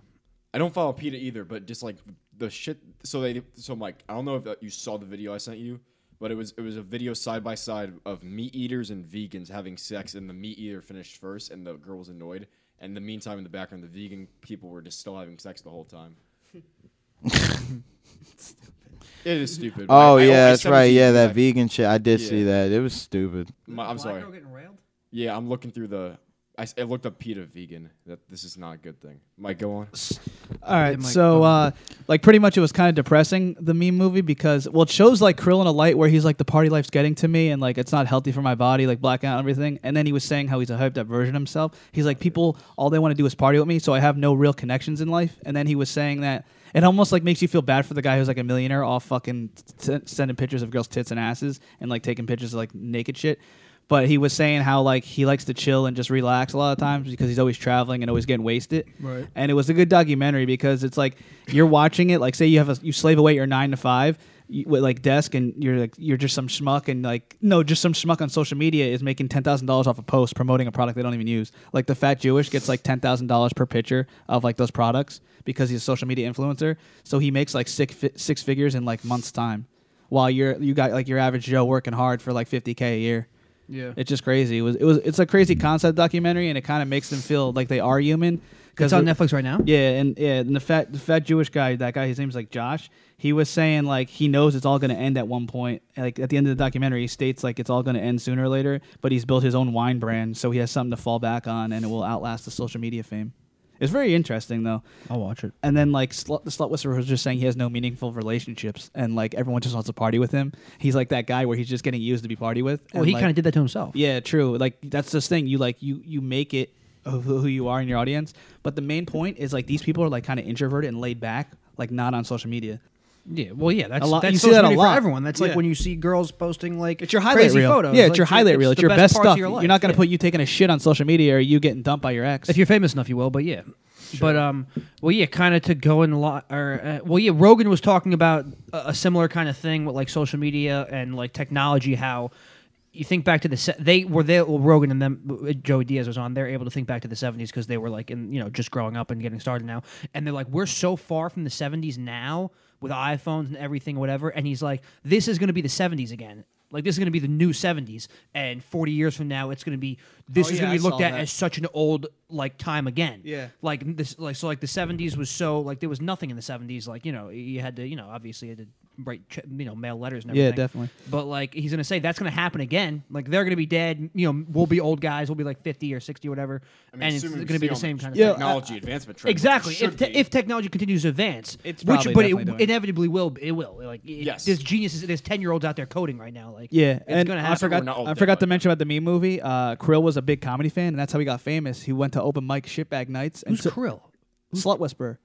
L: I don't follow PETA either, but just like the shit. So they, so I'm like, I don't know if you saw the video I sent you, but it was it was a video side by side of meat eaters and vegans having sex, and the meat eater finished first, and the girl was annoyed. And in the meantime, in the background, the vegan people were just still having sex the whole time. it is stupid. I- I
I: Oh
L: always
I: yeah, that's
L: send
I: right.
L: these
I: Yeah, that
L: back-
I: vegan shit. I did
L: Yeah.
I: see that. It was stupid.
L: My, I'm sorry.
K: Getting railed?
L: Yeah, I'm looking through the I, s- I looked up PETA vegan. That this is not a good thing. Mike, go on.
B: All right, so uh, like pretty much it was kind of depressing the meme movie because well it shows like Krill in a light where he's like the party life's getting to me and like it's not healthy for my body like blacking out and everything and then he was saying how he's a hyped up version of himself he's like people all they want to do is party with me so I have no real connections in life and then he was saying that it almost like makes you feel bad for the guy who's like a millionaire all fucking t- sending pictures of girls tits and asses and like taking pictures of like naked shit but he was saying how like he likes to chill and just relax a lot of times because he's always traveling and always getting wasted.
M: Right.
B: And it was a good documentary because it's like you're watching it. Like say you have a you slave away your nine to five you, with like desk and you're like you're just some schmuck and like no just some schmuck on social media is making ten thousand dollars off a post promoting a product they don't even use. Like the fat Jewish gets like ten thousand dollars per picture of like those products because he's a social media influencer. So he makes like six fi- six figures in like months time. While you're you got like your average Joe working hard for like fifty k a year.
K: Yeah.
B: It's just crazy. It was it was it's a crazy concept documentary, and it kind of makes them feel like they are human.
K: It's on Netflix right now.
B: Yeah, and yeah, and the fat the fat Jewish guy, that guy, his name's like Josh. He was saying like he knows it's all going to end at one point. Like at the end of the documentary, he states like it's all going to end sooner or later. But he's built his own wine brand, so he has something to fall back on, and it will outlast the social media fame. It's very interesting though.
K: I'll watch it.
B: And then like slut, the slut whisperer was just saying he has no meaningful relationships, and like everyone just wants to party with him. He's like that guy where he's just getting used to be party with.
K: Well,
B: and,
K: he
B: like-
K: kind of did that to himself.
B: yeah, true. Like that's this thing. You like you you make it of who who you are in your audience. But the main point is like these people are like kind of introverted and laid back, like not on social media.
K: Yeah, well, yeah, that's
B: A lot-
K: that's
B: you see
K: social
B: that a
K: media
B: lot.
K: for everyone. That's
B: Yeah.
K: like when you see girls posting like it's your
B: Highlight
K: crazy
B: reel.
K: photos.
B: Yeah, it's
K: Like,
B: your highlight reel. It's
K: the
B: your best,
K: parts of
B: stuff.
K: your life.
B: You're not gonna
K: Yeah.
B: put you taking a shit on social media or you getting dumped by your ex.
K: If you're famous enough, you will. But yeah, but um, well, yeah, kind of to go in a lot. Or uh, well, yeah, Rogan was talking about a, a similar kind of thing with like social media and like technology. How you think back to the se- they were there. Well, Rogan and them, uh, Joey Diaz was on. They're able to think back to the '70s because they were like in you know just growing up and getting started now. And they're like, we're so far from the '70s now with iPhones and everything, whatever. And he's like, this is going to be the '70s again. Like this is going to be the new '70s, and 40 years from now, it's going to be this
B: Oh,
K: is
B: yeah,
K: going
B: I
K: to be looked
B: saw
K: at
B: that.
K: as such an old like time again.
B: Yeah.
K: Like this like so like the 70s was so like there was nothing in the 70s like you know you had to you know obviously you had to write ch- you know mail letters and
B: Yeah,
K: everything.
B: definitely.
K: But like he's going to say that's going to happen again. Like they're going to be dead, you know, we'll be old guys, we'll be like 50 or 60 or whatever
L: I mean,
K: and it's
L: assuming
K: going
L: we
K: to be
L: stay
K: the
L: on
K: same
L: the
K: kind
L: Yeah,
K: of Uh,
L: technology advancement trend, which it
K: Exactly. If
L: should
K: te- if technology continues to advance, it's which
B: probably
K: but it
B: definitely doing.
K: inevitably will be- it will. Like it,
B: Yes.
K: there's geniuses there's 10-year-olds out there coding right now like
B: Yeah,
K: it's
B: and
K: going to
B: I
K: happen.
B: forgot. I forgot to mention about the meme movie. Uh, Krill was a big comedy fan, and that's how he got famous. He went to open mic shitbag nights. And
K: Who's Krill?
B: Slut Whisperer.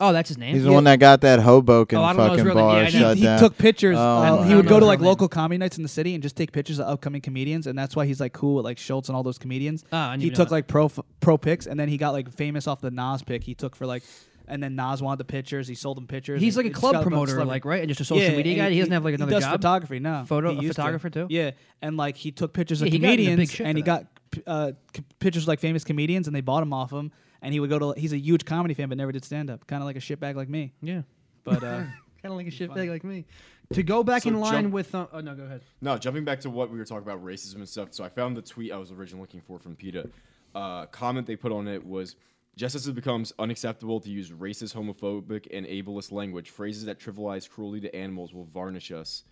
K: Oh, that's his name.
I: He's the one that got that Hoboken
K: Oh, I don't know his
I: fucking
K: real name.
I: bar
K: Yeah, I know.
I: shut
B: he
I: down.
B: took pictures.
I: Oh,
B: um,
I: my
B: he would
I: God.
B: go to like local comedy nights in the city and just take pictures of upcoming comedians, and that's why he's like cool with like Schultz and all those comedians.
K: Ah, I didn't
B: he
K: even know
B: took like pro pro pics, and then he got like famous off the Nas pic he took for like. And then Nas wanted the pictures. He sold him pictures.
K: He's
B: and
K: like a
B: it just
K: club
B: got bunch of
K: promoter,
B: celebrity-
K: like, right? And just a social
B: Yeah,
K: media
B: and
K: guy? He doesn't have, like, another
B: he does
K: job?
B: photography now.
K: Photo- a
B: he used to.
K: photographer, too?
B: Yeah, and like he took pictures
K: Yeah,
B: of
K: he got into big
B: comedians,
K: shit
B: and
K: for
B: he
K: that.
B: got p- uh, c- pictures of, like famous comedians, and they bought him off him. And he would go to. He's a huge comedy fan, but never did stand up. Kind of like a shitbag like me.
K: Yeah,
B: but uh,
K: kind of like a shit bag like me. To go back
L: So
K: in line
L: jump-
K: with, uh, oh no, go ahead.
L: No, jumping back to what we were talking about racism and stuff. So I found the tweet I was originally looking for from PETA. Uh, comment they put on it was just as it becomes unacceptable to use racist, homophobic, and ableist language, phrases that trivialize cruelty to animals will varnish us.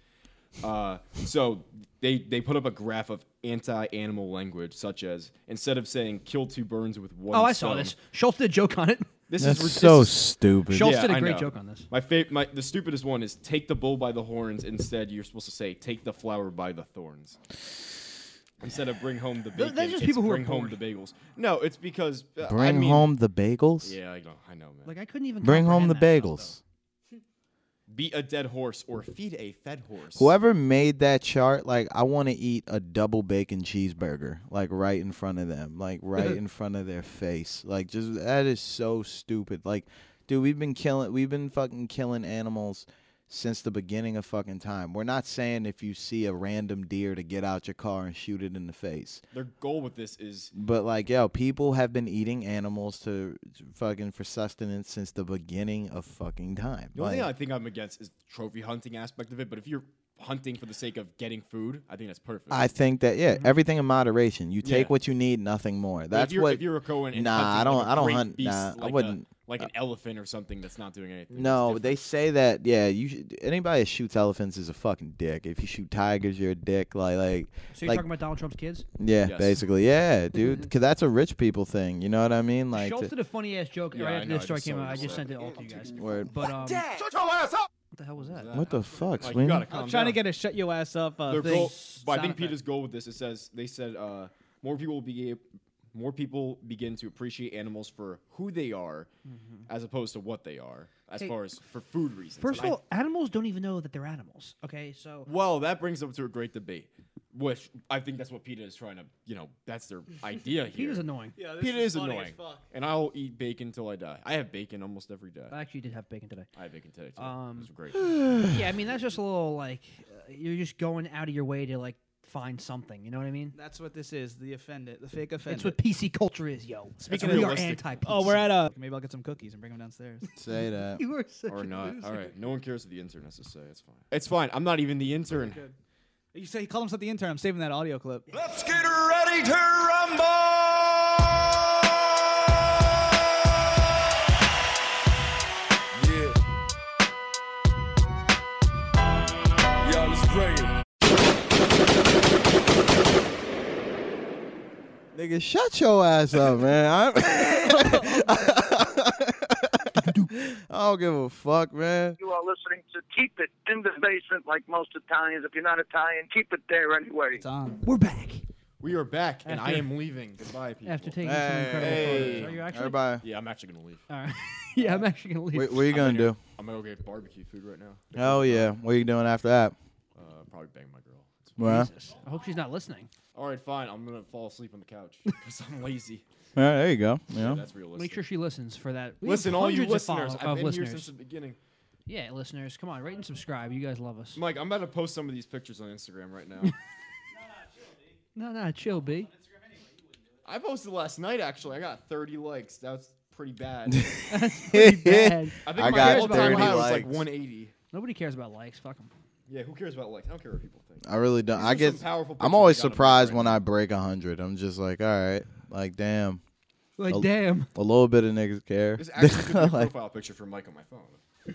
L: Uh, so they they put up a graph of anti-animal language, such as instead of saying "kill two birds with one."
K: oh, I saw
L: stone,"
K: this. Schultz did a joke on it.
L: This
I: That's
L: is rid-
I: so
L: this is-
I: stupid.
K: Schultz did a
L: I
K: great
L: know.
K: joke on this.
L: My, fa- my the stupidest one is take the bull by the horns. Instead, you're supposed to say take the flower by the thorns. Instead of bring home the
K: Th-
L: bacon,
K: that's just
L: it's
K: people who are
L: bring home
K: bored.
L: the bagels. No, it's because uh, I
I: Bring
L: mean-
I: home the bagels?
L: Yeah, I know, I know, man.
K: Like I couldn't even
I: Bring home the bagels.
L: Beat a dead horse or feed a fed horse.
I: Whoever made that chart, like I want to eat a double bacon cheeseburger, like right in front of them, like right in front of their face. Like just that is so stupid. Like, dude, we've been killing, we've been fucking killing animals since the beginning of fucking time. We're not saying if you see a random deer to get out your car and shoot it in the face.
L: Their goal with this is
I: But like, yo, people have been eating animals to fucking for sustenance since the beginning of fucking time.
L: the only
I: Like-
L: thing I think I'm against is the trophy hunting aspect of it. But if you're hunting for the sake of getting food, I think that's perfect.
I: I think that yeah, everything in moderation. You take
L: Mm-hmm. Yeah.
I: what you need, nothing more.
L: But
I: That's
L: if you're,
I: what.
L: if you're going and
I: nah,
L: hunting,
I: I don't.
L: like a
I: I don't
L: great
I: hunt.
L: beast,
I: nah,
L: like uh,
I: I wouldn't. uh,
L: A, like an elephant or something that's not doing anything.
I: No, they say that. Yeah, you should, anybody that shoots elephants is a fucking dick. If you shoot tigers, you're a dick. Like, like,
K: So you're
I: like,
K: talking about Donald Trump's kids?
I: yeah, basically, yeah,
L: Mm-hmm.
I: dude. Because that's a rich people thing. You know what I mean? Like,
K: Schultz
I: to-
K: did a funny ass joke
L: Yeah, I
K: right after
L: know,
K: this
L: I
K: story
L: just
K: came
L: saw
K: out.
L: it.
K: I just sent it all to you guys.
I: Word.
K: But um,
F: Shut your ass up.
K: What the hell was that?
I: what the fuck,
L: Like, you
I: Sweeney?
L: gotta
B: I'm
L: calm
B: trying to
L: down.
B: get a shut your ass up. Uh,
L: Their
B: thing.
L: goal- but I
B: Sound
L: think
B: effect.
L: Peter's goal with this it says they said uh, more people will be more people begin to appreciate animals for who they are, as opposed to what they are, as
K: Mm-hmm. Hey,
L: far as for food reasons.
K: First
L: And
K: of
L: I-
K: all, animals don't even know that they're animals. Okay, so
L: well, that brings up to a great debate, which I think that's what Peter is trying to, you know, that's their idea here.
K: Peter's annoying. Yeah, this
L: Peter
K: is
L: is,
K: funny as
L: annoying,
K: fuck.
L: and I'll eat bacon till I die. I have bacon almost every day.
K: I actually did have bacon today.
L: I had bacon today too.
K: Um,
L: it was great.
K: yeah, I mean that's just a little like uh, you're just going out of your way to like find something. You know what I mean?
B: That's what this is. The offended, the fake offended.
K: That's what PC culture is, yo.
B: Speaking
K: we
B: of
K: are anti.
B: Oh, we're at a. Maybe I'll get some cookies and bring them downstairs.
I: Say that.
K: You are such
L: or
K: a
L: not.
K: loser.
L: All right. No one cares what the intern has to say. It's fine. It's fine. I'm not even the intern.
B: You say you call himself the intern. I'm saving that audio clip.
F: Let's get ready to rumble.
M: Yeah. Yo, let's bring it.
I: Nigga, shut your ass up, man. I, I don't give a fuck, man.
E: You are listening to Keep It in the Basement, like most Italians. If you're not Italian, keep it there anyway.
K: We're back.
L: We are back, and I
K: After-
L: am leaving. Goodbye, people.
K: After taking some Hey, incredible photos. Are you actually-
I: everybody.
L: Yeah, I'm actually gonna leave.
K: All right. yeah, I'm actually gonna leave.
I: Wait, what are you gonna do?
L: I'm gonna go get barbecue food right now.
I: Hell yeah. What are you doing after that?
L: Uh, probably bang my girl.
I: Well,
K: I hope she's not listening.
L: All right, fine. I'm gonna fall asleep on the couch because I'm lazy.
I: all right, there you go. You know?
L: That's realistic.
K: Make sure she listens for that. We have
L: Listen, all you
K: hundreds of
L: listeners.
K: follow-
L: I've
K: of
L: been
K: listeners.
L: here since the beginning.
K: Yeah, listeners, come on, rate and subscribe. You guys love us.
L: Mike, I'm about to post some of these pictures on Instagram right now.
K: No, no, chill, B.
L: I posted last night actually. I got 30 likes. That's pretty bad.
K: That's pretty bad.
L: I think
I: I
L: my
I: got
L: all-time
I: 30
L: high was like
I: likes.
L: 180.
K: Nobody cares about likes. Fuck them.
L: Yeah, who cares about likes? I don't care what people think.
I: I really don't.
L: These
I: I
L: are some
I: get.
L: powerful pictures
I: I'm
L: we
I: always
L: got up there
I: surprised
L: right
I: when I break hundred. I'm just like, all right, like damn.
K: Like,
I: a,
L: Oh.
K: damn.
I: A little bit of niggas care.
L: This actually could be a
I: Like,
L: profile picture for Mike on my phone.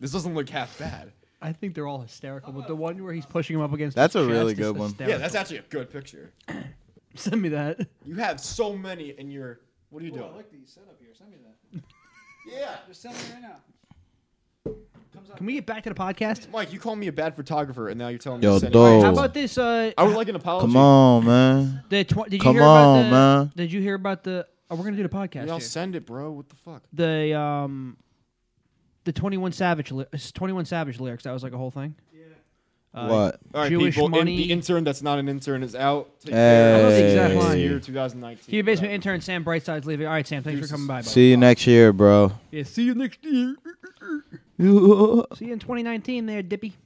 L: this doesn't look half bad.
K: I think they're all hysterical, but the one where he's pushing him up against
I: That's
K: his
I: a really
K: chest is
I: good one.
K: hysterical.
L: Yeah, that's actually a good picture.
K: Send me that.
L: You have so many in your. What are you doing?
B: like the setup here. Send me that.
L: yeah.
B: Just send me right now. Comes
K: Can we get back to the podcast?
L: Mike, you call me a bad photographer, and now you're telling me.
I: Yo,
L: to send it- Alright,
K: How
I: Oh.
K: about this? Uh,
L: I would like an apology.
I: Come on, man.
K: the tw- did you
I: Come
K: hear about
I: on,
K: the,
I: man.
K: Did you hear about the? Oh, we're gonna do the podcast.
L: Y'all
K: here.
L: send it, bro. What the fuck?
K: the um, the Twenty One Savage, li- Twenty One Savage lyrics. That was like a whole thing. Yeah. Uh,
I: What?
L: All right,
K: Jewish
L: people. in-
K: money.
L: the intern that's not an intern is out. Take
I: Hey.
L: care.
I: I love the exact
L: Next
I: line.
L: year, 2019.
K: Keep your basement intern Sam Brightside's leaving. All right, Sam, thanks for coming by. buddy.
I: See you next year, bro.
K: Yeah, see you next year. See you in 2019, there, Dippy.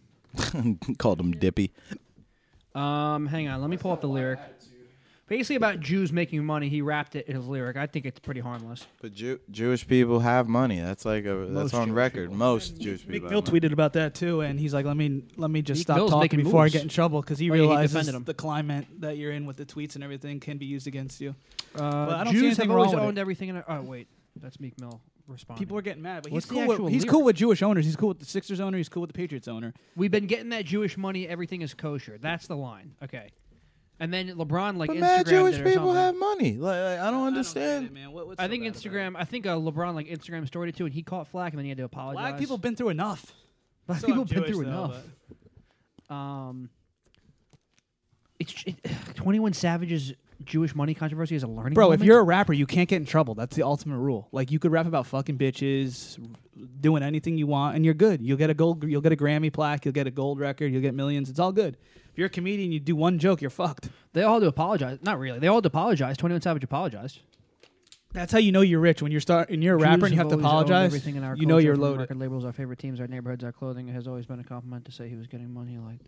I: Called him Dippy.
K: Um, hang on, let me pull up the lyric. Basically about Jews making money. He wrapped it in his lyric. I think it's pretty harmless.
I: But Jew- Jewish people have money. That's like a, that's
K: Most
I: on
K: Jewish
I: record. Most Jewish people.
B: Bill
I: have money.
B: tweeted about that too, and he's like, "Let me let me just
K: Meek
B: stop
K: Mill's
B: talking
K: making
B: before
K: moves.
B: I get in trouble," because he
K: Oh, yeah, he
B: realizes
K: defended him.
B: the climate that you're in with the tweets and everything can be used against you.
K: Uh,
B: but I don't see
K: Jews
B: anything
K: have
B: wrong
K: always
B: with
K: owned
B: it.
K: everything. In a, oh wait, that's Meek Mill responding.
B: People are getting mad, but
K: What's
B: he's
K: the
B: cool. With,
K: actual
B: he's
K: lyric?
B: cool with Jewish owners. He's cool with the Sixers owner. He's cool with the Patriots owner.
K: We've been getting that Jewish money. Everything is kosher. That's the line. Okay. And then LeBron like
I: But
K: Instagram
I: mad Jewish
K: it or
I: people
K: something.
I: have money. Like, like, I don't understand.
K: I think Instagram. I think uh, LeBron like Instagram story too, and he caught flack, and then he had to apologize.
B: Black people been through enough.
K: Black
B: Still
K: people
B: not
K: been
B: Jewish,
K: through
B: though,
K: enough. Um, it's it, Twenty One Savage's Jewish money controversy is a learning.
B: Bro, if
K: moment.
B: you're a rapper, you can't get in trouble. That's the ultimate rule. Like you could rap about fucking bitches, doing anything you want, and you're good. You'll get a gold. You'll get a Grammy plaque. You'll get a gold record. You'll get millions. It's all good. If you're a comedian, you do one joke, you're fucked.
K: they all had to apologize. Not really. They all had to apologize. Twenty One Savage apologized.
B: That's how you know you're rich when you're start and you're a rapper
K: Jews
B: and you have to
K: always owned
B: apologize.
K: Everything in our
B: you know
K: culture,
B: you're
K: from
B: loaded.
K: Record labels, our favorite teams, our neighborhoods, our clothing. It has always been a compliment to say he was getting money. Like,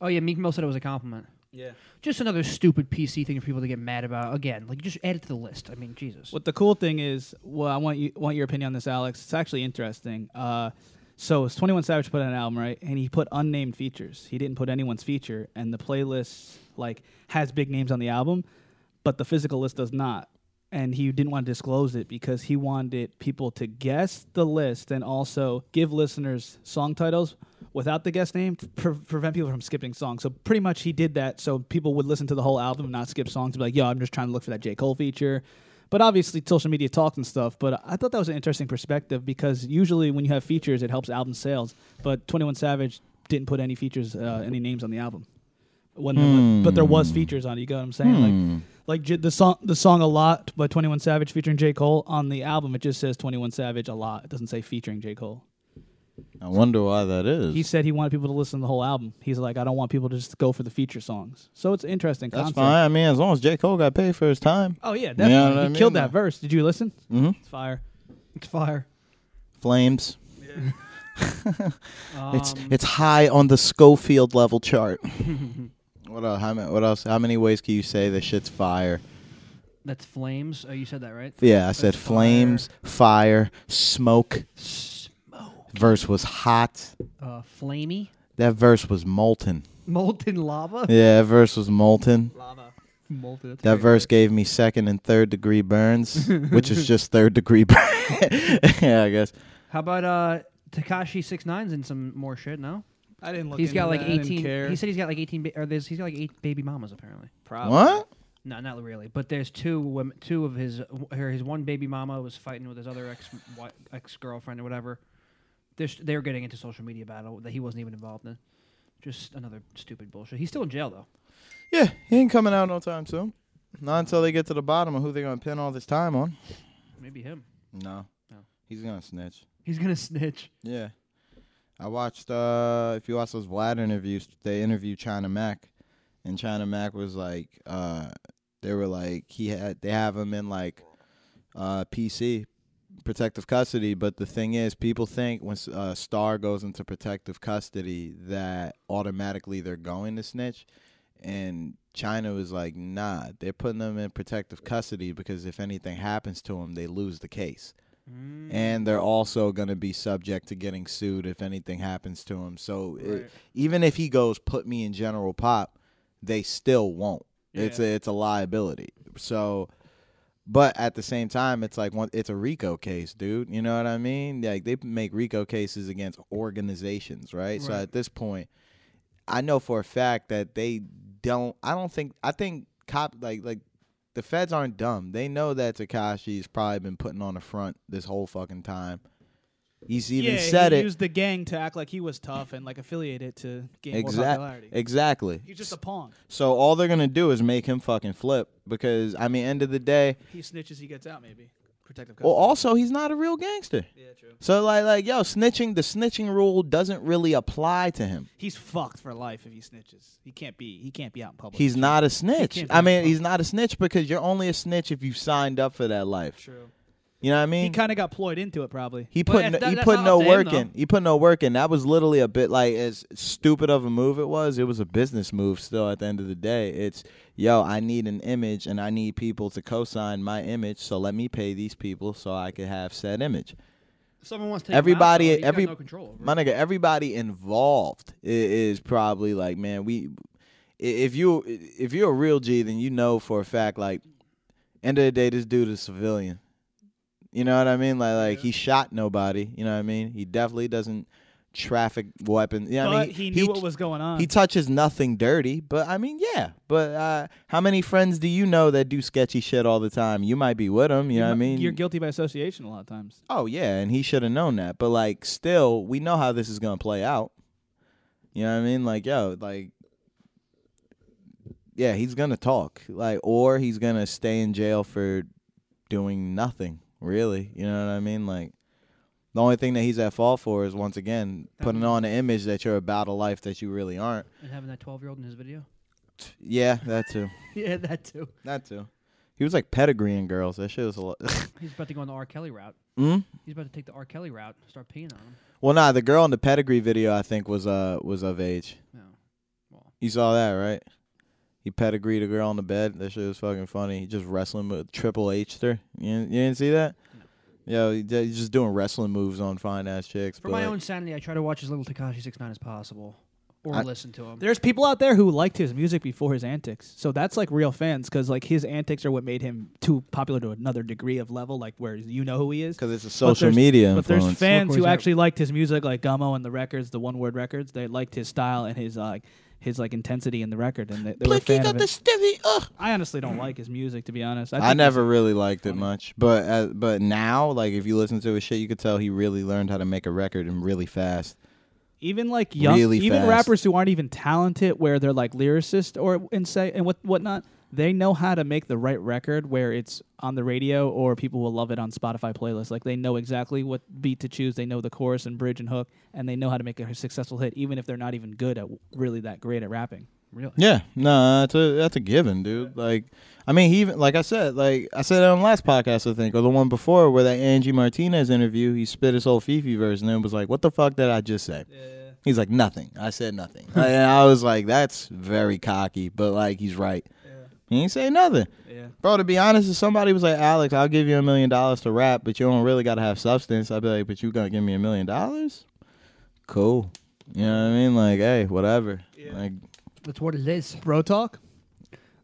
K: oh yeah, Meek Mill said it was a compliment.
B: Yeah.
K: Just another stupid PC thing for people to get mad about. Again, like just add it to the list. I mean, Jesus.
B: What the cool thing is, well, I want you want your opinion on this, Alex. It's actually interesting. Uh, so it's Twenty One Savage put out an album, right? And he put unnamed features. He didn't put anyone's feature, and the playlist like has big names on the album, but the physical list does not. and he didn't want to disclose it because he wanted people to guess the list and also give listeners song titles without the guest name to pre- prevent people from skipping songs. So pretty much he did that so people would listen to the whole album and not skip songs and be like, "Yo, I'm just trying to look for that J. Cole feature." But obviously, social media talked and stuff. But I thought that was an interesting perspective because usually when you have features, it helps album sales. But Twenty One Savage didn't put any features, uh, any names on the album. When there was- but there
I: Hmm.
B: was features on it. You get what I'm saying? Like, like j- the song, the song "A Lot" by Twenty One Savage featuring J Cole on the album, it just says Twenty One Savage a lot. It doesn't say featuring J Cole.
I: I wonder why that is.
B: He said he wanted people to listen to the whole album. He's like, I don't want people to just go for the feature songs. So it's an interesting.
I: That's
B: concept.
I: fine. I mean, as long as J. Cole got paid for his time.
B: Oh yeah,
I: You
B: definitely.
I: know what
B: he
I: I mean?
B: killed that verse. Did you listen?
I: Mhm.
B: It's fire. It's fire.
I: Flames. it's
B: Um,
I: it's high on the Schofield level chart. what else? How, ma- what else? How many ways can you say this shit's fire?
K: That's flames. Oh, you said that right?
I: Yeah, I said flames, fire, smoke. Smoke. Verse was hot.
K: Uh, flamey,
I: That verse was molten.
K: molten lava.
I: Yeah, that verse was molten.
K: lava, molten.
I: That verse gave me second and third degree burns, which is just third degree burn. yeah, I guess.
K: How about uh Takashi Six Nines and some more shit? No,
B: I didn't look
K: He's
B: into
K: got like
B: that. I didn't
K: eighteen.
B: care.
K: He said he's got like eighteen. Ba- or there's he's got like eight baby mamas apparently.
B: Probably.
I: What?
K: No, not really. But there's two women. Two of his or his one baby mama was fighting with his other ex ex girlfriend or whatever. There's, they were getting into social media battle that he wasn't even involved in. Just another stupid bullshit. He's still in jail though.
I: Yeah, he ain't coming out no time soon. Not until they get to the bottom of who they're gonna pin all this time on.
K: Maybe him.
I: No.
K: No.
I: He's gonna snitch.
K: He's gonna snitch.
I: Yeah. I watched uh if you watch those Vlad interviews, they interviewed China Mac and China Mac was like uh they were like he had they have him in like uh PC protective custody, but the thing is people think when uh, Star goes into protective custody that automatically they're going to snitch and China was like, "Nah, they're putting them in protective custody because if anything happens to them, they lose the case." and they're also going to be subject to getting sued if anything happens to him. So
M: Right.
I: it, even if he goes, put me in general pop, they still won't. It's a, it's a liability. So, but at the same time, it's like one, it's a RICO case, dude. You know what I mean? Like they make RICO cases against organizations, right? So
M: Right.
I: at this point, I know for a fact that they don't. I don't think. I think cop like like the feds aren't dumb. They know that Takashi's probably been putting on a front this whole fucking time. He's even
B: yeah,
I: said
B: he
I: it.
B: used the gang to act like he was tough and like affiliated to gain more
I: Exactly.
B: popularity.
I: Exactly.
B: He's just a pawn.
I: So all they're gonna do is make him fucking flip because I mean, end of the day,
B: He snitches, he gets out. Maybe protective.
I: Well, also he's not a real gangster. Yeah, true. So like, like, yo, snitching. The snitching rule doesn't really apply to him.
B: He's fucked for life if he snitches. He can't be. He can't be out in public.
I: He's not a snitch.
B: can't be
I: I mean, he's not a snitch because you're only a snitch if you signed up for that life.
B: True.
I: You know what I
B: He
I: mean?
B: kind of got ployed into it, probably.
I: He put no, he put no work in. He put no work in. That was literally a bit like as stupid of a move it was. It was a business move. Still, at the end of the day, it's yo. I need an image, and I need people to co-sign my image. So let me pay these people so I could have said image.
K: Someone wants to take him out,
I: Everybody,
K: though, he's got
I: every
K: no control over
I: my nigga, everybody involved i- is probably like, man, we. i- If you if you're a real G, then you know for a fact, like, end of the day, this dude is civilian. You know what I mean? Like, like he shot nobody. You know what I mean? He definitely doesn't traffic weapons. Yeah, I
B: But
I: mean,
B: he knew what was going on.
I: He touches nothing dirty, but I mean, yeah. But uh, how many friends do you know that do sketchy shit all the time? You might be with them. You, know what I mean?
B: You're guilty by association a lot of times.
I: Oh yeah, and he should have known that. But like, still, we know how this is gonna play out. You know what I mean? Like, yo, like, yeah, he's gonna talk, like, or he's gonna stay in jail for doing nothing, really. You know what I mean? Like, the only thing that he's at fault for is once again putting on an image that you're about a life that you really aren't.
K: and having that twelve year old in his video.
I: Yeah, that too.
K: yeah, that too.
I: That too. He was like pedigreeing girls. That shit was a lot.
K: He's about to go on the R. Kelly route.
I: Hmm?
K: He's about to take the R. Kelly route. and Start peeing on him.
I: Well, nah, the girl in the pedigree video, I think, was uh was of age. You saw that, right? He pedigreed a girl on the bed. That shit was fucking funny. He just wrestling with Triple H there. You, you didn't see that? Yo, he d- he's just doing wrestling moves on fine ass chicks.
K: For
I: but
K: my
I: like-
K: own sanity, I try to watch as little Takashi Six Nine as possible. or
B: I-
K: listen to him.
B: There's people out there who liked his music before his antics, so that's like real fans because like his antics are what made him too popular to another degree of level, like where you know who he is. Because
I: it's a
B: but
I: social
B: there's-
I: media
B: But there's
I: influence.
B: fans
I: Look
B: who
I: who's at-
B: actually liked his music, like Gummo and the records, the One Word Records. They liked his style and his like his like intensity in the record, and they, they were a fan of it. I honestly don't like his music to be honest.
I: uh. I,
B: think it's-
I: never really liked it much, but uh, but now, like if you listen to his shit, you could tell he really learned how to make a record and really fast.
B: even like young
I: really
B: even
I: fast.
B: rappers who aren't even talented where they're like lyricists or and say and what whatnot they know how to make the right record where it's on the radio or people will love it on spotify playlists like they know exactly what beat to choose they know the chorus and bridge and hook and they know how to make a successful hit even if they're not even good at really that great at rapping really
I: Yeah, no, that's a that's a given, dude. Like, I mean, he even like I said, like I said on the last podcast, I think, or the one before, where that Angie Martinez interview, he spit his whole Fifi verse, and then was like, "What the fuck did I just say?" He's like, "Nothing. I said nothing." and I was like, "That's very cocky," but like he's right. He ain't say nothing.
B: Yeah.
I: Bro, to be honest, if somebody was like, Alex, I'll give you a million dollars to rap, but you don't really got to have substance, I'd be like, but you going to give me a million dollars? Cool. You know what I mean? Like, hey, whatever. Like,
K: That's what it is.
B: bro talk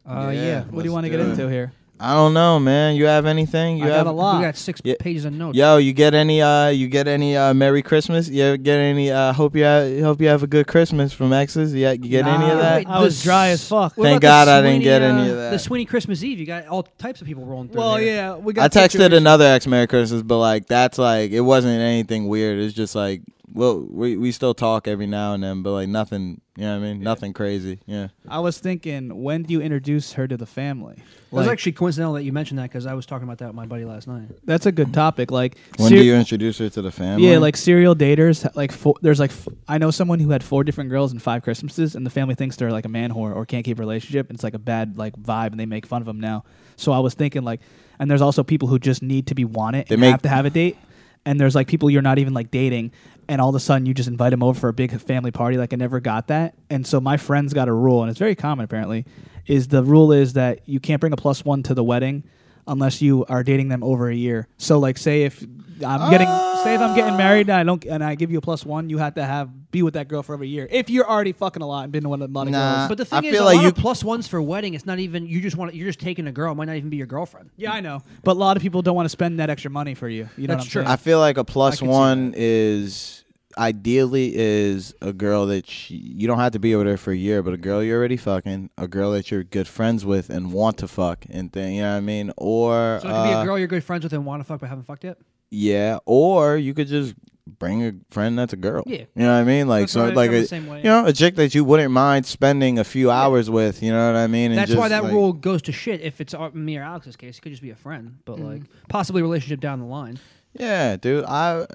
K: Uh, yeah.
B: what do
K: let's
B: you want to
K: do
B: get
K: it.
B: into here
I: I don't know, man. You have anything? You
K: I got
I: have
K: a lot. We got six pages of notes.
I: Yo, you get any? Uh, you get any? Uh, Merry Christmas. You get any? Uh, hope you have, hope you have a good Christmas from exes. Yeah, you get any of
B: Ah,
K: Nah,
I: that?
K: wait, I was
B: dry as fuck.
K: What
I: Thank God
K: about the
I: I didn't
K: Sweeney,
I: get
K: uh,
I: any of
K: The
I: that.
K: Sweeney Christmas Eve, you got all types of people rolling through.
B: well
K: there.
B: yeah we
I: I
B: got
I: texted another ex Merry Christmas, but like that's like it wasn't anything weird. It's just like well, we we still talk every now and then, but like nothing. You know what I mean? Nothing crazy. Yeah.
B: i was thinking when do you introduce her to the family
K: It was
B: Like,
K: actually coincidental that you mentioned that because I was talking about that with my buddy last night.
B: that's a good topic like
I: When
B: ser-
I: do you introduce her to the family?
B: Yeah, like serial daters. Like four, there's like f- I know someone who had four different girls and five Christmases, and the family thinks they're like a man whore or can't keep a relationship. And it's like a bad like vibe, and they make fun of them now. So I was thinking like, and there's also people who just need to be wanted
I: They
B: and
I: make-
B: have to have a date. And there's like people you're not even like dating, and all of a sudden you just invite them over for a big family party. Like I never got that, and so my friends got a rule, and it's very common apparently. Is the rule is that you can't bring a plus one to the wedding unless you are dating them over a year. So like say if I'm getting say if I'm getting married and I don't and I give you a plus one, you have to have be with that girl for over a year. If you're already fucking a lot and been to one a lot of girls.
K: but the thing is, a lot of plus ones for wedding. It's not even you just want you're just taking a girl. It might not even be your girlfriend.
B: Yeah, I know. But a lot of people don't want to spend that extra money for you. You know what I'm saying?
I: I feel like a plus
B: can see
I: one is ideally is a girl that she, you don't have to be with her for a year, but a girl you're already fucking, a girl that you're good friends with and want to fuck and thing. You know what I mean? Or
K: So it could be
I: uh,
K: a girl you're good friends with and want to fuck but haven't fucked yet.
I: Yeah, or you could just bring a friend that's a girl.
K: Yeah.
I: you know what I mean. Like
K: That's
I: so,
K: what I-
I: like
K: I'm
I: a,
K: the same way,
I: you know, a chick that you wouldn't mind spending a few hours with. You know what I mean? And
K: That's
I: just,
K: why that
I: like-
K: rule goes to shit. If it's uh, me or Alex's case, it could just be a friend, but like possibly a relationship down the line.
I: Yeah, dude. I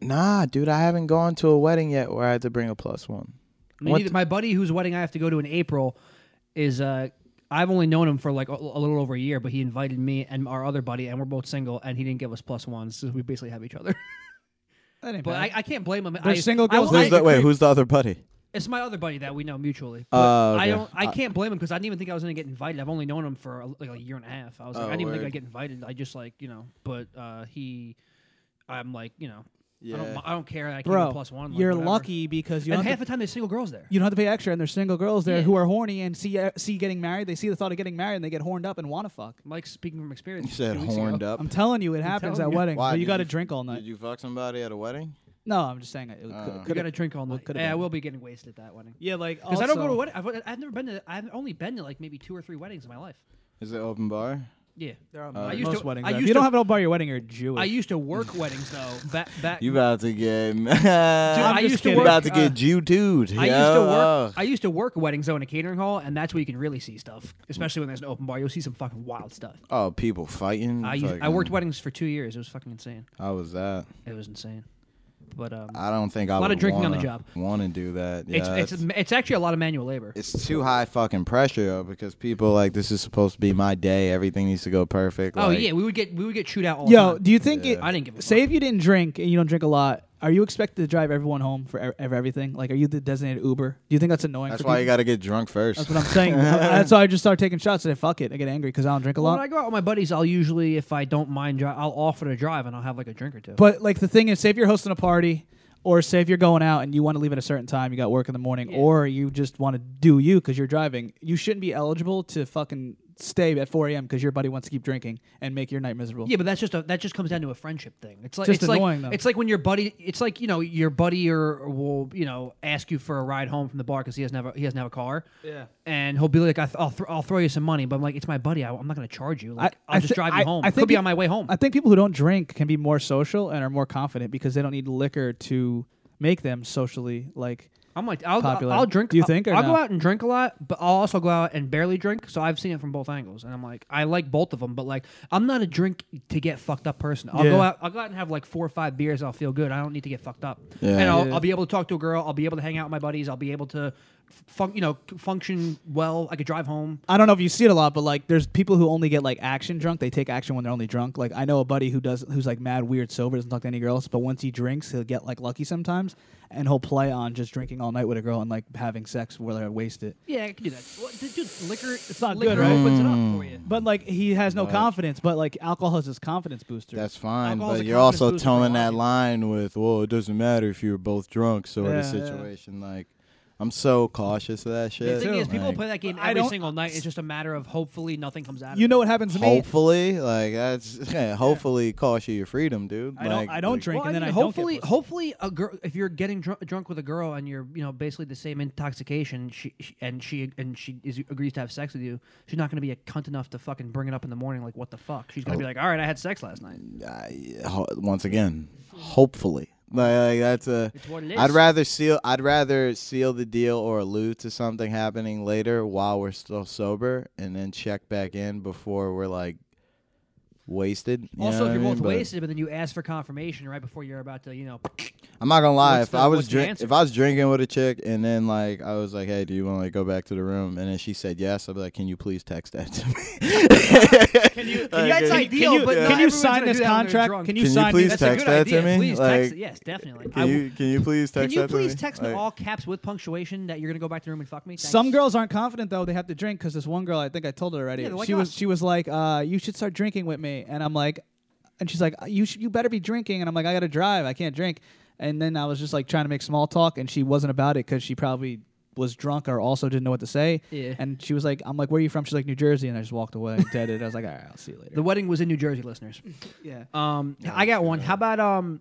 I: nah, dude. I haven't gone to a wedding yet where I had to bring a plus one.
K: I mean,
I: What
K: either- my buddy whose wedding I have to go to in April is uh I've only known him for like a, a little over a year, but he invited me and our other buddy, and we're both single, and he didn't give us plus ones, so we basically have each other.
B: That ain't
K: but
B: bad.
K: I, I can't blame him.
B: They're
K: I,
B: single
K: I-
B: girls
K: I-
I: Who's the, wait, who's the other buddy?
K: It's my other buddy that we know mutually. But
I: Oh,
K: I
I: okay.
K: don't. I
I: I-
K: can't blame him because I didn't even think I was going to get invited. I've only known him for a, like a year and a half. I was like,
I: Oh,
K: I didn't even think
I: word.
K: I'd get invited. I just like you know. But uh, he, I'm like you know. I don't.
B: Yeah.
K: mi- I don't care. that I can't
B: Bro,
K: get plus one. like,
B: you're
K: whatever.
B: lucky because you
K: And
B: don't have
K: half
B: to-
K: the time there's single girls there.
B: You don't have to pay extra, and there's single girls there
K: Yeah.
B: who are horny and see uh, see getting married. They see the thought of getting married, and they get horned up and want to fuck.
K: Mike, speaking from experience,
I: You said
K: two weeks ago-
I: horned up.
B: I'm telling you, it happens at
K: telling you.
B: weddings.
I: Why,
B: but you
I: did
B: got to drink all night.
I: Did you fuck somebody at a wedding?
B: No, I'm just saying uh, it. it
I: Oh.
B: could,
I: You
K: You
B: could've-
K: got to drink all night.
B: could've
K: Yeah, I
B: been.
K: will be getting wasted that wedding.
B: Yeah, like
K: because I don't go to
B: also-
K: weddings. I've, I've never been to. I've only been to like maybe two or three weddings in my life.
I: Is it open bar?
K: Yeah,
B: There are
I: Uh,
K: I
B: most
K: used to-
B: weddings.
K: I
B: are. If you
K: used to-
B: don't have it all by your wedding, you're Jewish.
K: I used to work weddings though. Back back.
I: You about to get
K: I used to
I: You
K: work,
I: about to
K: uh,
I: get Jew dude.
K: I used to work. I used to work weddings though in a catering hall, and that's where you can really see stuff. Especially when there's an open bar, you'll see some fucking wild stuff.
I: Oh, people fighting.
K: I used, I
I: fucking-
K: worked weddings for two years. It was fucking insane.
I: How was that?
K: It was insane. But um,
I: I don't think I
K: a lot
I: would
K: of drinking
I: wanna,
K: on the job.
I: Want to do that? Yeah,
K: it's, it's it's actually a lot of manual labor.
I: it's too high fucking pressure though, because people like this is supposed to be my day. Everything needs to go perfect.
K: oh
I: like-
K: yeah, we would get we would get chewed out
B: Yo,
K: all the time.
B: do you think it?
K: I didn't give a
B: Say if you didn't drink and you don't drink a lot, are you expected to drive everyone home for ev- ev- everything? Like, are you the designated Uber? Do you think that's annoying?
I: That's
B: for
I: why
B: people?
I: you got to get drunk first.
B: That's what I'm saying. I- that's why I just start taking shots and I fuck it. I get angry because I don't drink a
K: Well,
B: lot.
K: when I go out with my buddies, I'll usually, if I don't mind, dri- I'll offer to drive and I'll have like a drink or two.
B: But like the thing is, say if you're hosting a party Or say if you're going out and you want to leave at a certain time, you got work in the morning, or you just want to do you because you're driving, you shouldn't be eligible to fucking stay at 4 a.m. because your buddy wants to keep drinking and make your night miserable.
K: Yeah, but that's just a, that just comes down to a friendship thing. It's like
B: Just
K: it's
B: annoying,
K: like
B: though.
K: it's like when your buddy, it's like you know your buddy or will you know ask you for a ride home from the bar because he doesn't have a, he doesn't have a car.
B: Yeah.
K: and he'll be like, I th- I'll th- I'll throw you some money, but I'm like, it's my buddy. I, am not going to charge you. Like, I, will
B: I
K: just
B: thi-
K: drive
B: I-
K: you home.
B: I
K: Could
B: think
K: be
B: it-
K: on my way home.
B: I think people who don't drink can be more social and are more confident because they don't need liquor to make them socially like.
K: I'm like, I'll,
B: popular.
K: I'll drink.
B: Do you think? Or
K: I'll
B: no?
K: go out and drink a lot, but I'll also go out and barely drink. So I've seen it from both angles, and I'm like, I like both of them, but like, I'm not a drink to get fucked up person. I'll go
B: Yeah.
K: out. I'll go out and have like four or five beers. I'll feel good. I don't need to get fucked up.
I: Yeah.
K: And I'll,
I: Yeah.
K: I'll be able to talk to a girl. I'll be able to hang out with my buddies. I'll be able to, fun- you know, c- function well. I could drive home.
B: I don't know if you see it a lot, but like there's people who only get like action drunk. They take action when they're only drunk. Like I know a buddy who does who's like mad weird sober, doesn't talk to any girls, but once he drinks, he'll get like lucky sometimes and he'll play on just drinking all night with a girl and like having sex where they're wasted.
K: Yeah, I could do that. Well, dude, liquor. It's
B: not
K: liquor
B: good, right?
K: Opens it up
I: Mm.
K: for you.
B: But like he has no
I: Right.
B: confidence, but like alcohol is his confidence booster.
I: That's fine,
B: Alcohol's a
I: but you're also
B: confidence booster for
I: towing that line with, "Well, it doesn't matter if you were both drunk." So in a
B: Yeah, yeah.
I: situation like, I'm so cautious of that shit.
K: The thing is, people
I: like,
K: play that game
B: I
K: every
B: don't-
K: single night. It's just a matter of hopefully nothing comes out. of
B: You
K: it.
B: know what happens to me?
I: Hopefully, like that's yeah, hopefully cost you your freedom, dude.
B: I don't-
I: Like,
B: I don't
I: like-
B: drink,
K: Well,
B: and then
K: mean,
B: I don't get
K: hopefully, hopefully, a girl. If you're getting drunk, drunk with a girl and you're, you know, basically the same intoxication, she, she and she and she is, agrees to have sex with you, she's not going to be a cunt enough to fucking bring it up in the morning. Like, what the fuck? She's going
B: Oh.
K: to be like, all right, I had sex last night.
I: ho- once again, hopefully. Like, like, that's a.
K: It's what it
I: I'd
K: is.
I: rather seal. I'd rather seal the deal or allude to something happening later while we're still sober, and then check back in before we're like wasted. You know
K: also,
I: what
K: if
I: I
K: you're
I: mean?
K: both
I: But
K: wasted, but then you ask for confirmation right before you're about to, you know,
I: I'm not gonna lie.
K: What's
I: If
K: the-
I: I was
K: what's the
I: drink,
K: answer?
I: if I was drinking with a chick, and then like I was like, "Hey, do you want to like go back to the room?" and then she said yes, I'd be like, "Can you please text that to me?"
K: Can you-
I: Like,
K: that's
I: uh,
K: ideal, but not
B: can you
K: everyone's
B: sign
K: gonna
B: this
K: do that when they're
B: contract? Can
K: drunk.
I: Can
B: you
I: you
B: sign
I: please
B: this?
K: That's a
I: text
K: good
I: that
K: idea.
I: to me?
K: Please text
I: Like,
K: it. Yes, definitely. I
I: Can
K: will-
I: you can you please text
K: Can you
I: that to me?
K: please text me
I: Like-
K: all caps with punctuation that you're gonna go back to the room and fuck me? Thanks.
B: Some girls aren't confident though; they have to drink because this one girl, I think I told her already.
K: Yeah, they're like
B: she was
K: us.
B: she was like, uh, "You should start drinking with me," and I'm like, and she's like, "You sh- you better be drinking," and I'm like, "I got to drive, I can't drink." And then I was just like trying to make small talk, and she wasn't about it because she probably was drunk or also didn't know what to say.
K: Yeah.
B: And she was like, "I'm like, where are you from?" She's like, "New Jersey," and I just walked away, and dead it. I was like, "All right, I'll see you later."
K: The wedding was in New Jersey, listeners.
B: Yeah.
K: Um, I got one. How about um?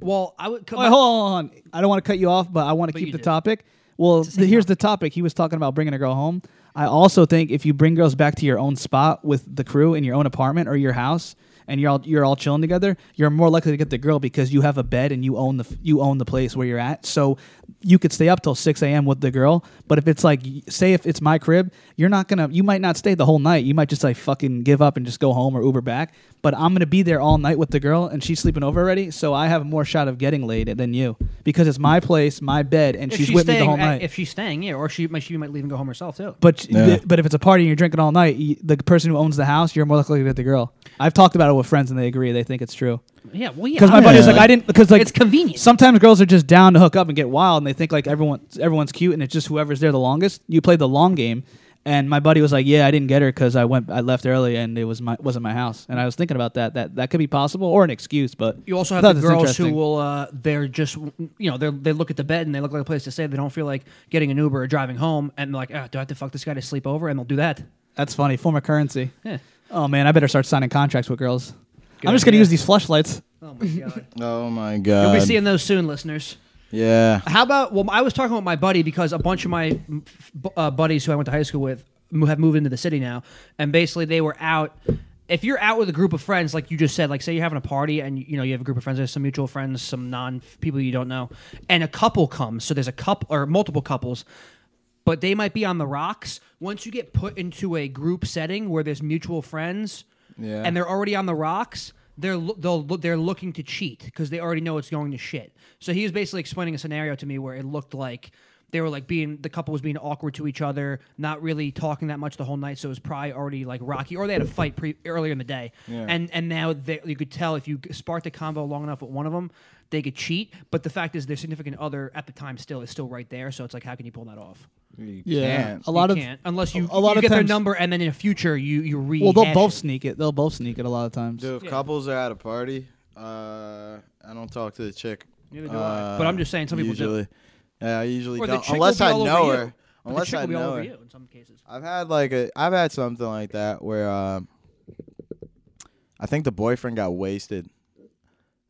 K: Well, I would.
B: Wait, hold on, hold on. I don't want to cut you off, but I want to
K: But
B: keep
K: you
B: the
K: did.
B: topic. Well, th- here's the topic. He was talking about bringing a girl home. I also think if you bring girls back to your own spot with the crew in your own apartment or your house, and you're all you're all chilling together, you're more likely to get the girl because you have a bed and you own the f- you own the place where you're at. So you could stay up till six a.m. with the girl. But if it's like, y- say if it's my crib, you're not gonna you might not stay the whole night. You might just like fucking give up and just go home or Uber back. But I'm gonna be there all night with the girl and she's sleeping over already, so I have more shot of getting laid than you because it's my place, my bed, and
K: If
B: she's, with me
K: staying
B: the whole
K: at-
B: night.
K: If she's staying, yeah, or she might she might leave and go home herself too.
B: But th- but if it's a party and you're drinking all night, y the person who owns the house, you're more likely to get the girl. I've talked about it with friends and they agree. They think it's true.
K: Yeah, well, yeah,
B: Because my
K: I'm
B: buddy was
K: with
B: like,
K: you.
B: I didn't because like
K: It's convenient.
B: Sometimes girls are just down to hook up and get wild, and they think like everyone everyone's cute, and it's just whoever's there the longest. You play the long game. And my buddy was like, "Yeah, I didn't get her because I went, I left early, and it was my wasn't my house." And I was thinking about that. That that could be possible or an excuse, but
K: You
B: I
K: also have
B: thought
K: the
B: this was
K: girls who
B: interesting.
K: will uh, they're just you know they they look at the bed and they look like a place to stay. They don't feel like getting an Uber or driving home, and they're like, ah, do I have to fuck this guy to sleep over? And they'll do that.
B: That's funny. Former currency.
K: Yeah.
B: Oh man, I better start signing contracts with girls.
K: Good
B: I'm just gonna
K: idea.
B: use these flashlights.
K: Oh my god.
I: Oh my
K: You'll
I: god.
K: be seeing those soon, listeners.
I: yeah.
K: How about? Well, I was talking with my buddy because a bunch of my mm, f- bu- uh, buddies who I went to high school with mo- have moved into the city now, and basically they were out. If you're out with a group of friends, like you just said, like say you're having a party and you know you have a group of friends, there's some mutual friends, some non people you don't know, and a couple comes. So there's a couple or multiple couples, but they might be on the rocks. Once you get put into a group setting where there's mutual friends,
I: Yeah.
K: and they're already on the rocks. They're lo- they'll lo- they're looking to cheat because they already know it's going to shit. So he was basically explaining a scenario to me where it looked like they were like being the couple was being awkward to each other, not really talking that much the whole night. So it was probably already like rocky, or they had a fight pre- earlier in the day,
I: Yeah.
K: and and now they, you could tell if you sparked a combo long enough with one of them, they could cheat. But the fact is, their significant other at the time still is still right there. So it's like, how can you pull that off?
I: You can't.
B: a lot
K: You
B: of
K: can't, unless you,
B: a lot
K: you
B: of
K: get
B: times-
K: their number and then in the future you you read.
B: Well, they'll both sneak it. They'll both sneak it a lot of times.
I: Dude, if couples are at a party, uh, I don't talk to the chick
K: Neither do I. But I'm just saying, some people do.
I: usually, Yeah, I usually
K: Or the
I: don't.
K: chick will
I: Unless
K: be
I: I
K: all over
I: know
K: you.
I: her.
K: But the
I: Unless
K: chick
I: I
K: will be all
I: know
K: over
I: her.
K: you in some cases.
I: I've had like a. I've had something like that where um, I think the boyfriend got wasted.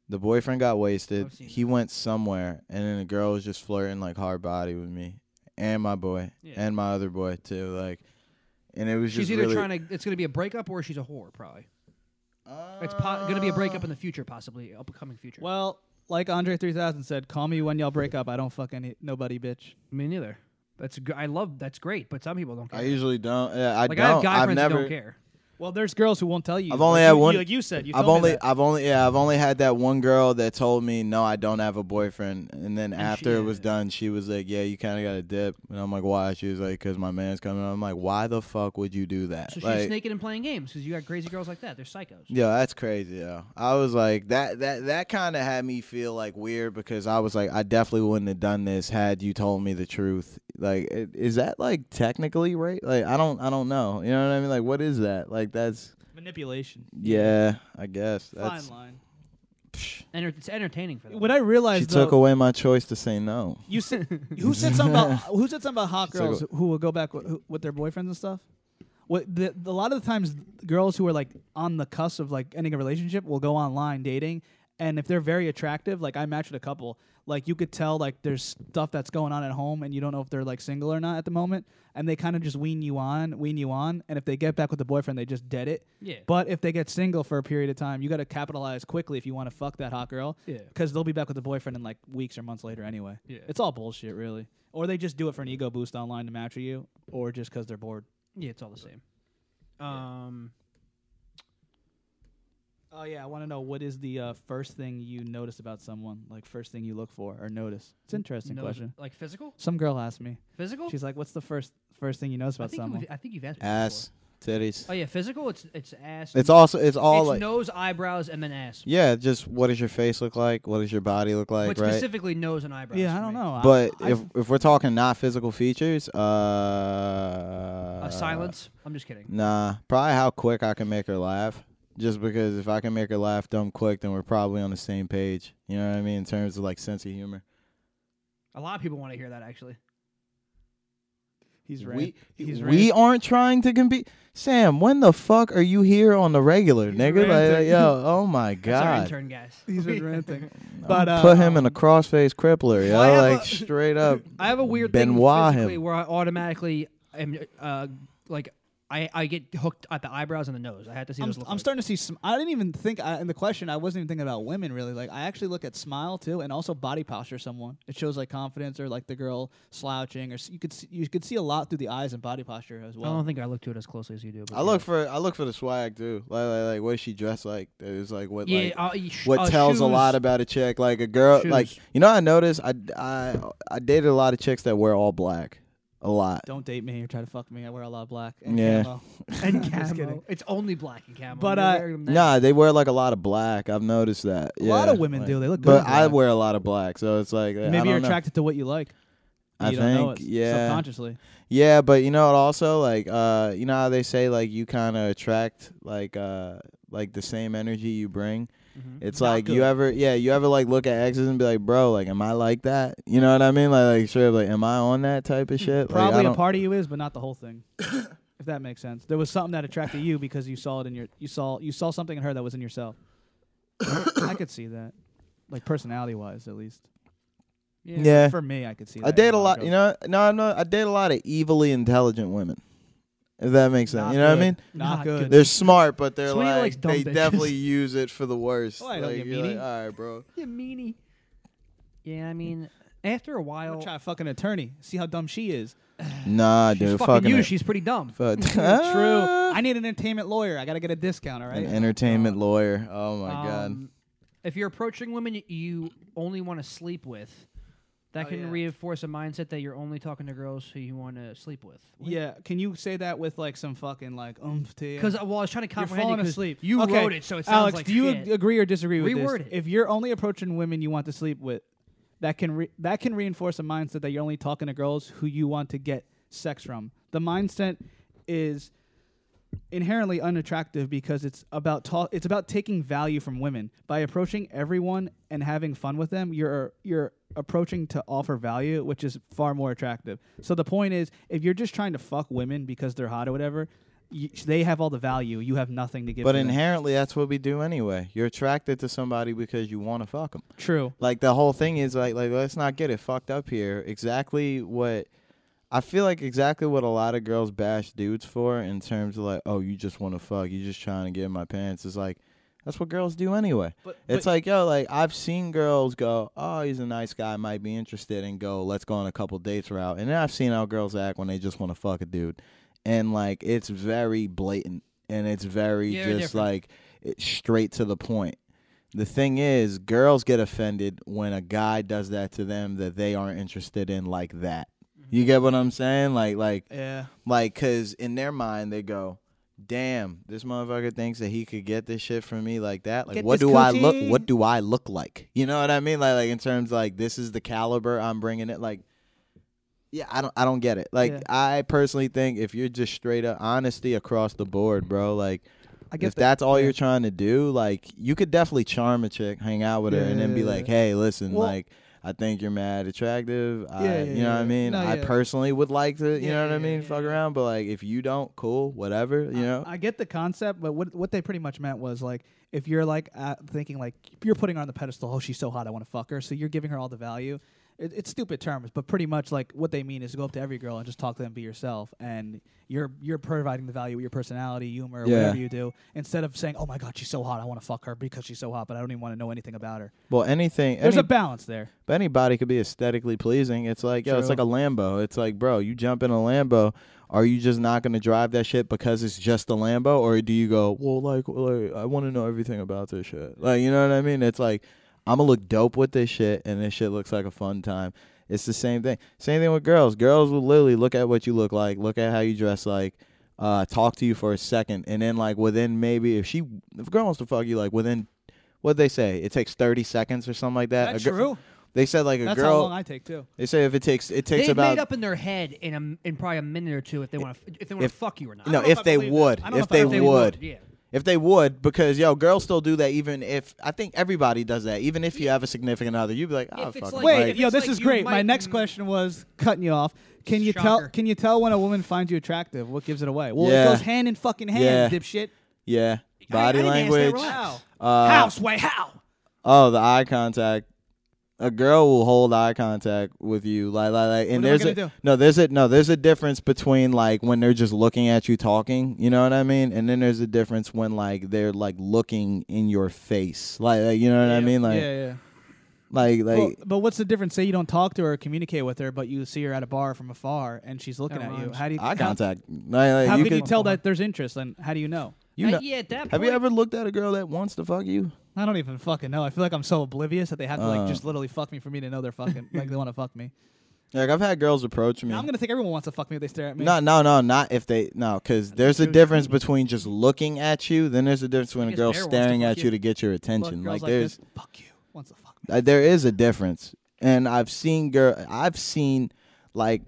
I: The boyfriend got wasted. He went somewhere, and then the girl was just flirting like hard body with me and my boy and my other boy too. Like, and it was
K: She's
I: just
K: either
I: really,
K: trying to. It's going to be a breakup, or she's a whore, probably. it's po- going to be a breakup in the future, possibly upcoming future.
B: Well, like Andre 3000 said, call me when y'all break up. I don't fuck any nobody, bitch.
K: Me neither. That's g- I love. That's great, but some people don't care.
I: I usually don't. Yeah, I
K: like
I: don't.
K: I have guy
I: have
K: friends
I: never.
K: who don't care.
B: Well, there's girls who won't tell you.
I: I've only
B: Like
I: had
B: you-
I: one.
B: You, like you said, you
I: I've
B: told me
I: only,
B: that.
I: I've only, yeah, I've only had that one girl that told me, no, I don't have a boyfriend. And then after it was done, she was like, yeah, you kind of got a dip. And I'm like, why? She was like, because my man's coming. I'm like, why the fuck would you do that?
K: So she's
I: like,
K: sneaking and playing games because you got crazy girls like that. They're psychos.
I: yeah, that's crazy. Yeah, I was like that. That that kind of had me feel like weird because I was like, I definitely wouldn't have done this had you told me the truth. Like, i- is that like technically right? Like, I don't, I don't know. You know what I mean? Like, what is that? Like, that's
B: Manipulation.
I: yeah, I guess that's.
B: Fine line.
K: Enter- it's entertaining for them.
B: What I realized
I: She
B: though,
I: took away my choice to say no.
B: you said who said something about who said something about hot
I: She took
B: girls who will go back with, who, with their boyfriends and stuff. What the, the- a lot of the times girls who are like on the cusp of like ending a relationship will go online dating, and if they're very attractive, like I matched with a couple, like you could tell like there's stuff that's going on at home, and you don't know if they're like single or not at the moment, and they kind of just wean you on, wean you on, and if they get back with the boyfriend, they just dead it.
K: Yeah.
B: But if they get single for a period of time, you got to capitalize quickly if you want to fuck that hot girl.
K: Yeah.
B: Because they'll be back with the boyfriend in like weeks or months later anyway.
K: Yeah.
B: It's all bullshit, really. Or they just do it for an ego boost online to match with you, or just because they're bored.
K: Yeah, it's all the same. Um,
B: Oh yeah, I want to know what is the uh, first thing you notice about someone? Like first thing you look for or notice? It's an interesting
K: Notice-
B: question.
K: like physical?
B: Some girl asked me.
K: Physical?
B: She's like, "What's the first first thing you notice
K: I
B: about
K: think
B: someone?"
K: you've, I think you've asked. me
I: Ass, titties.
K: Oh yeah, physical. It's it's ass.
I: It's also- it's all, like-
K: nose, eyebrows, and then ass.
I: Yeah, just what does your face look like? What does your body look like?
K: but
I: right.
K: specifically nose and eyebrows.
B: Yeah, I
K: for
B: don't
K: me.
B: know. I-
I: But
B: I-
I: if if we're talking not physical features, uh,
K: A silence? I'm just kidding.
I: Nah, probably how quick I can make her laugh. Just because if I can make her laugh dumb quick, then we're probably on the same page. You know what I mean in terms of like sense of humor.
K: A lot of people want to hear that actually.
B: He's
I: right. He's We aren't trying to compete. Sam, when the fuck are you here on the regular, nigga? Like,
B: ranting.
I: yo, oh my
K: That's our
I: god.
K: intern guys.
B: He's been ranting.
I: But,
B: but uh,
I: Put him in a crossface crippler, yo.
K: Well, I have
I: like
K: a-
I: straight up.
K: I have a weird
I: Benoit
K: thing physically
I: him.
K: where I automatically am uh, like I, I get hooked at the eyebrows and the nose. I had to see
B: I'm,
K: those look
B: I'm
K: like.
B: starting to see some. I didn't even think I, in the question. I wasn't even thinking about women really. Like I actually look at smile too, and also body posture. of Someone it shows like confidence or like the girl slouching, or s- you could see, you could see a lot through the eyes and body posture as well.
K: I don't think I look to it as closely as you do. But
I: I look for I look for the swag too. Like like, like what is she dressed like? It's like what
K: Yeah,
I: like
K: uh, y- sh-
I: what
K: uh,
I: tells a lot
K: shoes.
I: about a chick. Like a girl like
K: Shoes.
I: you know I noticed I, I I dated a lot of chicks that wear all black. A lot.
B: Don't date me or try to fuck me. I wear a lot of black and
I: Yeah.
B: camo.
K: and camo.
B: Just kidding.
K: It's only black and camo.
B: But,
K: You're
B: uh,
K: wearing them now.
I: Nah, they wear like a lot of black. I've noticed that.
B: A lot of
I: Yeah,
B: women
I: like-
B: do. They look
I: But
B: good in
I: I
B: black.
I: wear a lot of black, so it's like I
B: Maybe you're
I: don't know.
B: attracted to what you like. and
I: I
B: you
I: think
B: don't know it
I: yeah,
B: subconsciously.
I: Yeah, but you know what? Also, like uh, you know how they say like you kind of attract like uh like the same energy you bring.
B: Mm-hmm.
I: It's like you ever yeah you ever like look at exes and be like bro like am I like that you know what I mean like like sure like am I on that type of shit Like, I
B: Hmm, Probably a
I: don't-
B: part of you is, but not the whole thing. if that makes sense. There was something that attracted you because you saw it in your you saw you saw something in her that was in yourself. I could see that. Like personality wise at least.
I: yeah,
B: For me I could see that.
I: I date
B: in
I: a lot
B: girls.
I: you know no I'm not I date a lot of evilly intelligent women if that makes sense
B: Not
I: you know
B: good.
I: what I mean
B: Not Not good. good.
I: they're smart but they're
B: Sweeney likes
I: like
B: dumb
I: they
B: bitches.
I: definitely use it for the worst
K: Oh, I
I: like,
K: don't get
I: you're like,
K: meanie.
I: all right bro
K: You meanie. Yeah, I mean, after a
B: I'm
K: while,
B: gonna try to fuck an attorney. See how dumb she is.
I: nah
K: She's
I: dude
K: fucking you,
I: it. Ah.
K: she's pretty dumb.
I: Fuck.
B: True.
K: Uh.
B: I need an entertainment lawyer. I gotta get a discount, all right?
I: An entertainment lawyer. Oh my god.
K: Um, If you're approaching women y- you only want to sleep with, that
B: Oh,
K: can
B: yeah.
K: reinforce a mindset that you're only talking to girls who you want to sleep with.
B: Yeah, can you say that with like some fucking like oomph to you?
K: 'Cause, uh, well, I was trying to comprehend it
B: You're falling
K: 'cause
B: asleep.
K: you
B: okay.
K: wrote it, so it sounds
B: Alex,
K: like
B: do you
K: shit.
B: ag- uh, agree or disagree with
K: Reword
B: this?
K: it.
B: If you're only approaching women you want to sleep with, that can re- that can reinforce a mindset that you're only talking to girls who you want to get sex from. The mindset is inherently unattractive because it's about ta- it's about taking value from women by approaching everyone and having fun with them. You're you're approaching to offer value, which is far more attractive. So the point is, if you're just trying to fuck women because they're hot or whatever, you, they have all the value. You have nothing to give.
I: But
B: to them.
I: inherently, that's what we do anyway. You're attracted to somebody because you want to fuck them.
B: True.
I: Like the whole thing is like, like let's not get it fucked up here. Exactly what I feel like exactly what a lot of girls bash dudes for in terms of like, oh, you just want to fuck, you just trying to get in my pants. It's like that's what girls do anyway.
B: But-
I: it's like yo, like I've seen girls go, oh, he's a nice guy, might be interested, and go, let's go on a couple dates route. And then I've seen how girls act when they just want to fuck a dude, and like it's very blatant and it's very
N: Yeah,
I: just
N: different.
I: like it's straight to the point. The thing is, girls get offended when a guy does that to them that they aren't interested in like that.
N: Mm-hmm.
I: You get what I'm saying? Like, like,
B: Yeah.
I: like, cause in their mind they go, "Damn, this motherfucker thinks that he could get this shit from me like that. Like,
N: Get
I: what
N: this
I: do I look?
N: coochie."
I: What do I look like? You know what I mean? Like, like in terms like this is the caliber I'm bringing it. Like, yeah, I don't, I don't get it. Like,
N: Yeah.
I: I personally think if you're just straight up honesty across the board, bro, like.
B: I get
I: if
B: that,
I: that's all
B: yeah.
I: you're trying to do, like you could definitely charm a chick, hang out with her, and then be
B: Yeah.
I: like, "Hey, listen,
B: Well-
I: like I think you're mad attractive. I,
B: Yeah, yeah,
I: you know what I
B: yeah.
I: mean?
B: No,
I: I
B: yeah.
I: personally would like to,
B: Yeah,
I: you know what
B: yeah,
I: I mean? Fuck around, but like if you don't, cool, whatever, you know.
B: I get the concept, but what what they pretty much meant was like if you're like uh, thinking like you're putting her on the pedestal, oh she's so hot, I want to fuck her, so you're giving her all the value. It, it's stupid terms, but pretty much like what they mean is go up to every girl and just talk to them, be yourself, and you're you're providing the value with your personality, humor,
I: Yeah.
B: whatever you do, instead of saying oh my god she's so hot, I want to fuck her because she's so hot, but I don't even want to know anything about her.
I: well, anything.
B: There's
I: any-
B: a balance there.
I: But anybody could be aesthetically pleasing. It's like, yo, it's
B: True.
I: like a Lambo. It's like, bro, you jump in a Lambo. Are you just not going to drive that shit because it's just a Lambo? Or do you go, well, like, like I want to know everything about this shit? Like, you know what I mean? It's like, I'm going to look dope with this shit, and this shit looks like a fun time. It's the same thing. Same thing with girls. Girls will literally look at what you look like, look at how you dress like, uh, talk to you for a second, and then, like, within maybe, if she, if a girl wants to fuck you, like, within, what they say? It takes 30 seconds or something like that.
K: That's
I: A gir-
K: true.
I: They said like a
B: That's how
I: girl.
B: long I take, too.
I: They say if it takes, it takes
K: They've
I: about.
K: made up in their head in a, m- in probably a minute or two if they want to if they want to
I: if-
K: fuck you or not.
I: No, if they would, if they would,
K: yeah.
I: if they would, because yo, girls still do that. Even if I think everybody does that. Even if you have a significant other, you'd be like, oh, fuck. it."
B: Wait,
I: Like,
B: yo, this is great. My next question was cutting you off. Can you tell? Can you tell when a woman finds you attractive? What gives it away? Well,
I: Yeah.
B: it goes hand in fucking hand,
I: Yeah.
B: dipshit.
I: yeah, body
B: I didn't ask that
I: language.
B: right. How?
I: Uh,
B: House way how?
I: Oh, the eye contact. A girl will hold eye contact with you, like, like, like
B: What am
I: and
B: I
I: there's a
B: gonna do?
I: no, there's a no, there's a difference between like when they're just looking at you talking, you know what I mean, and then there's a difference when like they're like looking in your face, like, like, you know what I mean, like,
B: yeah, yeah.
I: like, like,
B: Well, but what's the difference? Say you don't talk to her or communicate with her, but you see her at a bar from afar and she's looking
K: That
B: at you.
K: rhymes.
B: How do you
I: eye
B: how-
I: contact. Like, like,
B: how
I: you
B: can you
I: could-
B: tell that there's interest? And how do you know?
I: You
K: Uh,
I: know-
K: yeah, at that
I: have you
K: point-
I: ever looked at a girl that wants to fuck you?
B: I don't even fucking know. I feel like I'm so oblivious that they have to
I: Uh.
B: like just literally fuck me for me to know they're fucking like they want to fuck me.
I: Like I've had girls approach me.
B: Now I'm gonna think everyone wants to fuck me if they stare at me.
I: No, no, no, not if they no, because there's a difference between just looking at you. Then there's a difference when a
B: guess
I: girl
B: Bear wants
I: staring
B: to fuck
I: at you.
B: you.
I: to get your attention.
B: girls
I: Like,
B: like
I: there's
B: this, fuck you. Wants to fuck.
I: uh, there is a difference, and I've seen girl, I've seen like,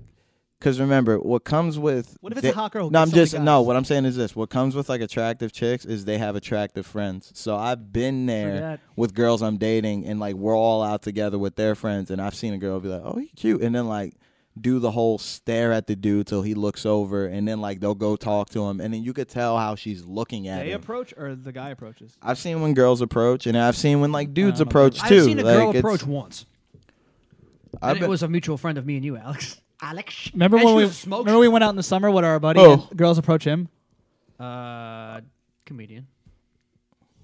I: because remember what comes with.
B: What if it's a
I: da-
B: hot girl who
I: No, I'm
B: gets so many
I: just no. What I'm saying is this: what comes with like attractive chicks is they have attractive friends. So I've been
N: that.
I: there with girls I'm dating, and like we're all out together with their friends, and I've seen a girl be like, "Oh, he cute," and then like do the whole stare at the dude till he looks over, and then like they'll go talk to him, and then you could tell how she's looking at
B: They
I: him.
B: approach or the guy approaches.
I: I've seen when girls approach, and I've seen when like dudes
K: I'm a-
I: approach too.
K: I've seen a
I: like,
K: girl
I: it's-
K: approach once.
I: I
K: And it
I: bet-
K: was a mutual friend of me and you, Alex. Alex.
B: Remember
K: and
B: when
K: she
B: we
K: was a smoke
B: remember we went out in the summer with our buddy?
K: Oh.
B: and girls approach him.
K: Uh, comedian.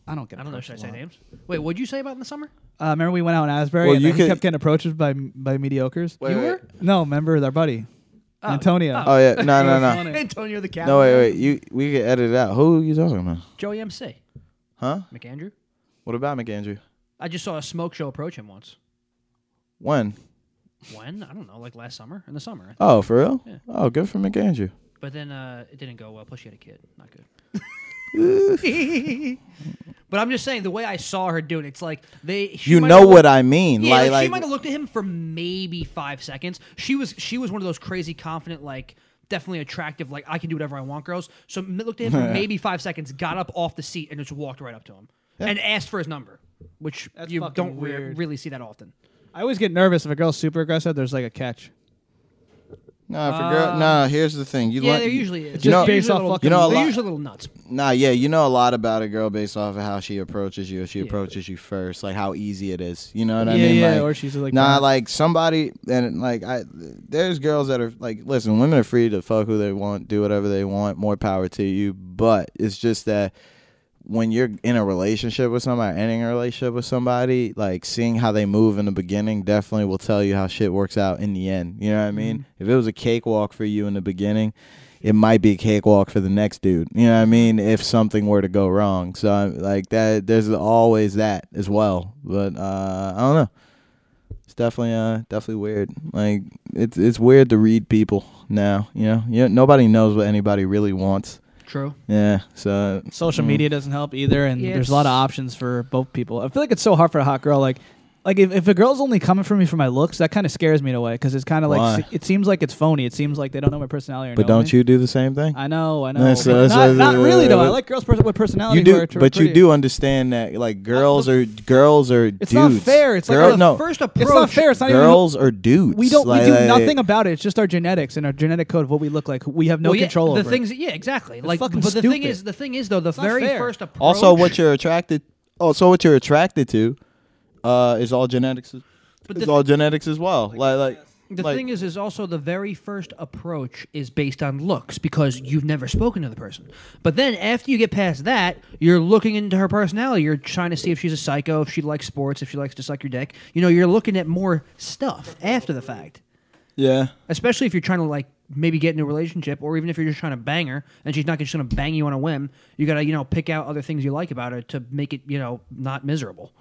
B: I don't get.
K: I don't know.
B: approached
K: Should I
B: a
K: say
B: lot.
K: names? Wait, what'd you say about in the summer?
B: Uh, remember we went out in Asbury
K: Well,
B: and
K: you
B: then he
K: could-
B: kept getting approached by by mediocres.
K: Wait, You wait. were?
B: No, remember with our buddy
K: Oh.
B: Antonio.
I: Oh yeah, no, no, no.
K: Antonio the
I: No, wait,
K: Cavalier.
I: wait. You we can edit it out. Who are you talking about?
K: Joey MC.
I: Huh?
K: McAndrew.
I: What about McAndrew?
K: I just saw a smoke show approach him once.
I: When?
K: When? I don't know. Like last summer, in the summer. I think.
I: Oh, for real?
K: Yeah.
I: Oh, good for McAndrew.
K: But then uh, it didn't go well. Plus, she had a kid. Not good. but I'm just saying, the way I saw her do it, it's like they. she
I: You
K: might
I: know
K: have
I: what
K: looked-
I: I mean,
K: Yeah,
I: like-
K: she
I: like-
K: might have looked at him for maybe five seconds. She was she was one of those crazy confident like definitely attractive, like I can do whatever I want, girls. So m- looked at him for maybe five seconds, got up off the seat, and just walked right up to him
B: Yeah.
K: and asked for his number, which
B: That's
K: you
B: fucking
K: don't re-
B: weird.
K: really see that often.
B: I always get nervous if a girl's super aggressive. There's like a catch.
I: Nah, for girl.
K: Uh,
I: Nah, here's the thing. You
K: yeah,
I: learn-
K: there usually is.
I: You know,
K: They're usually a little-
I: you know, a
K: they're
I: lot-
K: usually a little nuts.
I: Nah, yeah, you know a lot about a girl based off of how she approaches you. If she approaches you first, like how easy it is. You know what I
B: Yeah,
I: mean?
B: yeah,
I: Like,
B: or she's, like,
I: nah,
B: not-
I: like somebody and like I. There's girls that are like, listen, women are free to fuck who they want, do whatever they want. More power to you. But it's just that when you're in a relationship with somebody, ending a relationship with somebody, like seeing how they move in the beginning definitely will tell you how shit works out in the end. You know what I mean?
B: Mhm.
I: If it was a cakewalk for you in the beginning, it might be a cakewalk for the next dude. You know what I mean? If something were to go wrong. So I- like that there's always that as well. But uh I don't know. It's definitely uh definitely weird. Like it's it's weird to read people now, you know? You nobody knows what anybody really wants.
K: True.
I: Yeah. So
B: Social
I: mm.
B: media doesn't help either, and
K: Yeah,
B: there's a lot of
K: it's-
B: options for both people. I feel like it's so hard for a hot girl. Like, like if, if a girl's only coming for me for my looks, that kind of scares me in a way because it's kind of
I: Why?
B: like se- it seems like it's phony. It seems like they don't know my personality. Or
I: But
B: know
I: don't
B: me.
I: you do the same thing?
B: I know, I know.
I: That's- that's-
B: not, not
I: that's-
B: really though. I like girls pers- with personality.
I: You
B: who
I: do,
B: are tr-
I: but you
B: pretty.
I: do understand that like girls are girls are
B: It's
I: dudes.
B: not fair. It's like oh,
I: Girl-
B: the
I: no,
B: first It's not fair. It's not even who-
I: girls are dudes.
B: We don't.
I: Like-
B: we do
I: like-
B: nothing about it. It's just our genetics and our genetic code of what we look like. We have no
K: Well, yeah,
B: control
K: the
B: over.
K: things,
B: it.
K: yeah, exactly.
B: It's
K: like,
B: fucking
K: but the thing
B: stupid.
K: is, the thing is though, the
B: not
K: very
B: fair.
K: first approach.
I: Also, what you're attracted. Also, what you're attracted to, uh, is all genetics. Is
K: But
I: is
K: the-
I: all genetics as well. Like like
K: The
I: like-
K: thing is, is also the very first approach is based on looks because you've never spoken to the person. But then after you get past that, you're looking into her personality. You're trying to see if she's a psycho, if she likes sports, if she likes to suck your dick. You know, you're looking at more stuff after the fact.
I: Yeah.
K: Especially if you're trying to like maybe get into a relationship, or even if you're just trying to bang her and she's not just going to bang you on a whim. You got to you know pick out other things you like about her to make it you know not miserable.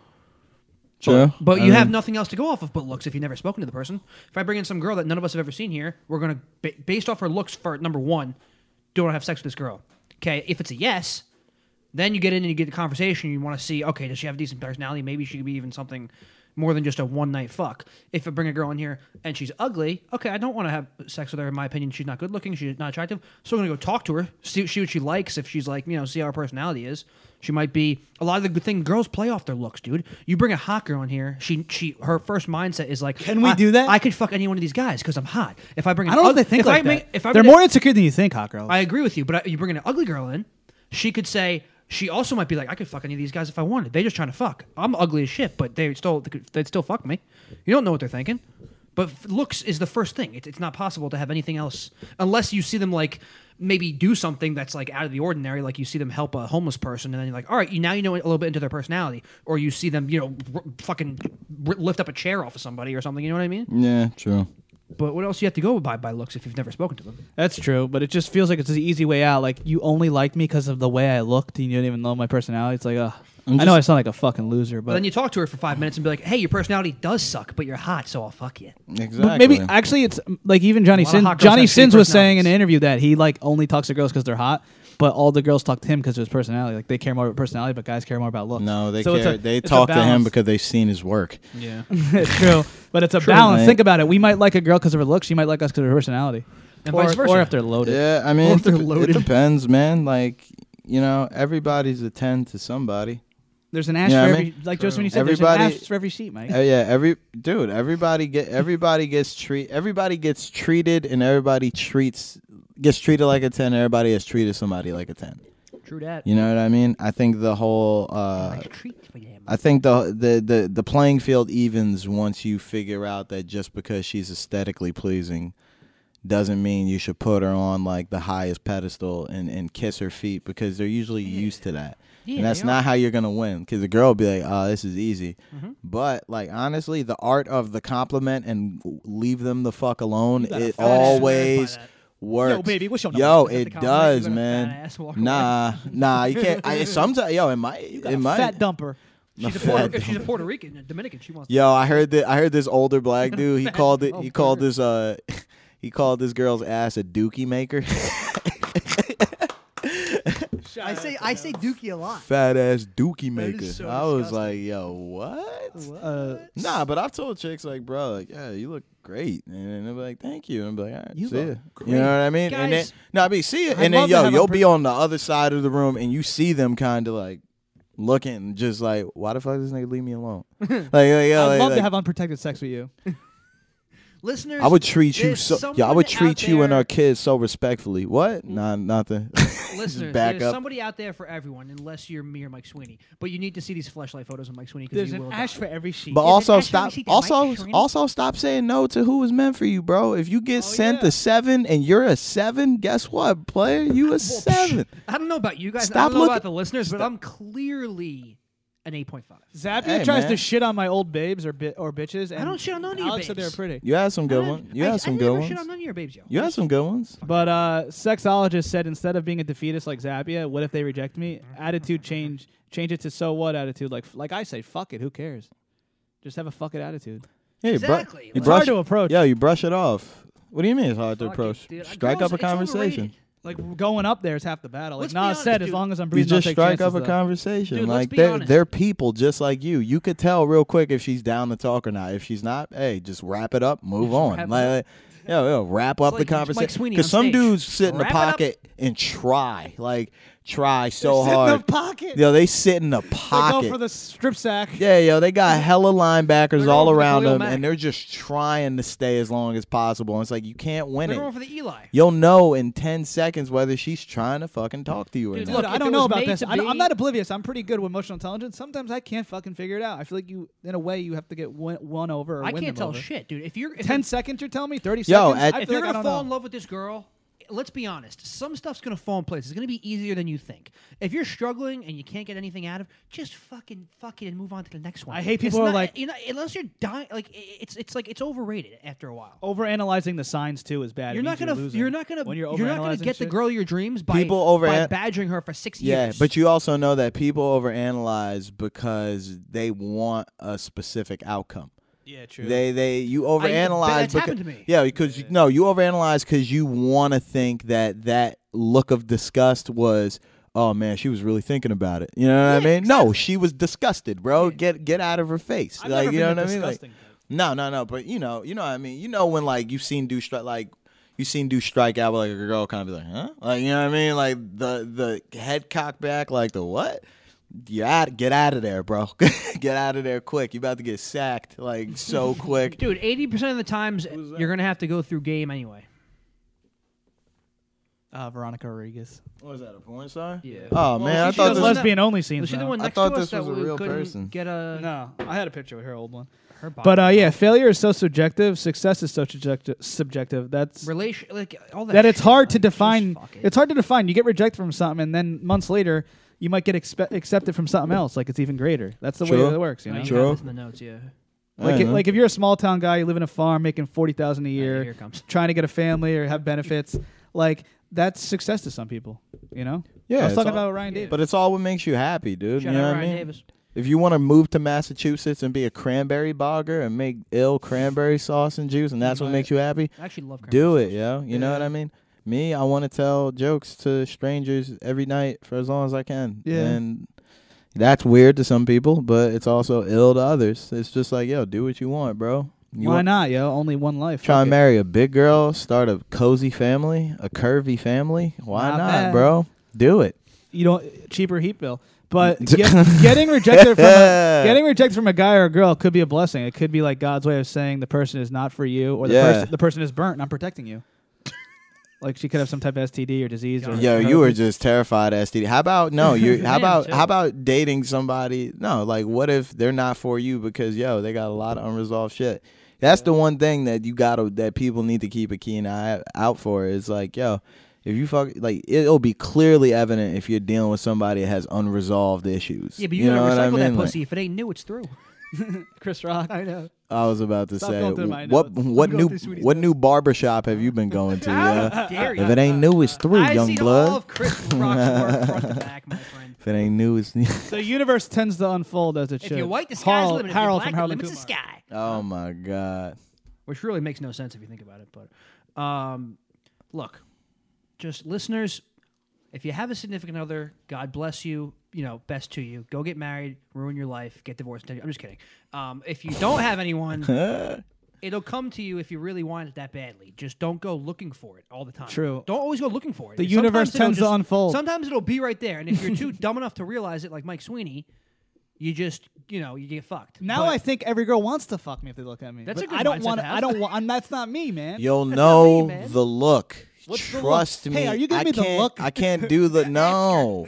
I: True.
K: But
I: I
K: you have
I: mean-
K: nothing else to go off of but looks if you've never spoken to the person. If I bring in some girl that none of us have ever seen here, we're going to, ba- based off her looks for number one, do I wanna have sex with this girl? Okay, if it's a yes, then you get in and you get the conversation. You want to see, okay, does she have a decent personality? Maybe she could be even something more than just a one night fuck. If I bring a girl in here and she's ugly, okay, I don't want to have sex with her. In my opinion, she's not good looking. She's not attractive. So I'm gonna go talk to her, see, see what she likes. If she's like, you know, see how her personality is. She might be a lot of the good thing. Girls play off their looks, dude. You bring a hot girl in here. She she her first mindset is like, can
B: we
K: I,
B: do that?
K: I could fuck any one of these guys because I'm hot. If I bring, an
B: I don't know if
K: ug-
B: they think
K: if
B: like
K: I bring-
B: that.
K: If I
B: They're
K: bring a-
B: more insecure than you think, hot girls.
K: I agree with you, but I, you bring an ugly girl in, she could say she also might be like, I could fuck any of these guys if I wanted. They just trying to fuck. I'm ugly as shit, but they still they'd still fuck me. You don't know what they're thinking. But f- looks is the first thing. It, it's not possible to have anything else unless you see them like maybe do something that's like out of the ordinary. Like you see them help a homeless person, and then you're like, all right, you now you know a little bit into their personality, or you see them, you know, r- fucking r- lift up a chair off of somebody or something. You know what I mean?
I: Yeah, true.
K: But what else do you have to go by by looks if you've never spoken to them?
B: That's true, but it just feels like it's the easy way out. Like you only liked me because of the way I looked, and you didn't even know my personality. It's like, uh,
K: I'm
B: I know
K: just-
B: I sound like a fucking loser,
K: But
B: but
K: then you talk to her for five minutes and be like, "Hey, your personality does suck, but you're hot, so I'll fuck you."
B: But maybe actually, it's um, like even Johnny
K: A lot of
B: Sins.
K: hot girls
B: Johnny
K: have shitty
B: Sins was saying in an interview that he like only talks to girls because they're hot, but all the girls talk to him because of his personality. Like they care more about personality, but guys care more about looks.
I: No, they
B: So it's
I: care.
B: a-
I: they
B: it's a
I: talk to him
B: balance.
I: because they've seen his work.
B: Yeah, it's true. But it's a
I: True,
B: balance.
I: mate.
B: Think about it. We might like a girl because of her looks. She might like us because of her personality,
K: And
B: or,
K: vice versa.
B: or if they're loaded.
I: Yeah, I mean,
B: Or
I: it,
B: if they're
I: dep- it
B: loaded.
I: depends, man. Like, you know, everybody's a ten to somebody.
B: There's an ash
I: know
B: for
I: what
B: every- like True. Justin, you said, there's an ash for every seat, Mike.
I: Uh, yeah, every dude, everybody get everybody gets treat everybody gets treated, and everybody treats gets treated like a ten. Everybody has treated somebody like a ten.
K: True dat.
I: You know what I mean? I think the whole. Uh, I think the, the the the playing field evens once you figure out that just because she's aesthetically pleasing doesn't mean you should put her on like the highest pedestal and, and kiss her feet because they're usually used to that.
B: Yeah,
I: and that's
B: they
I: not how you're gonna win because the girl will be like, "Oh, this is easy,"
B: Mm-hmm.
I: but like honestly, the art of the compliment and leave them the fuck alone
B: got a
I: it
B: fat ass.
I: always works.
B: Yo, baby, what's your number? Is
I: Yo,
B: that the
I: it
B: compliment? You
I: does,
B: got a fat
I: man.
B: ass, walk away.
I: Nah, nah, you can't. I sometimes yo, it might,
B: got
I: it
B: a
I: might.
B: fat dumper.
I: A
K: She's a,
I: fat
K: Puerto, if she's a
I: dumper.
K: Puerto Rican, a Dominican, she wants.
I: Yo, I heard that. I heard this older black dude. He
K: Fat
I: called it. He
K: dumper.
I: called this. Uh, he called this girl's ass a dookie maker.
N: I say I say Dookie a lot.
I: Fat ass dookie
N: That is
I: maker.
N: so
I: I was
N: disgusting.
I: like, yo, what? Nah, but I've told chicks like, bro, like, yeah, you look great, and they'll be like, "Thank you," and be like, "All right,
B: You
I: see
B: look
I: ya."
B: great.
I: You know what I mean? and then
B: Guys,
I: no, I mean, see it,
B: I'd
I: and
B: love
I: then
B: to
I: yo,
B: have a
I: you'll
B: per-
I: be on the other side of the room, and you see them kind of like looking, just like, "Why the fuck does this nigga leave me alone?" like, like, yo,
B: I'd
I: Oh, like-
B: love to
I: like-
B: have unprotected sex with you.
K: Listeners,
I: I would treat you
K: there's
I: so. Yeah, I would
K: someone out
I: treat you and
K: there-
I: our kids so respectfully. What? Nah, nothing.
K: Listeners,
I: Just back
K: there's
I: up.
K: somebody out there for everyone, unless you're me or Mike Sweeney. But you need to see these flashlight photos of Mike Sweeney because
N: There's
K: you
N: an
K: will.
N: ash
K: die.
N: for every sheet.
I: But also stop. Also, also stop saying no to who was meant for you, bro. If you get sent a seven and you're a seven, guess what, player? You a seven.
K: I don't know about you guys. I
I: Stop
K: don't know
I: looking-
K: about the listeners, but I'm clearly an 8.5.
B: Zappia
I: Hey,
B: tries
I: man.
B: to shit on my old babes or bi- or bitches. And
K: don't shit on none of your
B: Alex said they were
K: babes.
B: pretty.
I: You had some good ones. You
K: I-
I: had some
K: I
I: good
K: never shit
I: ones.
K: on none of your babes, yo.
I: You had some good ones.
B: But uh, sexologist said instead of being a defeatist like Zappia, what if they reject me?
K: Mm-hmm.
B: Attitude change, change it to so what attitude. Like like I say, fuck it, who cares? Just have a fuck it attitude.
I: Yeah, you bru-
B: Exactly,
I: you
B: like-
I: brush
B: It's hard to approach.
I: Yeah, you brush it off. What do you mean it's hard to
B: Fuck it,
I: approach?
B: dude.
I: Strike
B: Girls,
I: up
B: it's
I: a conversation.
B: overrated. Like going up there is half the battle. Like
K: Let's be
B: Nas
K: honest,
B: said, as
K: dude.
B: long as I'm
I: You
B: breathing, I'll
I: just
B: take
I: strike
B: chances,
I: up a
B: though.
I: conversation.
K: Dude, let's
I: like
K: be
I: they're
K: honest.
I: they're people just like you. You could tell real quick if she's down to talk or not. If she's not, hey, just wrap it up, move on.
K: wrap
I: Like,
K: it
I: like, yo, yo, wrap up
K: It's
I: the
K: like Mike
I: conversation.
K: Sweeney on
I: some
K: stage.
I: dudes sit in the
K: Wrap it up.
I: pocket and try, like try
B: Sit
I: so
B: in the
I: hard.
B: pocket.
I: Yo, they sit in the
B: They
I: pocket.
B: go for the strip sack.
I: Yeah, yo, they got hella linebackers
B: They're
I: all
B: going for
I: around
B: Khalil
I: them,
B: Mack.
I: and they're just trying to stay as long as possible. And it's like you can't win
K: They're
I: it.
K: going for the Eli.
I: You'll know in ten seconds whether she's trying to fucking talk to you or
B: Dude,
I: not.
K: look,
B: I
K: if
B: don't
K: it
B: know
K: was
B: about
K: made
B: this.
K: to
B: I don't- I'm
K: be-
B: not oblivious. I'm pretty good with emotional intelligence. Sometimes I can't fucking figure it out. I feel like you, in a way, you have to get one, one over. Or
K: I
B: win
K: can't
B: them
K: tell
B: over.
K: shit, dude. If you're if
B: Ten
K: it-
B: seconds, you're telling me. Thirty
I: Yo,
B: seconds.
I: at-
B: I
K: if
B: feel
K: you're
B: like I
K: gonna
B: don't
K: fall
B: know.
K: in love with this girl, let's be honest. Some stuff's gonna fall in place. It's gonna be easier than you think. If you're struggling and you can't get anything out of, just fucking fuck it and move on to the next one.
B: I hate
K: It's
B: people who are
K: not-
B: like-
K: you know, unless you're dying, like i- it's it's like it's overrated after a while.
B: Overanalyzing the signs too is bad. Oh, It
K: You're
B: means
K: not gonna
B: losing.
K: you're not gonna
B: when
K: you're,
B: you're,
K: not gonna
B: overanalyzing
K: get the
B: shit.
K: girl your dreams by
I: People over-
K: by badgering her for six
I: Yeah,
K: years.
I: but you also know that people overanalyze because they want a specific outcome.
B: Yeah, true.
I: They they you
K: I-
I: overanalyze.
K: that's
I: becau-
K: happened to me.
I: Yeah, because you, no, you overanalyze because you want to think that that look of disgust was. Oh man, she was really thinking about it. You know what I mean? No, she was disgusted, bro. Get get out of her face.
B: I've
I: like
B: never
I: you
B: been
I: know
B: a
I: what I mean? Like,
B: disgusting
I: no, no, no. But you know, you know what I mean. You know when like you've seen dudes stri- like you seen dudes strike out, but like a girl kind of be like, huh? Like you know what I mean? Like the the head cock back, like the what? You out, get out of there, bro. get out of there quick. You about to get sacked like so quick.
K: dude, eighty percent of the times you're gonna have to go through game anyway.
B: Uh, Veronica Rodriguez.
I: Was that a porn star?
K: Yeah.
I: Oh man, I
B: she does
I: thought this
B: lesbian only scenes
K: Was she the
B: now.
K: one
I: I
K: next
I: thought
K: to us
I: this
K: that
I: was a
K: we
I: real
K: couldn't
I: person.
K: Get a
B: no. I had a picture with her old one.
K: Her body.
B: But uh, yeah, failure is so subjective. Success is so subjective. Subjective. That's
K: relation like all that.
B: that it's
K: shit,
B: hard to
K: like, just
B: define.
K: fuck it.
B: It's hard to define. You get rejected from something, and then months later, you might get expe- accepted from something else. Like it's even greater. That's the way
I: True.
B: that it works. You
K: No,
B: know.
K: you
I: True.
K: have this in the notes, yeah.
B: Like,
I: Yeah,
B: it,
I: man.
B: like if you're a small town guy, you live in a farm, making forty thousand a year,
K: here it comes.
B: trying to get a family or have benefits, like that's success to some people. You know.
I: Yeah,
B: I was
I: it's
B: talking
I: all-
B: about Ryan Davis.
I: But it's all what makes you happy, dude.
K: Shout
I: you know
K: out
I: what I
K: Ryan
I: mean?
K: Davis.
I: If you want to move to Massachusetts and be a cranberry bogger and make ill cranberry sauce and juice, and that's what makes you happy,
K: I actually love cranberry
I: do it, yo. You know what I mean? Me, I want to tell jokes to strangers every night for as long as I can.
B: Yeah.
I: And that's weird to some people, but it's also ill to others. It's just like, yo, do what you want, bro. You
B: Why
I: want-
B: not, yo? Only one life.
I: Try
B: Fuck
I: and
B: it.
I: marry a big girl, start a cozy family, a curvy family. Why
B: Not
I: not,
B: bad.
I: bro? Do it.
B: you know, cheaper heat bill. But get, getting rejected from a, getting rejected from a guy or a girl could be a blessing. It could be like God's way of saying the person is not for you, or the
I: Yeah.
B: person the person is burnt. And I'm protecting you. like she could have some type of STD or disease. Or
I: Yo, you were just terrified of STD. How about no? You how
B: Him,
I: about
B: too.
I: how about dating somebody? No, like what if they're not for you because yo, they got a lot of unresolved shit. That's the one thing that you gotta that people need to keep a keen eye out for. Is like yo, if you fuck like it'll be clearly evident if you're dealing with somebody that has unresolved issues.
K: Yeah, but you, gotta
I: know what
K: recycle
I: I mean?
K: that
I: Like,
K: pussy. if it ain't new, it's through.
B: Chris Rock. I know.
I: I was about to
B: Stop
I: say,
B: going through my notes.
I: what what
B: I'm going
I: new
B: through Sweetie's
I: what new barber shop have you been going to? yeah?
K: dare
I: If
K: you.
I: it ain't new, it's three,
K: I've
I: young
K: seen
I: blood.
K: all of Chris Rock's work front to back, my friend.
I: If it ain't new, it's new.
B: The universe tends to unfold as it
K: If
B: should.
K: you're white, the sky's
B: Harold-
K: the limit. If
B: Harold
K: you're black,
B: from Harold
K: the
B: and
K: limit's the
B: Kumar.
K: sky.
I: Oh my god.
K: Which really makes no sense if you think about it. But um, look, just listeners, if you have a significant other, God bless you. You know, best to you. Go get married, ruin your life, get divorced. I'm just kidding. Um, if you don't have anyone, It'll come to you if you really want it that badly. Just don't go looking for it all the time.
B: True.
K: Don't always go looking for it.
B: The
K: Sometimes
B: universe
K: it'll
B: tends to
K: just-
B: unfold.
K: Sometimes it'll be right there, and if you're too dumb enough to realize it, like Mike Sweeney, you just you know you get fucked.
B: Now
K: But-
B: I think every girl wants to fuck me if they look at me.
K: That's
B: but
K: a good
B: I don't
K: mindset
B: want.
K: to
B: I
K: have.
B: don't want. That's not me, man.
I: You'll know
B: man.
I: the look.
B: What's the look?
I: Trust me.
B: Hey, are you giving
I: I
B: me the
I: can't-
B: look?
I: I can't do the no.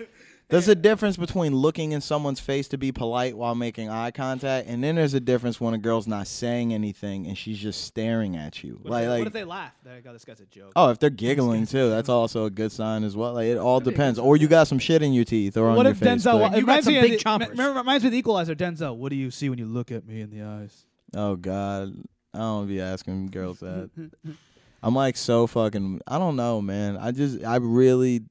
I: There's a difference between looking in someone's face to be polite while making eye contact, and then there's a difference when a girl's not saying anything and she's just staring at you.
B: What,
I: like,
B: if they,
I: like
B: what if they laugh? There you go. This guy's a joke.
I: oh, if they're giggling too, that's also a good sign as well. Like, it all depends. Or you got some shit in your teeth or on
B: What
I: your
B: if
I: face.
B: Denzel?
I: like-
B: it reminds me of the- Remember, reminds me of the Equalizer. Denzel. What do you see when you look at me in the eyes?
I: Oh God, I don't be asking girls that. I'm like so fucking. I don't know, man. I just, I really,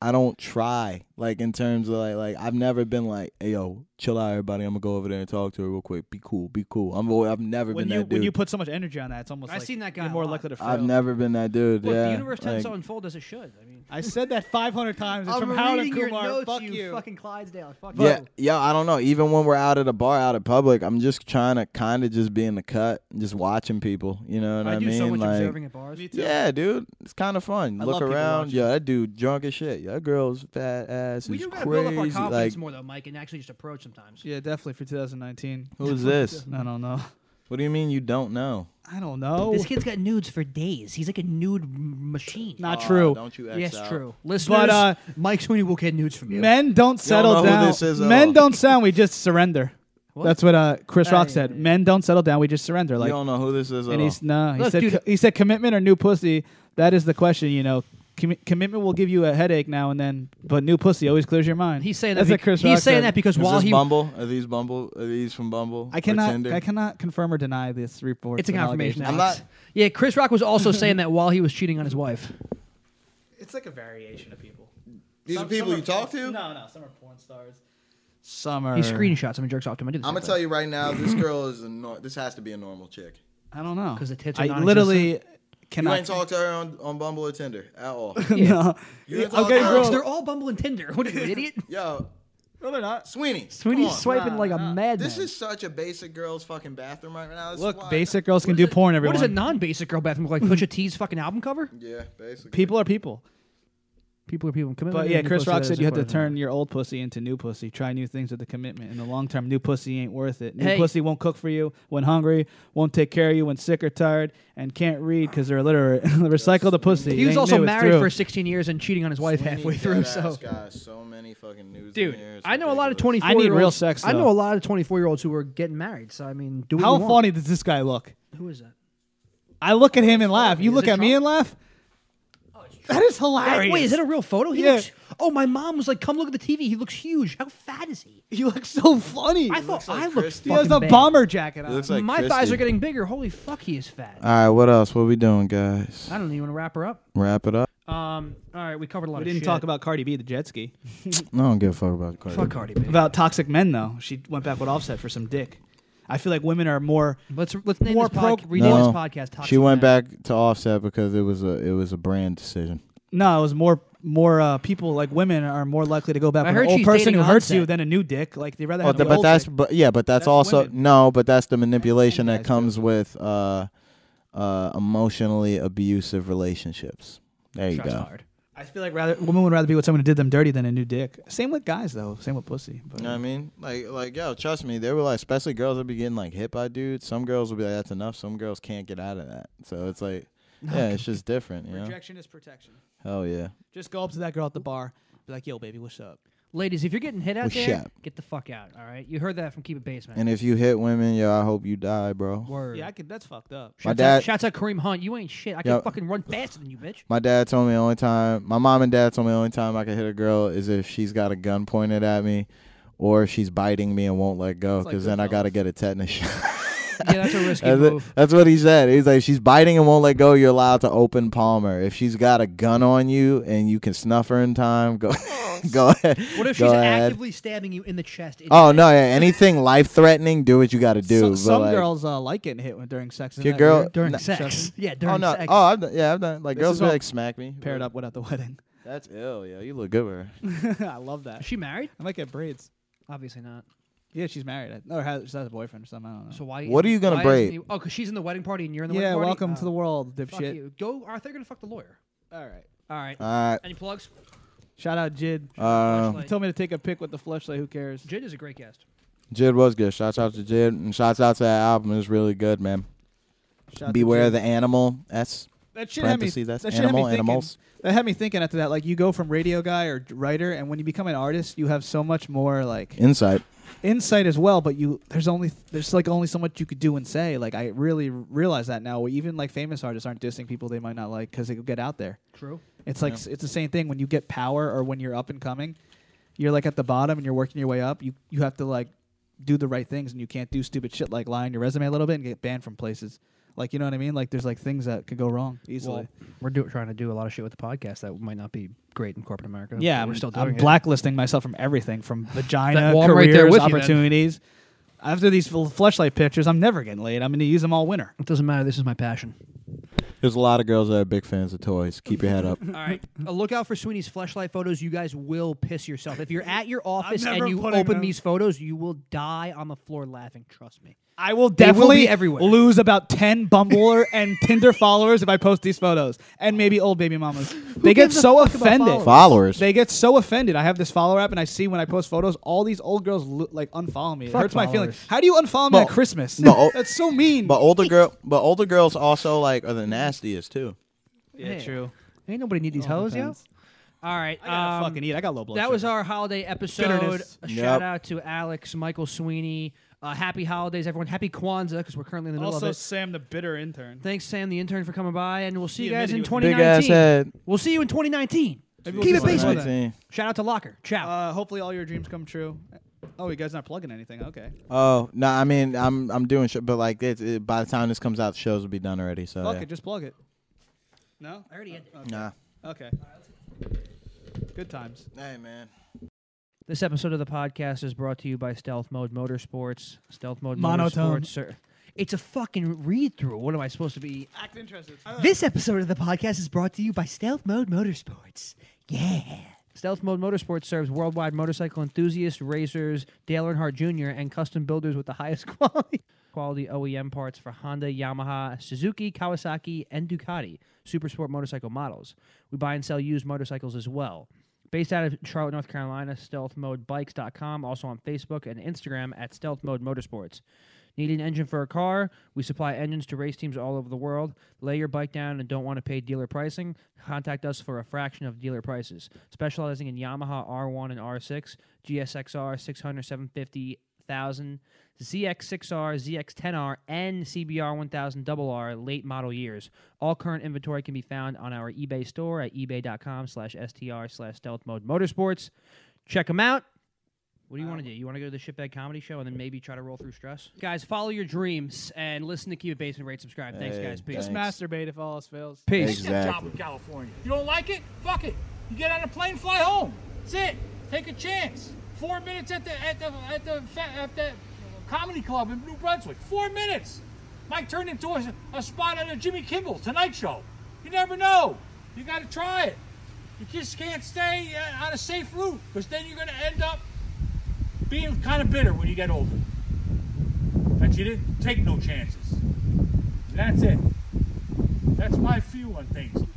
I: I don't try. Like in terms of like, like I've never been like, hey yo, chill out, everybody. I'm gonna go over there and talk to her real quick. Be cool, be cool. I'm, al- I've never
B: When
I: been
B: you
I: that dude.
B: when you put so much energy on that, it's almost
K: I've
B: like
K: seen that guy
B: you're
K: a
B: more
K: lot.
B: likely to fail.
I: I've never been that dude.
K: Look,
I: yeah.
K: the universe tends
I: like,
K: to unfold as it should. I mean,
B: I said that 500 times. It's
K: I'm
B: from Howard and
K: reading your
B: Kumar.
K: notes,
B: Fuck
K: you
B: fucking Clydesdale. Fuck
I: yeah, yeah, I don't know. Even when we're out at a bar, out in public, I'm just trying to kind of just be in the cut and just watching people. You know what I,
K: I do
I: mean?
K: so much
I: like,
K: observing at bars. Me too.
I: Yeah, dude, it's kind of fun.
K: I love
I: Look
K: people
I: around.
K: watching.
I: Yeah, that dude drunk as shit. Yeah, that girl's fat ass
K: we
I: is
K: do gotta
I: crazy.
K: build up our confidence
I: like,
K: more though, Mike, and actually just approach sometimes.
B: Yeah, definitely for 2019.
I: who is this?
B: I don't know.
I: What do you mean you don't know?
B: I don't know.
K: This kid's got nudes for days. He's like a nude m- machine.
B: Not true.
K: Uh, yes, true. Listeners,
B: But uh,
K: Mike Sweeney will get nudes from you.
B: men don't settle
I: know who
B: down.
I: this is at
B: men
I: all.
B: don't sound. We just surrender.
K: uh, What?
B: That's what uh, Chris
K: Ah,
B: Rock
K: yeah,
B: said. Men don't settle down. We just surrender. Like
I: you don't know who this is at
B: And he's
I: all.
B: no. He
K: Look,
B: said
K: dude-
B: he said commitment or new pussy. That is the question. You know, Commi- commitment will give you a headache now and then, but new pussy always clears your mind.
K: He's saying that
B: That's
K: bec-
B: what Chris
K: he's
B: Rock
K: saying
B: said.
K: that because
I: Is
K: while
I: this
K: he
I: Bumble? Are these Bumble? Are these from Bumble?
B: I
I: Or
B: cannot.
I: Tinder?
B: I cannot confirm or deny this report.
K: it's a
B: an
K: confirmation.
B: allegation.
K: Alex. Yeah, Chris Rock was also saying that while he was cheating on his wife.
B: It's like a variation of people.
I: These are people you talk to?
B: No, no. Some are porn stars. Some are.
K: He screenshots him and jerks off to him. I do the
I: I'm gonna
K: same
I: tell
K: thing.
I: you right now, this girl is a nor- this has to be a normal chick.
B: I don't know.
K: 'Cause the tits are
B: I
K: non-existent.
B: literally
I: you
B: cannot.
I: ain't talk to her on, on Bumble or Tinder at all.
B: no.
I: You ain't talk
B: Okay,
I: to her?
K: Alex,
B: bro.
K: they're all Bumble and Tinder. What are you, an idiot?
I: Yo,
B: No, they're not.
I: Sweeney.
K: Sweeney's
I: come on.
K: swiping like a madman.
I: This is such a basic girl's fucking bathroom right now. This is why
B: Look,
I: I-
B: basic girls can do porn. Everyone.
K: What is a non-basic girl bathroom look like? Pusha T's fucking album cover?
I: Yeah, basically.
B: People are people.
K: People are people. Commitment
B: But
K: is
B: yeah,
K: a new
B: Chris
K: pussy,
B: Rock
K: that is
B: said
K: a
B: you have to
K: question.
B: turn your old pussy into new pussy. Try new things with the commitment. In the long term, new pussy ain't worth it. New
K: Hey.
B: pussy won't cook for you when hungry, won't take care of you when sick or tired, and can't read because they're illiterate. Recycle the pussy.
K: He was
B: It ain't
K: also
B: new, it's
K: married
B: through.
K: for 16 years and cheating on his wife
I: Sweeney
K: halfway through.
I: deadass
K: So,
I: got so many fucking news. in here,
K: dude,
I: it's
K: I know a lot of
I: ridiculous.
K: 24.
B: I need
K: year olds,
B: real sex,
K: I know
B: though.
K: a lot of 24 year olds who are getting married. So I mean, do what
B: How
K: you want.
B: funny does this guy look?
K: Who is that?
B: I look at him and laugh. You
K: Is
B: look
K: it Oh,
B: at me and laugh. That is hilarious.
K: Wait, is that a real photo? He
B: Yeah.
K: looks. Oh, my mom was like, "Come look at the TV. He looks huge. How fat is he?"
B: He looks so funny.
K: I thought I looked.
B: He has
K: fucking
B: a
K: bad.
B: bomber jacket
I: He
B: on.
I: looks like
K: my
I: Christy.
K: thighs are getting bigger. Holy fuck, he is fat.
B: Uh,
I: All right, what else? What we doing, guys?
K: I don't even want to wrap her up.
I: Wrap it up.
K: Um, all right, we covered a lot.
B: We
K: of
B: didn't
K: shit.
B: talk about Cardi B, the jet ski.
I: I don't give a fuck about Cardi.
K: fuck Cardi B.
B: About toxic men, though. She went back with Offset for some dick. I feel like women are more.
K: Let's let's name
B: More
K: this, pod-
B: pro-
K: rename
I: No,
K: this podcast. Toxic
I: she went
K: Man.
I: back to Offset because it was a it was a brand decision.
B: No, it was more more uh, people like women are more likely to go back
K: I
B: with
K: heard
B: an old
K: she's
B: person
K: dating
B: who hurts
K: Offset.
B: you than a new dick. Like they rather
I: Oh,
B: have
I: th-
B: an
I: but
B: old
I: that's
B: dick.
I: but yeah, but that's,
B: That's
I: also
B: women.
I: no, but that's the manipulation
B: And
I: that
B: guys,
I: comes with uh, uh, emotionally abusive relationships. There you
K: Shots
I: go.
K: fired.
B: I feel like rather women would rather be with someone who did them dirty than a new dick. Same with guys though. Same with pussy. But
I: You know what I mean? Like, like, yo, trust me. They were like, especially girls that be getting like hit by dudes. Some girls will be like, that's enough. Some girls can't get out of that. So it's like, yeah, it's just different. You know?
B: is protection.
I: Hell yeah.
B: Just go up to that girl at the bar, be like, "Yo, baby, what's up?"
K: Ladies, if you're getting hit out
I: Well,
K: there,
I: shit.
K: get the fuck out. All right, you heard that from Keep It Basement.
I: And if you hit women, yo, I hope you die, bro.
K: Word.
B: Yeah, I could. That's fucked up.
I: My
K: Shouts
I: dad-
K: out, shouts out Kareem Hunt. You ain't shit. I can
I: Yo.
K: fucking run faster than you, bitch.
I: My dad told me the only time, my mom and dad told me the only time I could hit a girl is if she's got a gun pointed at me, or if she's biting me and won't let go,
B: It's like
I: because then I
B: Goodfellas.
I: gotta get a tetanus shot.
K: Yeah, that's a risky
I: That's, it-
K: move.
I: that's what he said. He's like, she's biting and won't let go. You're allowed to open Palmer. If she's got a gun on you and you can snuff her in time, go, go ahead.
K: What if
I: go
K: she's
I: ahead.
K: actively stabbing you in the chest? in
I: Oh
K: your
I: no!
K: head?
I: Yeah, anything life threatening, do what you got to do.
B: So-
I: but,
B: some
I: like, Oh,
B: girls uh, like getting hit when, during sex. Isn't
I: if your
B: that
I: girl
B: weird?
K: during
I: no-
K: sex. Yeah, during
I: Oh no!
K: sex.
I: Oh, I've done, yeah, I've done. Like
B: This
I: girls
B: is
I: be
B: all
I: like smack me.
B: Paired up without the wedding.
I: That's ill. Yeah, you look good with her.
B: I love that.
K: Is she married?
B: I might get braids.
K: Obviously not.
B: Yeah, she's married. I- Or has, she has a boyfriend or something. I don't know.
K: So why?
I: What are you gonna
K: why isn't
I: braid?
K: he- oh, because she's in the wedding party and you're in the
B: Yeah,
K: wedding party. Oh.
B: welcome to the world,
K: fuck
B: dipshit.
K: you. Go. I thought you were gonna fuck the lawyer.
B: All right.
K: All right.
I: All right.
K: Any plugs?
B: Shout out Jid.
I: Uh,
B: He told me to take a pic with the flashlight. Who cares?
K: Jid is a great guest.
I: Jid was good. Shouts out to Jid and shouts out to that album. It was really good, man.
B: Shout out to
I: Beware
B: Jid.
I: the animal. S.
B: That shit had me.
I: parentheses, that's
B: that shit
I: animal
B: had me thinking,
I: animals.
B: That had me thinking after that. Like you go from radio guy or d- writer, and when you become an artist, you have so much more like
I: Insight.
B: insight as well. But you there's only there's like only so much you could do and say. Like I really r- realize that now. where Even like famous artists aren't dissing people they might not like because they could get out there.
K: True.
B: It's like
K: Yeah.
B: s- it's the same thing when you get power or when you're up and coming. You're like at the bottom and you're working your way up. You you have to like do the right things and you can't do stupid shit like lie on your resume a little bit and get banned from places. Like you know what I mean? Like there's like things that could go wrong easily.
K: Well, we're do- trying to do a lot of shit with the podcast that might not be great in corporate America.
B: Yeah,
K: but
B: I'm,
K: we're still
B: I'm
K: doing it.
B: blacklisting myself from everything, from vagina,
K: well, I'm right
B: careers,
K: there with you then.
B: opportunities. After these fl- fleshlight pictures, I'm never getting laid. I'm going to use them all winter.
K: It doesn't matter. This is my passion.
I: There's a lot of girls that are big fans of toys. Keep your head up.
K: All right. Uh, look out for Sweeney's fleshlight photos. You guys will piss yourself. If you're at your office and
B: never
K: you
B: putting
K: open
B: them-
K: these photos, you will die on the floor laughing. Trust me.
B: I will
K: They will be
B: definitely
K: everywhere.
B: lose about 10 Bumbler and Tinder followers if I post these photos. And maybe old baby mamas. they get
K: gives a
B: so
K: fuck about
B: offended.
K: followers?
I: Followers.
B: They get so offended. I have this follower app and I see when I post photos, all these old girls lo- like unfollow me. It
I: Fuck
B: hurts my feelings.
I: followers.
B: How do you unfollow me
I: Well,
B: at Christmas?
I: but o-
B: That's so mean.
I: But older girl, but older girls also like are the nastiest too.
B: Yeah, true. Um,
K: Ain't nobody need these
B: All
K: hoes, yo.
B: Oh, depends.
K: All right. I
B: gotta fucking eat. I got low blood
K: That was
B: sugar.
K: our holiday episode.
B: Bitterness.
K: A
B: Yep.
K: shout out to Alex, Michael Sweeney. Uh, happy holidays, everyone. Happy Kwanzaa, because we're currently in the middle
B: Also,
K: of it.
B: Sam, the bitter intern.
K: Thanks, Sam, the intern, for coming by, and we'll see
B: He
K: you guys in
B: admitted he was-
K: 2019.
I: Big ass head.
K: We'll see you in 2019.
B: Maybe we'll do
K: Keep it baseball.
I: 2019.
K: then. Shout out to Locker. Ciao.
B: Uh, hopefully, all your dreams come true. Oh, you guys not plugging anything? Okay.
I: Oh no, I mean I'm I'm doing shit, but like it, it- by the time this comes out, the shows will be done already. So
B: Fuck
I: yeah.
B: it, just plug it. No, I
K: already ended.
B: Okay.
I: Nah.
B: Okay. Good times.
I: Hey man.
K: This episode of the podcast is brought to you by Stealth Mode Motorsports. Stealth Mode
B: Monotone.
K: Motorsports. Sir. It's a fucking read through. What am I supposed to be?
B: Act interested.
K: This episode of the podcast is brought to you by Stealth Mode Motorsports. Yeah. Stealth Mode Motorsports serves worldwide motorcycle enthusiasts, racers, Dale Earnhardt Jr., and custom builders with the highest quality quality OEM parts for Honda, Yamaha, Suzuki, Kawasaki, and Ducati supersport motorcycle models. We buy and sell used motorcycles as well. Based out of Charlotte, North Carolina, stealthmodebikes.com, also on Facebook and Instagram at Stealth Mode Motorsports. Need an engine for a car? We supply engines to race teams all over the world. Lay your bike down and don't want to pay dealer pricing? Contact us for a fraction of dealer prices. Specializing in Yamaha R1 and R6, GSXR 600, 750, 1000, ZX6R, ZX10R, and CBR 1000RR late model years. All current inventory can be found on our eBay store at ebay.com slash str slash stealth mode motorsports. Check them out. What do you want to do? You want to go to the Shitbag Comedy Show and then maybe try to roll through stress? Guys, follow your dreams and listen to Keep It Basement, rate, subscribe. Thanks,
B: Hey,
K: guys. Peace.
B: Just masturbate if all else fails.
K: Peace.
O: job in California. You don't like it? Fuck it. You get on a plane, fly home. That's it. Take a chance. Four minutes at the at the at the, fa- at the comedy club in New Brunswick. Four minutes. Might turn into a, a spot on a Jimmy Kimmel Tonight Show. You never know. You got to try it. You just can't stay uh, on a safe route because then you're going to end up being kind of bitter when you get older that you didn't take no chances. And that's it. That's my view on things.